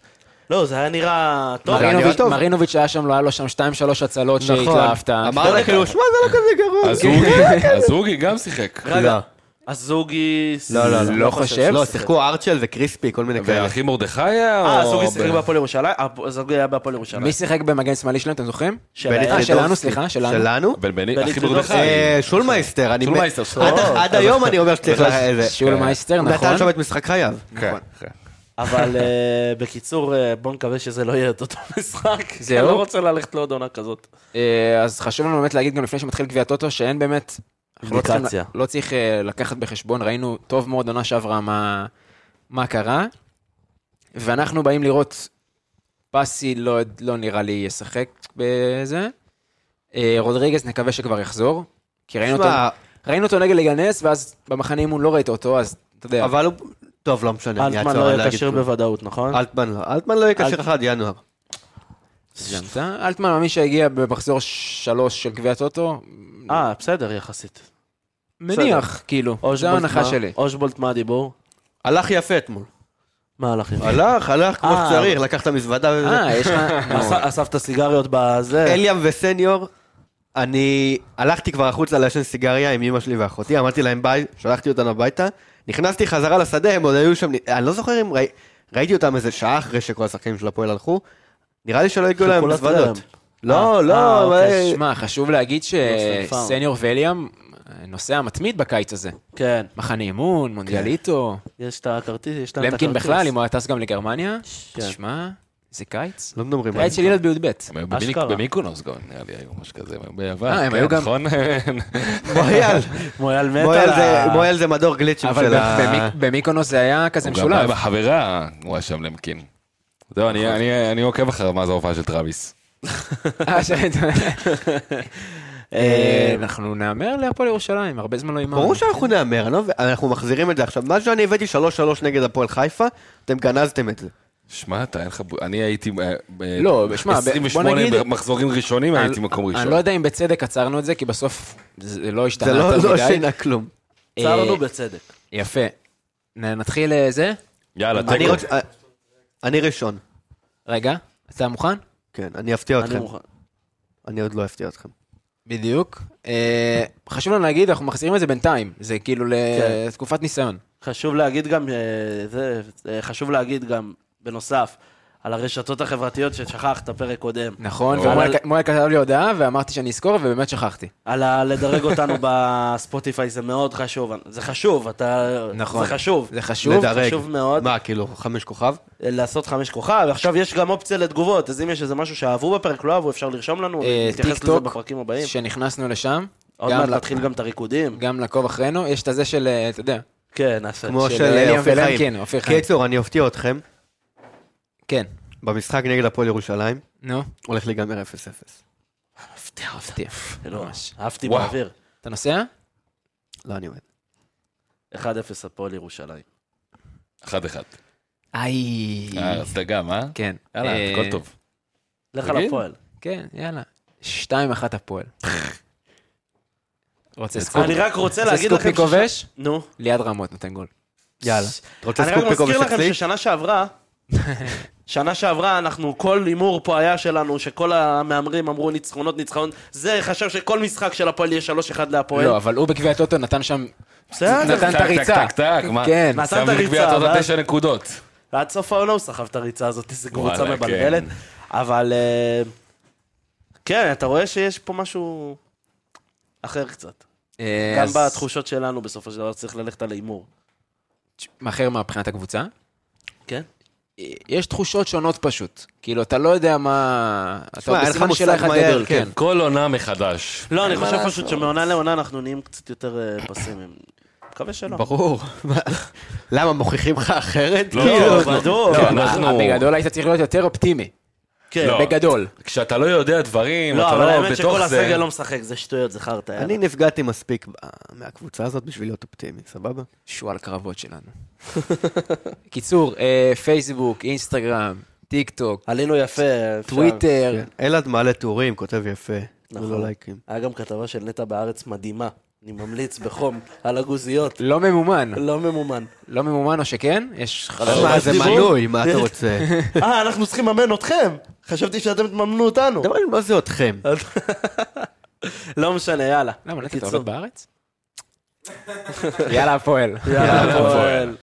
Speaker 6: לא, זה היה נראה טוב.
Speaker 5: היה נראה
Speaker 1: מרינוביץ'-
Speaker 5: טוב. נכון.
Speaker 1: מרינוביץ' היה שם, לא היה לו שם 2-3 הצלות שהתלהבת.
Speaker 5: אמרת כאילו, שמע, זה לא כזה גרוע.
Speaker 7: אז
Speaker 5: כן.
Speaker 7: אוגי- אז אוגי גם שיחק.
Speaker 5: רגע.
Speaker 6: הזוגי...
Speaker 5: לא, לא, לא.
Speaker 1: לא חושב?
Speaker 5: לא, שיחקו ארצ'ל וקריספי, כל מיני כאלה.
Speaker 7: ואחי מרדכי היה... או
Speaker 6: אה, הזוגי שיחק
Speaker 7: ב-
Speaker 6: בהפועל ירושלים? אה, הזוגי היה בהפועל ירושלים.
Speaker 1: מי שיחק במגן שמאלי שלהם, אתם זוכרים?
Speaker 6: שלהם.
Speaker 5: בני
Speaker 1: אה, שלנו,
Speaker 5: חיידובסקי.
Speaker 1: סליחה, שלנו.
Speaker 5: שלנו?
Speaker 7: אבל בני- אחי
Speaker 6: בליטל
Speaker 7: מרדכי.
Speaker 5: אה, שולמייסטר, אני...
Speaker 7: שולמייסטר,
Speaker 5: עד-
Speaker 7: שולמייסטר.
Speaker 5: עד היום אני אומר שצריך... לה- איזה-
Speaker 1: שולמייסטר,
Speaker 5: נתן שם
Speaker 1: נכון?
Speaker 5: את משחק חייו.
Speaker 7: כן, כן.
Speaker 6: אבל אה, בקיצור, אה, בוא נקווה שזה לא יהיה את אותו משחק.
Speaker 1: זהו?
Speaker 6: אני לא רוצה ללכת לעוד עונה כזאת.
Speaker 1: אה, אז חשוב לנו באמת להגיד גם לפני שמתחיל גביע טוטו, שאין באמת... אנחנו לא צריכים-
Speaker 6: אינדיקציה.
Speaker 1: לא צריך אה, לקחת בחשבון, ראינו טוב מאוד עונה שעברה מה- מה קרה, ואנחנו באים לראות, פסי לא- לא נראה לי ישחק בזה, אה, רודריגז נקווה שכבר יחזור, כי ראינו אותו-
Speaker 5: שמע,
Speaker 1: ראינו אותו נגד לגנס, ואז במחנה אימון לא ראית אותו, אז אתה יודע.
Speaker 5: אבל הוא... טוב, לא משנה, אני
Speaker 6: אלטמן
Speaker 5: אעצור
Speaker 6: לא
Speaker 5: על
Speaker 6: יהיה
Speaker 5: להגיד
Speaker 6: כשיר
Speaker 5: כלום.
Speaker 6: בוודאות, נכון?
Speaker 5: אלטמן לא. אלטמן לא יהיה
Speaker 6: אלט-
Speaker 5: כשיר אחד, ינואר.
Speaker 1: סיימת. אלטמן מאמין שהגיע במחזור שלוש של גביע טוטו,
Speaker 6: אה, בסדר, יחסית.
Speaker 1: מניח, כאילו, זו
Speaker 6: אושבולט,
Speaker 1: ההנחה
Speaker 6: מה-
Speaker 1: שלי.
Speaker 6: אושבולט, מה הדיבור?
Speaker 5: הלך יפה אתמול.
Speaker 6: מה הלך יפה?
Speaker 5: הלך, הלך כמו
Speaker 6: אה.
Speaker 5: שצריך, לקח את המזוודה וזה.
Speaker 1: אה, יש לך... נו.
Speaker 6: אס- אסף את הסיגריות בזה.
Speaker 5: אליאם וסניור, אני הלכתי כבר החוצה לעשן סיגריה עם אמא שלי ואחותי, אמרתי להם ביי, שלחתי אותם הביתה, נכנסתי חזרה לשדה, הם עוד היו שם, אני לא זוכר אם ראי- ראיתי אותם איזה שעה אחרי שכל השחקנים של הפועל הלכו, נראה לי שלא הגיעו להם
Speaker 6: חיכו
Speaker 5: מזוודות.
Speaker 6: לטרם. אה,
Speaker 5: לא,
Speaker 6: אה,
Speaker 5: לא,
Speaker 6: אוקיי,
Speaker 5: אבל-
Speaker 1: שמע, חשוב להגיד
Speaker 6: גולדשטיין פארם.
Speaker 1: שסניור ואליאם אה, נוסע מתמיד בקיץ הזה.
Speaker 6: כן,
Speaker 1: מחנה אימון, מונדיאליטו,
Speaker 6: יש את הכרטיס, יש להם את הכרטיס.
Speaker 1: למקין בכלל, אם הוא היה טס גם לגרמניה.
Speaker 6: כן.
Speaker 1: תשמע, זה קיץ.
Speaker 5: לא מדברים על
Speaker 1: קיץ
Speaker 5: זה.
Speaker 1: של ילד בי"ב.
Speaker 7: הם היו במיק-
Speaker 6: אשכרה.
Speaker 7: במיקונוס גם, נראה לי, היו משהו כזה, הם היו ביוון.
Speaker 1: אה, הם
Speaker 7: כן,
Speaker 1: היו גם-
Speaker 7: נכון?
Speaker 5: מויאל,
Speaker 6: מויאל מת
Speaker 5: מויאל
Speaker 6: על
Speaker 5: זה-
Speaker 6: ה...
Speaker 5: מויאל זה מדור גליצ'ים
Speaker 1: אבל
Speaker 5: של ה...
Speaker 1: במי- במיקונוס זה היה כזה
Speaker 7: הוא גם בא
Speaker 1: משולב.
Speaker 7: עם החברה, הוא היה שם למקין. נכון. זהו, אני- אני- אני עוקב אחריו מאז ההופעה של טראביס.
Speaker 1: אה, ש- אה, אנחנו נהמר להפועל ירושלים, הרבה זמן לא הימרנו.
Speaker 5: ברור שאנחנו נהמר, אני לא מבין, אנחנו מחזירים את זה עכשיו. מה שאני הבאתי 3-3 נגד הפועל חיפה, אתם גנזתם את זה.
Speaker 7: שמע, אתה אין לך... בו- אני הייתי... אה, ב-
Speaker 1: לא, שמע, ב- בוא
Speaker 7: 28
Speaker 1: נגיד-
Speaker 7: מחזורים ראשונים הייתי
Speaker 1: אני-
Speaker 7: מקום
Speaker 1: אני לא
Speaker 7: ראשון.
Speaker 1: יודע אם בצדק עצרנו את זה, כי בסוף זה לא השתנה
Speaker 5: זה לא
Speaker 1: יותר
Speaker 5: לא
Speaker 1: מדי.
Speaker 5: שינה כלום.
Speaker 6: צרנו בצדק.
Speaker 1: יפה. נ- נתחיל אה, זה?
Speaker 7: יאללה,
Speaker 5: אני
Speaker 7: תיקו.
Speaker 5: רוצה- אה, אני ראשון.
Speaker 1: רגע, אתה מוכן?
Speaker 5: כן, אני אפתיע
Speaker 6: אני
Speaker 5: אתכם.
Speaker 6: מוכן.
Speaker 5: אני עוד לא אפתיע אתכם.
Speaker 1: בדיוק. אה, חשוב לנו להגיד, אנחנו מחזירים את זה בינתיים. זה כאילו לתקופת ניסיון.
Speaker 6: חשוב להגיד גם, אה, זה, אה, חשוב להגיד גם, בנוסף, על הרשתות החברתיות ששכחת פרק קודם.
Speaker 1: נכון,
Speaker 7: אבל-
Speaker 1: ומואל כתב לי הודעה ואמרתי שאני אזכור, ובאמת שכחתי.
Speaker 6: על ה- לדרג אותנו בספוטיפיי זה מאוד חשוב. זה חשוב, אתה...
Speaker 1: נכון.
Speaker 6: זה חשוב.
Speaker 1: זה חשוב.
Speaker 5: לדרג.
Speaker 6: חשוב מאוד. אה,
Speaker 5: מה, כאילו, חמש כוכב?
Speaker 6: כן, לעשות חמש כוכב, עכשיו יש גם אופציה לתגובות, אז אם יש איזה משהו שאהבו בפרק, לא אהבו, אפשר לרשום לנו,
Speaker 1: אה,
Speaker 6: נתייחס לזה
Speaker 1: טיקטוק,
Speaker 6: בפרקים הבאים.
Speaker 1: שנכנסנו לשם,
Speaker 6: עוד
Speaker 1: גם
Speaker 6: מעט
Speaker 1: ל-
Speaker 6: נתחיל גם את הריקודים.
Speaker 1: גם לעקוב אחרינו, יש את הזה של, אה, אתה יודע,
Speaker 6: כן, נעשה.
Speaker 5: כמו
Speaker 1: של
Speaker 5: של
Speaker 1: אליאם
Speaker 5: אה, אופיר
Speaker 1: ולן,
Speaker 5: חיים.
Speaker 1: כן, אופיר חיים.
Speaker 5: קיצור, אני אפתיע אתכם.
Speaker 1: כן,
Speaker 5: במשחק נגד הפועל ירושלים,
Speaker 1: נו,
Speaker 5: הולך להיגמר 0-0.
Speaker 6: מפתיע אותך.
Speaker 1: תהיה.
Speaker 6: לא,
Speaker 1: ממש.
Speaker 6: אהבתי
Speaker 7: וואו.
Speaker 6: באוויר.
Speaker 1: אתה נוסע?
Speaker 5: לא, אני עומד.
Speaker 6: 1-0 הפועל ירושלים.
Speaker 7: אחד אחד.
Speaker 1: איי.
Speaker 7: אה, הצדקה, מה?
Speaker 1: כן.
Speaker 7: יאללה,
Speaker 1: אה,
Speaker 7: הכל טוב.
Speaker 6: לך
Speaker 7: תגיד.
Speaker 6: לפועל.
Speaker 1: כן, יאללה. 2-1 הפועל. רוצה סקופ?
Speaker 6: אני רק רוצה
Speaker 1: רוצה
Speaker 6: להגיד
Speaker 1: סקופ
Speaker 6: לכם...
Speaker 1: מי כובש?
Speaker 6: נו.
Speaker 1: ליעד רמות נותן גול.
Speaker 5: יאללה. אתה רוצה
Speaker 6: אני רק
Speaker 5: סקופ
Speaker 6: מזכיר
Speaker 5: בכובש
Speaker 6: לכם
Speaker 5: אצלי?
Speaker 6: ששנה שעברה, שנה שעברה אנחנו, כל הימור פה היה שלנו, שכל המהמרים אמרו ניצחונות, ניצחון, זה חשב שכל משחק של הפועל יהיה 3-1 להפועל.
Speaker 1: לא, אבל הוא בקביעת אוטו נתן שם,
Speaker 6: בסדר,
Speaker 1: נתן את
Speaker 7: טק,
Speaker 1: הריצה.
Speaker 7: טק, טק, טק, מה?
Speaker 1: כן.
Speaker 6: נתן
Speaker 7: שם
Speaker 6: את הריצה,
Speaker 7: בקביעת עוד
Speaker 6: ואז-
Speaker 7: תשע נקודות.
Speaker 6: ועד סוף העונה הוא סחב את הריצה הזאת, איזו קבוצה
Speaker 7: וואלה,
Speaker 6: מבלבלת.
Speaker 7: כן.
Speaker 6: אבל אה, כן, אתה רואה שיש פה משהו אחר קצת.
Speaker 1: אה,
Speaker 6: גם
Speaker 1: אז
Speaker 6: בתחושות שלנו בסופו של דבר צריך ללכת על הימור.
Speaker 1: מאחר מבחינת הקבוצה.
Speaker 6: כן?
Speaker 1: אה, יש תחושות שונות פשוט. כאילו, אתה לא יודע מה... אתה
Speaker 5: אין לך
Speaker 1: בסימן
Speaker 5: מושג
Speaker 1: שאלה אחד
Speaker 5: מה יהיה,
Speaker 1: גדול,
Speaker 5: כן.
Speaker 1: כן.
Speaker 7: כל עונה מחדש.
Speaker 6: לא, אני חושב פשוט שמעונה לעונה אנחנו נהיים קצת יותר אה, פסימיים. מקווה שלא.
Speaker 5: ברור. מה? למה, מוכיחים לך אחרת?
Speaker 7: לא,
Speaker 5: כאילו,
Speaker 7: אנחנו-
Speaker 6: בדוק.
Speaker 7: לא,
Speaker 1: אבל
Speaker 7: אנחנו...
Speaker 1: כן, בגדול היית צריך להיות יותר אופטימי.
Speaker 6: כן.
Speaker 7: לא.
Speaker 1: בגדול.
Speaker 7: כשאתה לא יודע דברים,
Speaker 6: לא,
Speaker 7: אתה
Speaker 6: אבל
Speaker 7: לא
Speaker 6: האמת
Speaker 7: בתוך
Speaker 6: שכל
Speaker 7: זה.
Speaker 6: הסגל לא משחק, זה שטויות, זה חרטא. יאללה.
Speaker 5: אני נפגעתי מספיק ב- מהקבוצה הזאת בשביל להיות אופטימי, סבבה?
Speaker 1: שועל קרבות שלנו. קיצור, אה, פייסבוק, אינסטגרם, טיק טוק,
Speaker 6: עלינו יפה. אפשר.
Speaker 1: טוויטר.
Speaker 5: אלעד מעלה טורים, כותב יפה. תנו לו
Speaker 6: נכון.
Speaker 5: לייקים.
Speaker 6: היה גם כתבה של נטע בארץ מדהימה. אני ממליץ בחום על הגוזיות.
Speaker 1: לא ממומן.
Speaker 6: לא ממומן.
Speaker 1: לא ממומן או שכן? יש חדשות.
Speaker 5: מה, זה
Speaker 6: לא, דיבור?
Speaker 5: מנוי, מה אתה רוצה?
Speaker 6: אה, אנחנו צריכים לממן אתכם! חשבתי שאתם תממנו אותנו.
Speaker 5: דבר מה זה אתכם?
Speaker 6: לא משנה, יאללה.
Speaker 1: למה, נטע, אתה
Speaker 6: קיצור.
Speaker 1: עובד בארץ? יאללה, הפועל.
Speaker 6: יאללה, פועל.